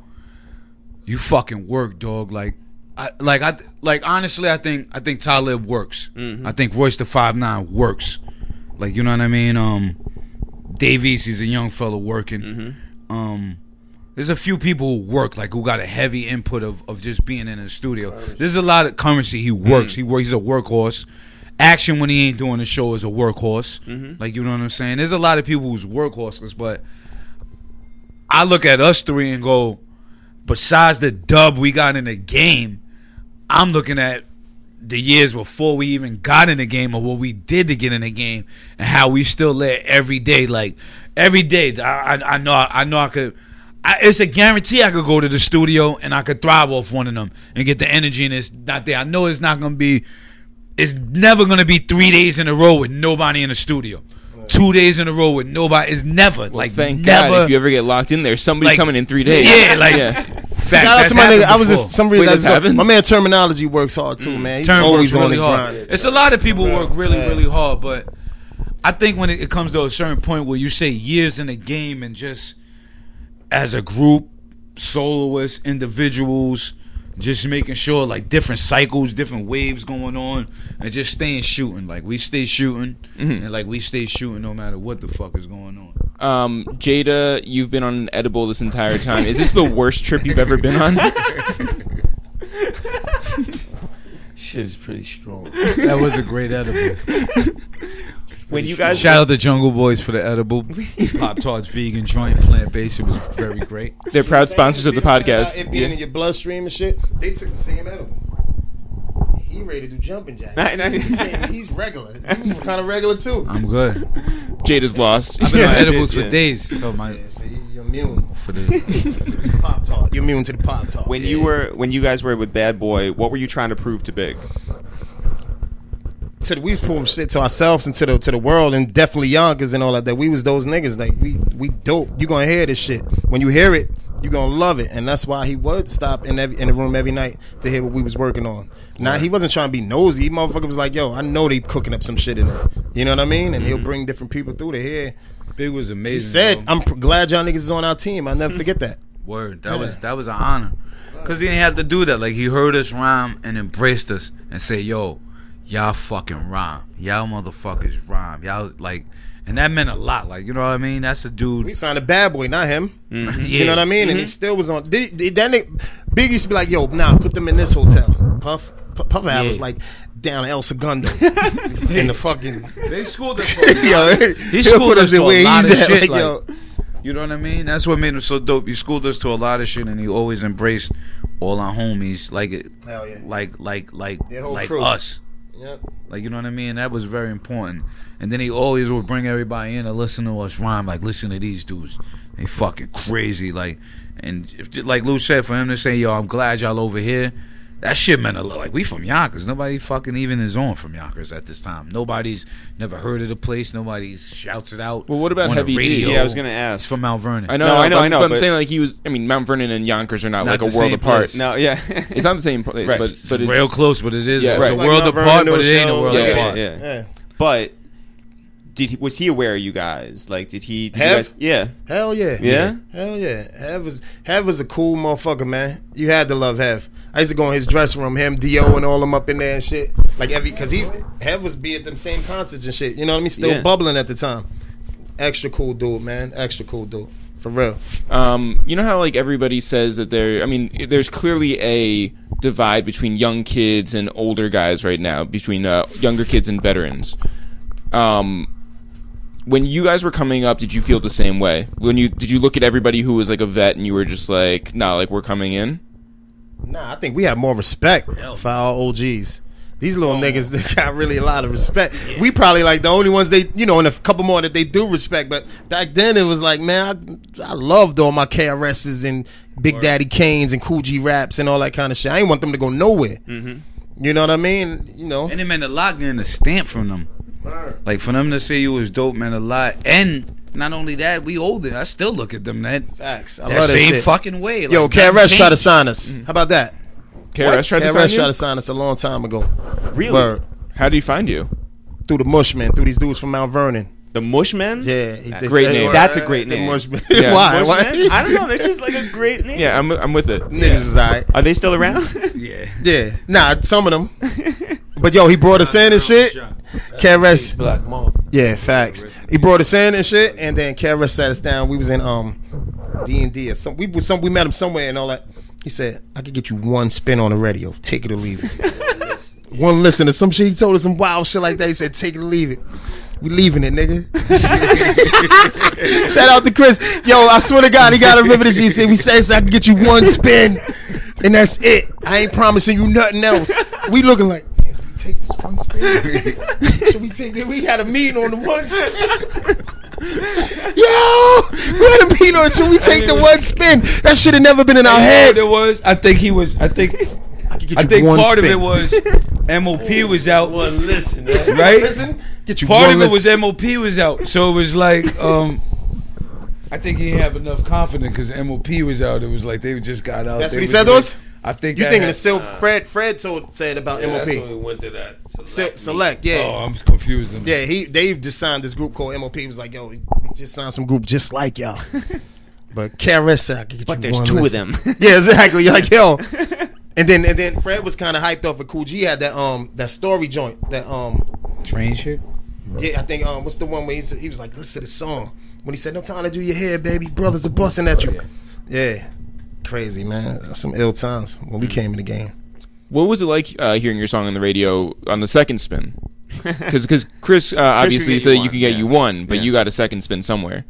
E: you fucking work, dog. Like, I like I like honestly, I think I think Talib works. I think Royce the Five Nine works. Like, you know what I mean? Um, Davies, he's a young fellow working. Um. There's a few people who work like who got a heavy input of, of just being in the studio. There's a lot of currency. He works. He works. He's a workhorse. Action when he ain't doing the show is a workhorse. Like you know what I'm saying. There's a lot of people who's workhorses, but I look at us three and go. Besides the dub we got in the game, I'm looking at the years before we even got in the game or what we did to get in the game and how we still live every day. Like every day, I, I, I know I know I could I, it's a guarantee I could go to the studio and I could thrive off one of them and get the energy, and it's not there. I know it's not gonna be. It's never gonna be three days in a row with nobody in the studio. Two days in a row with nobody is never like
H: Thank
E: never.
H: God if you ever get locked in there, somebody's
E: Like-
H: coming in three days.
E: Yeah, like fact,
D: Shout out
E: that's
D: to my nigga.
E: happened
D: I was
E: before.
D: just some reason.
H: Wait,
D: I
H: this
D: just-
H: happened?
D: my man terminology works hard too, man. He's
E: Term
D: always
E: works
D: on
E: really
D: his
E: hard.
D: grind.
E: It's a lot of people work really, really hard, but I think when it it comes to a certain point where you say years in a game and just as a group, soloists, individuals, just making sure like different cycles, different waves going on, and just staying shooting. Like we stay shooting, and like we stay shooting no matter what the fuck is going on.
H: Um, Jada, you've been on an edible this entire time. Is this the worst trip you've ever been on?
G: Shit is pretty strong.
E: That was a great edible.
B: When you guys
E: Shout out to Jungle Boys for the edible Pop Tarts vegan joint, plant based. It was very great.
H: They're proud sponsors of the
D: See what I'm saying about
H: podcast.
D: It being
H: Yeah.
D: in your bloodstream and shit. They took the same edible. He ready to do jumping jacks.
B: Nah, nah.
D: He came- He's regular. You kind of regular too.
E: I'm good.
H: Jada's lost.
E: I've been on
B: Yeah, I did,
E: edibles
B: yeah.
E: for days. So my
D: Yeah, see, you're immune
E: for the
D: to the pop tart. You're immune to the pop tart.
B: when you were when you guys were with Bad Boy, what were you trying to prove to Big?
D: to the, we was proving shit to ourselves and to the to the world and definitely Yonkers and all that. That we was those niggas. Like we we dope. You gonna hear this shit. When you hear it, you gonna love it. And that's why he would stop in every, in the room every night to hear what we was working on. Now he wasn't trying to be nosy. He motherfucker was like, yo, I know they cooking up some shit in there. You know what I mean? And he'll bring different people through to hear.
E: big was amazing.
D: He said,
E: bro.
D: I'm pr- glad y'all niggas is on our team. I'll never forget that.
E: word. That was that was an honor, cause he didn't have to do that. Like he heard us rhyme and embraced us and say, "Yo, y'all fucking rhyme. Y'all motherfuckers rhyme. Y'all like." And that meant a lot, like you know what I mean. That's a dude.
D: We signed a bad boy, not him.
E: Mm-hmm.
D: You know what I mean? And he still was on. Did, did that nigga, Big used to be like, "Yo, nah, put them in this hotel." Puff, P- Puff Adams was like down in El Segundo in the fucking.
E: They schooled us.
D: yo,
E: He
D: he'll
E: schooled
D: put
E: us
D: in
E: to a lot of shit.
D: like,
E: like,
D: yo,
E: You know what I mean? That's what made him so dope. He schooled us to a lot of shit, and he always embraced all our homies, like it,
D: Hell yeah.
E: like like like
D: Their whole
E: like
D: crew.
E: us.
D: yeah.
E: Like you know what I mean? That was very important. And then he always would bring everybody in to listen to us rhyme. Like listen to these dudes, they fucking crazy. Like and if, like Lou said, for him to say, "Yo, I'm glad y'all over here," that shit meant a lot. Like we from Yonkers. Nobody fucking even is on from Yonkers at this time. Nobody's never heard of the place. Nobody's shouts it out.
H: Well, what
E: on
H: about
E: the
H: Heavy D?
E: radio.
B: Yeah, I was gonna
E: He's
B: ask.
E: from Mount Vernon.
H: I know,
B: No, I know,
H: but-
B: I know,
H: But, I'm
B: but-
H: saying like he was. I mean, Mount Vernon and Yonkers are not,
E: not
H: like a
E: the
H: world
E: same
H: apart.
E: place.
B: No, yeah.
H: It's not the same place,
B: Right.
H: but but it's
E: real close, but it is.
H: Yeah,
E: it's
H: right.
E: a
H: It's
D: like
E: world
D: Mount Vernon
E: apart,
D: to
E: but it ain't a
D: Shell.
E: world
D: Yeah,
E: apart.
B: yeah.
D: yeah.
B: But did he, was he aware of you guys? Like, did he? Did you
D: Hev?
B: guys- yeah.
D: Hell yeah.
B: Yeah?
D: Hell yeah. Hev was Hev was a cool motherfucker, man. You had to love Hev. I used to go in his dressing room, him, Dio, and all them up in there and shit. Like every cause he Hev was be at them same concerts and shit. You know what I mean? Still
B: Yeah.
D: bubbling at the time. Extra cool dude, man. Extra cool dude. For real.
H: Um, you know how like everybody says that there. I mean, there's clearly a divide between young kids and older guys right now, between uh, younger kids and veterans. Um, when you guys were coming up, did you feel the same way? When you did you look at everybody who was like a vet and you were just like, nah, like we're coming in.
D: Nah, I think we have more respect for our OGs. These little
E: Oh,
D: niggas they got really a lot of respect. We probably like the only ones they, you know, and a couple more that they do respect. But back then it was like, man, I, I loved all my KRSs and Big Daddy Canes and Cool G Raps and all that kind of shit. I ain't want them to go nowhere. You know what I mean? You know,
E: Mm-hmm. And it meant a lot getting a stamp from them. Like for them to say you was dope meant a lot. And not only that, we older. I still look at them that
D: facts. I
E: that
D: love that
E: same
D: shit.
E: fucking way. Like,
D: Yo,
E: nothing
D: KRS tried to
E: changed. Mm-hmm.
D: sign us. How about that?
H: KRS tried to sign
D: KRS
H: you?
D: tried to sign us a long time ago.
B: Really?
D: Word.
H: How do you find you?
D: Through the Mushman, through these dudes from Mount Vernon.
B: The Mushmen?
D: Yeah, he- they
H: Great
D: said-
H: name.
B: That's a great
D: The
B: name.
D: Mushman.
H: Yeah.
D: Why?
B: Mushmen?
D: Why?
B: I don't know. That's just like a great name.
H: Yeah, I'm I'm with it.
D: Niggas is alright.
B: Are they still around?
E: Yeah.
D: Yeah, nah, some of them. But yo, he brought us in and shit. KRS,
G: Black mom.
D: yeah, facts. He brought us in and shit, and then KRS sat us down. We was in um D and D or some. We was some. We met him somewhere and all that. He said, "I could get you one spin on the radio. Take it or leave it. one listen to some shit." He told us some wild shit like that. He said, "Take it or leave it." We leaving it, nigga. Shout out to Chris. Yo, I swear to God, he gotta remember this. He said, "We said so I can get you one spin, and that's it. I ain't promising you nothing else." We looking like, "Damn, we take this one spin. Should we take that? We had a meeting on the one spin. yeah, yo, we had a beat on it. Should we take the one spin? That should have never been in our
G: You
D: head.
G: know what it was. I think he was. I think.
D: Get
G: I
D: you
G: think
D: one
G: part of it
D: spin.
G: was MOP was out.
F: listen,
G: right?
D: Listen, get you
G: Part
D: one
G: of it
D: listen.
G: was MOP was out, so it was like, um, I think he didn't have enough confidence because MOP was out. It was like they just got out.
D: That's
G: They
D: what he
G: was
D: said to
G: like-
D: us?
G: I think
D: You
G: that
D: thinking
G: had-
D: of Sil- Fred? Fred told said about
G: That's
D: MOP.
G: when we went to that.
D: Sil-
G: Select.
D: select, yeah.
G: Oh, I'm confusing.
D: Yeah, he Dave just signed this group called MOP. He was like, yo, we just signed some group just like y'all. but Carissa, I could get
B: But
D: you
B: there's
D: one
B: two of
D: listen.
B: them.
D: Yeah, exactly. You're like, yo. And then and then Fred was kind of hyped off of Cool G had that um that story joint that um
E: Train shit.
D: yeah I think um what's the one where he said, he was like listen to the song when he said no time to do your hair baby brothers are busting
G: Oh,
D: at you yeah crazy man That's some ill times when
G: Mm.
D: we came in the game
H: What was it like uh, hearing your song on the radio on the second spin? Because Chris uh,
B: get
H: obviously
B: you
H: said you
B: one,
H: could get
B: yeah.
H: you one, but you got a second spin somewhere.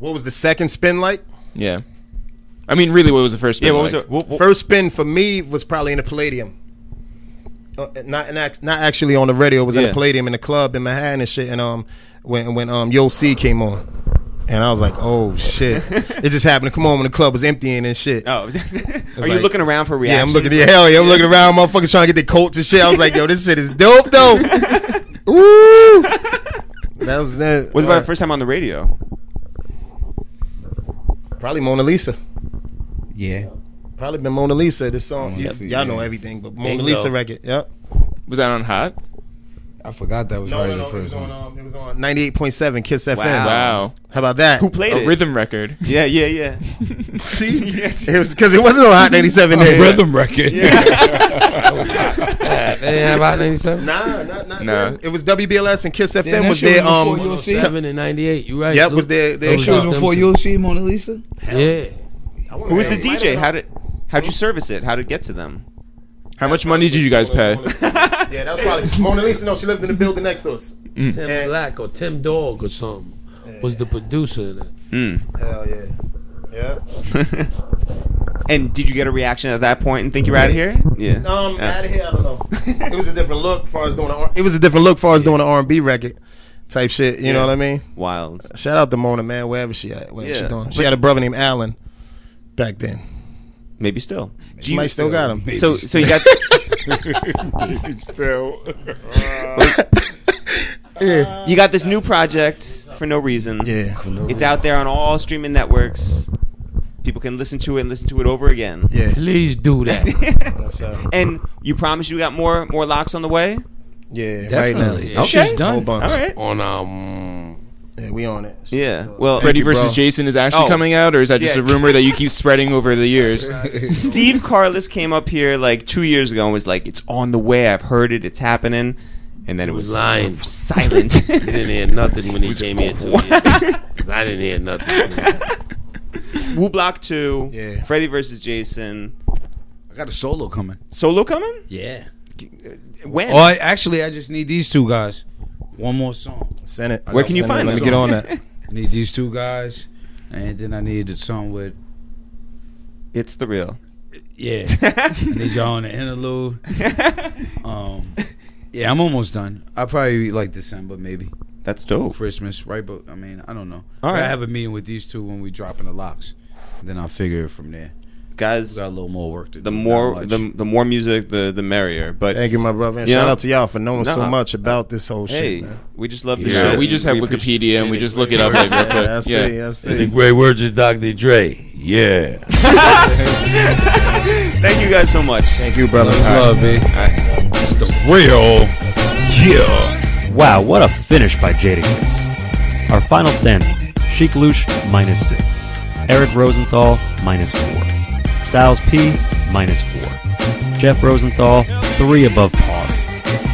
D: what was the second spin like
H: Yeah. I mean, really, what was the first spin?
B: yeah, what was
H: like?
B: it? What, what,
D: First spin for me was probably in the Palladium. Uh, not in act- not actually on the radio. It was in
B: Yeah.
D: the Palladium in the club in Manhattan and shit. And um, when when um Yo C came on, and I was like, oh shit, it just happened to come on when the club was emptying and shit.
B: oh, are you
D: like-
B: looking around for
D: yeah, I'm
B: reactions?
D: looking. Yeah, hell yeah, I'm looking around, motherfuckers trying to get their coats and shit. I was like, yo, this shit is dope though. Woo! That was that.
B: What about the first time on the radio?
D: Probably Mona Lisa.
E: Yeah.
D: Probably been Mona Lisa. This song,
E: Mona Lisa,
D: y'all know
E: yeah.
D: everything, but Mona
G: Bingo.
D: Lisa record. Yep.
H: Was that on Hot?
E: I forgot that was
D: No,
E: probably
D: no, no.
E: the
D: It was
E: first one.
D: on. Um, it was on 98.7 Kiss FM.
B: Wow.
H: Oh, Wow.
D: How about that?
B: Who played
H: A
B: it?
H: rhythm record.
B: Oh, Yeah, yeah, yeah.
D: It was because it wasn't on Hot
B: Oh,
D: 97. there.
E: record.
G: Yeah, about ninety-seven.
D: Nah, not, not
H: Nah.
D: them. It was WBLS and Kiss FM
E: that
D: was
E: shit
D: their
E: was
D: um.
E: before you was-
G: Seven and ninety-eight. You right?
D: Yep,
G: Luke?
D: was their their
G: Those
E: She was
G: them
D: show.
E: before
G: two.
E: you see Mona Lisa.
G: Yeah.
B: Who was the DJ? How did how'd you service it? How did it get to them?
H: How much money did you guys pay?
D: yeah, that was probably Mona Lisa. No, she lived in the building next to
B: Mm.
D: us.
G: Tim
D: And-
G: Black or Tim Dog or something was the producer in it.
D: Hell yeah. Yeah.
B: And did you get a reaction at that point and think you were out of here? Yeah.
D: Um,
B: Yeah.
D: out of here, I don't know. It was a different look as far as doing. A, R- it was a different look as far as doing an R and B record type shit. You know what I mean?
B: Wild.
D: Shout out to Mona, man. Wherever she at, wherever
B: Yeah.
D: she doing. She had a brother named Alan back then.
B: Maybe still. Do
D: She might still got him.
B: so so you got
E: Still.
B: you got this new project for no reason.
D: Yeah.
B: It's out there on all streaming networks. People can listen to it and listen to it over again.
D: Yeah.
G: Please do that.
B: And you promise you got more more locks on the way?
D: Yeah. Right
E: Definitely.
D: now.
E: This shit's
B: Okay.
E: done.
D: Whole bunch.
B: All right.
G: on um
D: Yeah, we on it.
B: Yeah. Well,
H: Freddy
D: you, bro.
H: versus Jason is actually
B: Oh.
H: coming out, or is that just
B: Yeah.
H: a rumor that you keep spreading over the years?
B: Steve Carless came up here like two years ago and was like, "It's on the way. I've heard it. It's happening." And then it was
G: lying.
B: silent.
G: He didn't hear nothing when he came in too. I didn't hear nothing.
B: Wu Block Two,
D: Yeah.
B: Freddy versus Jason,
E: I got a solo coming.
B: solo coming
E: Yeah.
B: when?
E: Oh, I, actually, I just need these two guys. One more song.
D: Send it.
B: Where can you
D: Send it.
B: find
D: Let
B: us?
D: me get on that.
E: I need these two guys, and then I need a song with.
B: it's the real.
E: Yeah. I need y'all on the interlude. Um, yeah, I'm almost done. I'll probably like December, maybe
B: That's dope.
E: Christmas, right? But I mean, I don't know.
B: All right.
E: I have a meeting with these two when we dropping the locks. Then I'll figure it from there.
B: Guys,
E: Got a little more work to do.
B: the
E: not
B: more
E: much.
B: the, the more music, the the merrier. But
D: Thank you, my brother. And
B: Yeah.
D: Shout out to y'all for knowing so
B: Nah.
D: much about this whole
B: hey,
D: shit. Man.
B: we just love the
G: Yeah.
B: show.
H: Yeah, we just have Wikipedia and we just look it up later. But
D: Yeah, that's
H: yeah.
D: it. That's
G: the
D: it.
G: great words of Dr. Dre. Yeah.
B: Thank you guys so much.
D: Thank you, brother.
E: love, man. It's the real. Yeah.
A: Wow, what a finish by Jadakiss. Our final standings Sheik Lush, minus 6. Eric Rosenthal, minus 4. Styles P, minus 4. Jeff Rosenthal, 3 above par.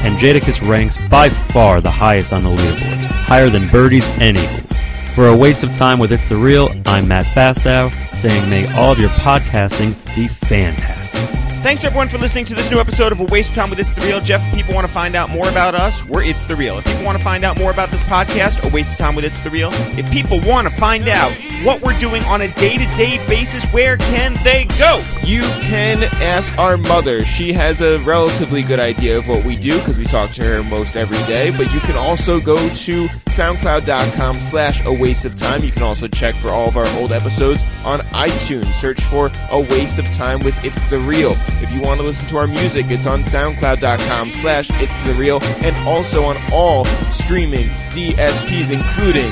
A: And Jadakiss ranks by far the highest on the leaderboard, higher than birdies and eagles. For a waste of time with It's The Real, I'm Matt Fastow, saying may all of your podcasting be fantastic.
B: Thanks everyone for listening to this new episode of A Waste of Time with It's the Real. Jeff, if people want to find out more about us, we're It's the Real. If people want to find out more about this podcast, A Waste of Time with It's the Real. If people want to find out what we're doing on a day-to-day basis, where can they go?
H: You can ask our mother. She has a relatively good idea of what we do because we talk to her most every day. But you can also go to soundcloud.com slash a waste of time. You can also check for all of our old episodes on iTunes. Search for a waste of time with It's the Real. If you want to listen to our music, it's on soundcloud.com slash It's the Real and also on all streaming DSPs, including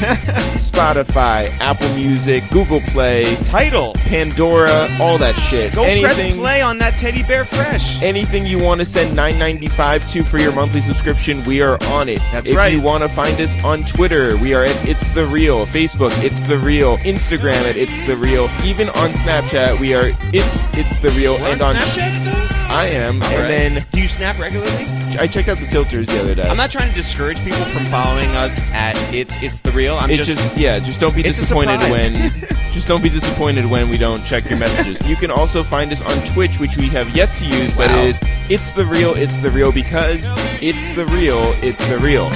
H: Spotify, Apple Music, Google Play,
B: Title.
H: Pandora, all that shit.
B: Go press
H: anything,
B: play on that teddy bear fresh.
H: anything you want to send 9.95 to for your monthly subscription, we are on it.
B: That's
H: if
B: right.
H: you want to find us on Twitter, we are at It's the Real. Facebook, It's the Real. Instagram at It's the Real. Even on Snapchat, we are It's It's the Real.
B: We're
H: and
B: on
H: on
B: Snapchat still?
H: I am,
B: All
H: and
B: right.
H: then
B: do you snap regularly?
H: I checked out the filters the other day.
B: I'm not trying to discourage people from following us at it's it's the real. I'm
H: it's
B: just,
H: just, yeah, just don't be
B: It's a
H: disappointed
B: surprise.
H: when just don't be disappointed when we don't check your messages. You can also find us on Twitch, which we have yet to use, but
B: Wow.
H: it is it's the real, it's the real because it's the real, it's the real.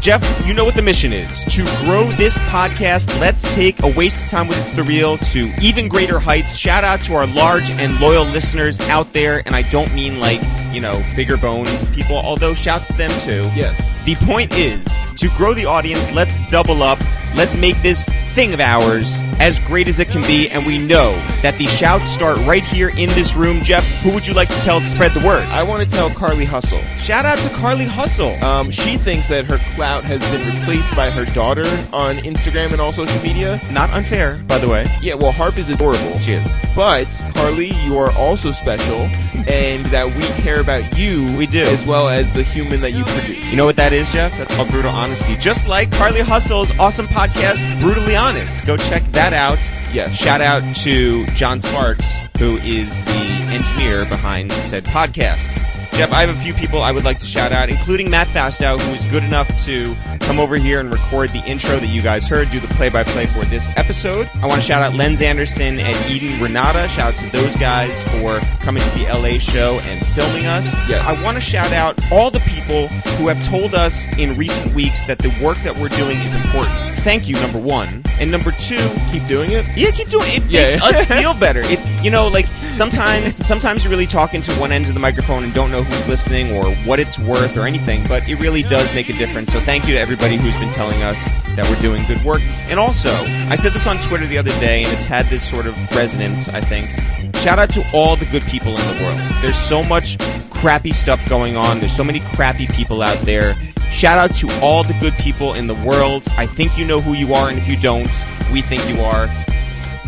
B: Jeff. You know what the mission is: to grow this podcast. Let's take a waste of time with it's the real to even greater heights. Shout out to our large and loyal listeners out there, and I don't mean like you know bigger bone people, although shouts to them too.
H: Yes.
B: The point is to grow the audience, let's double up. Let's make this thing of ours as great as it can be. And we know that the shouts start right here in this room. Jeff, who would you like to tell to spread the word?
H: I want to tell Carly Hustle.
B: Shout out to Carly Hustle.
H: Um, she thinks that her clout has been replaced by her daughter on Instagram and all social media.
B: Not unfair, by the way.
H: Yeah, well, Harp is adorable.
B: She is.
H: But Carly, you are also special, and that we care about you.
B: We do.
H: as well as the human that you produce.
B: You know what that is, Jeff? That's called Brutal Honesty. Just like Carly Hustle's awesome podcast, Brutally Honest. Go check that out.
H: Yes.
B: Shout out to John Sparks, who is the engineer behind said podcast. Jeff, I have a few people I would like to shout out, including Matt Fastow, who was good enough to come over here and record the intro that you guys heard, do the play by play for this episode. I want to shout out Lenz Anderson and Eden Renata. Shout out to those guys for coming to the LA show and filming us.
H: Yeah.
B: I want to shout out all the people who have told us in recent weeks that the work that we're doing is important. Thank you, number one. And number two,
H: keep doing it.
B: yeah, keep doing it. It
H: Yeah.
B: makes us feel better. If you know, like sometimes, sometimes you're really talking to one end of the microphone and don't know who's listening or what it's worth or anything. But it really does make a difference. So thank you to everybody who's been telling us that we're doing good work. And also, I said this on Twitter the other day, and it's had this sort of resonance. I think. Shout out to all the good people in the world. There's so much crappy stuff going on. There's so many crappy people out there. Shout out to all the good people in the world. I think you know who you are, and if you don't, we think you are.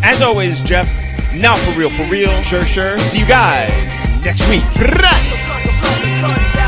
B: As always, Jeff, now for real, for real.
H: Sure, sure.
B: See you guys next week.
I: Look like a fucking sunset.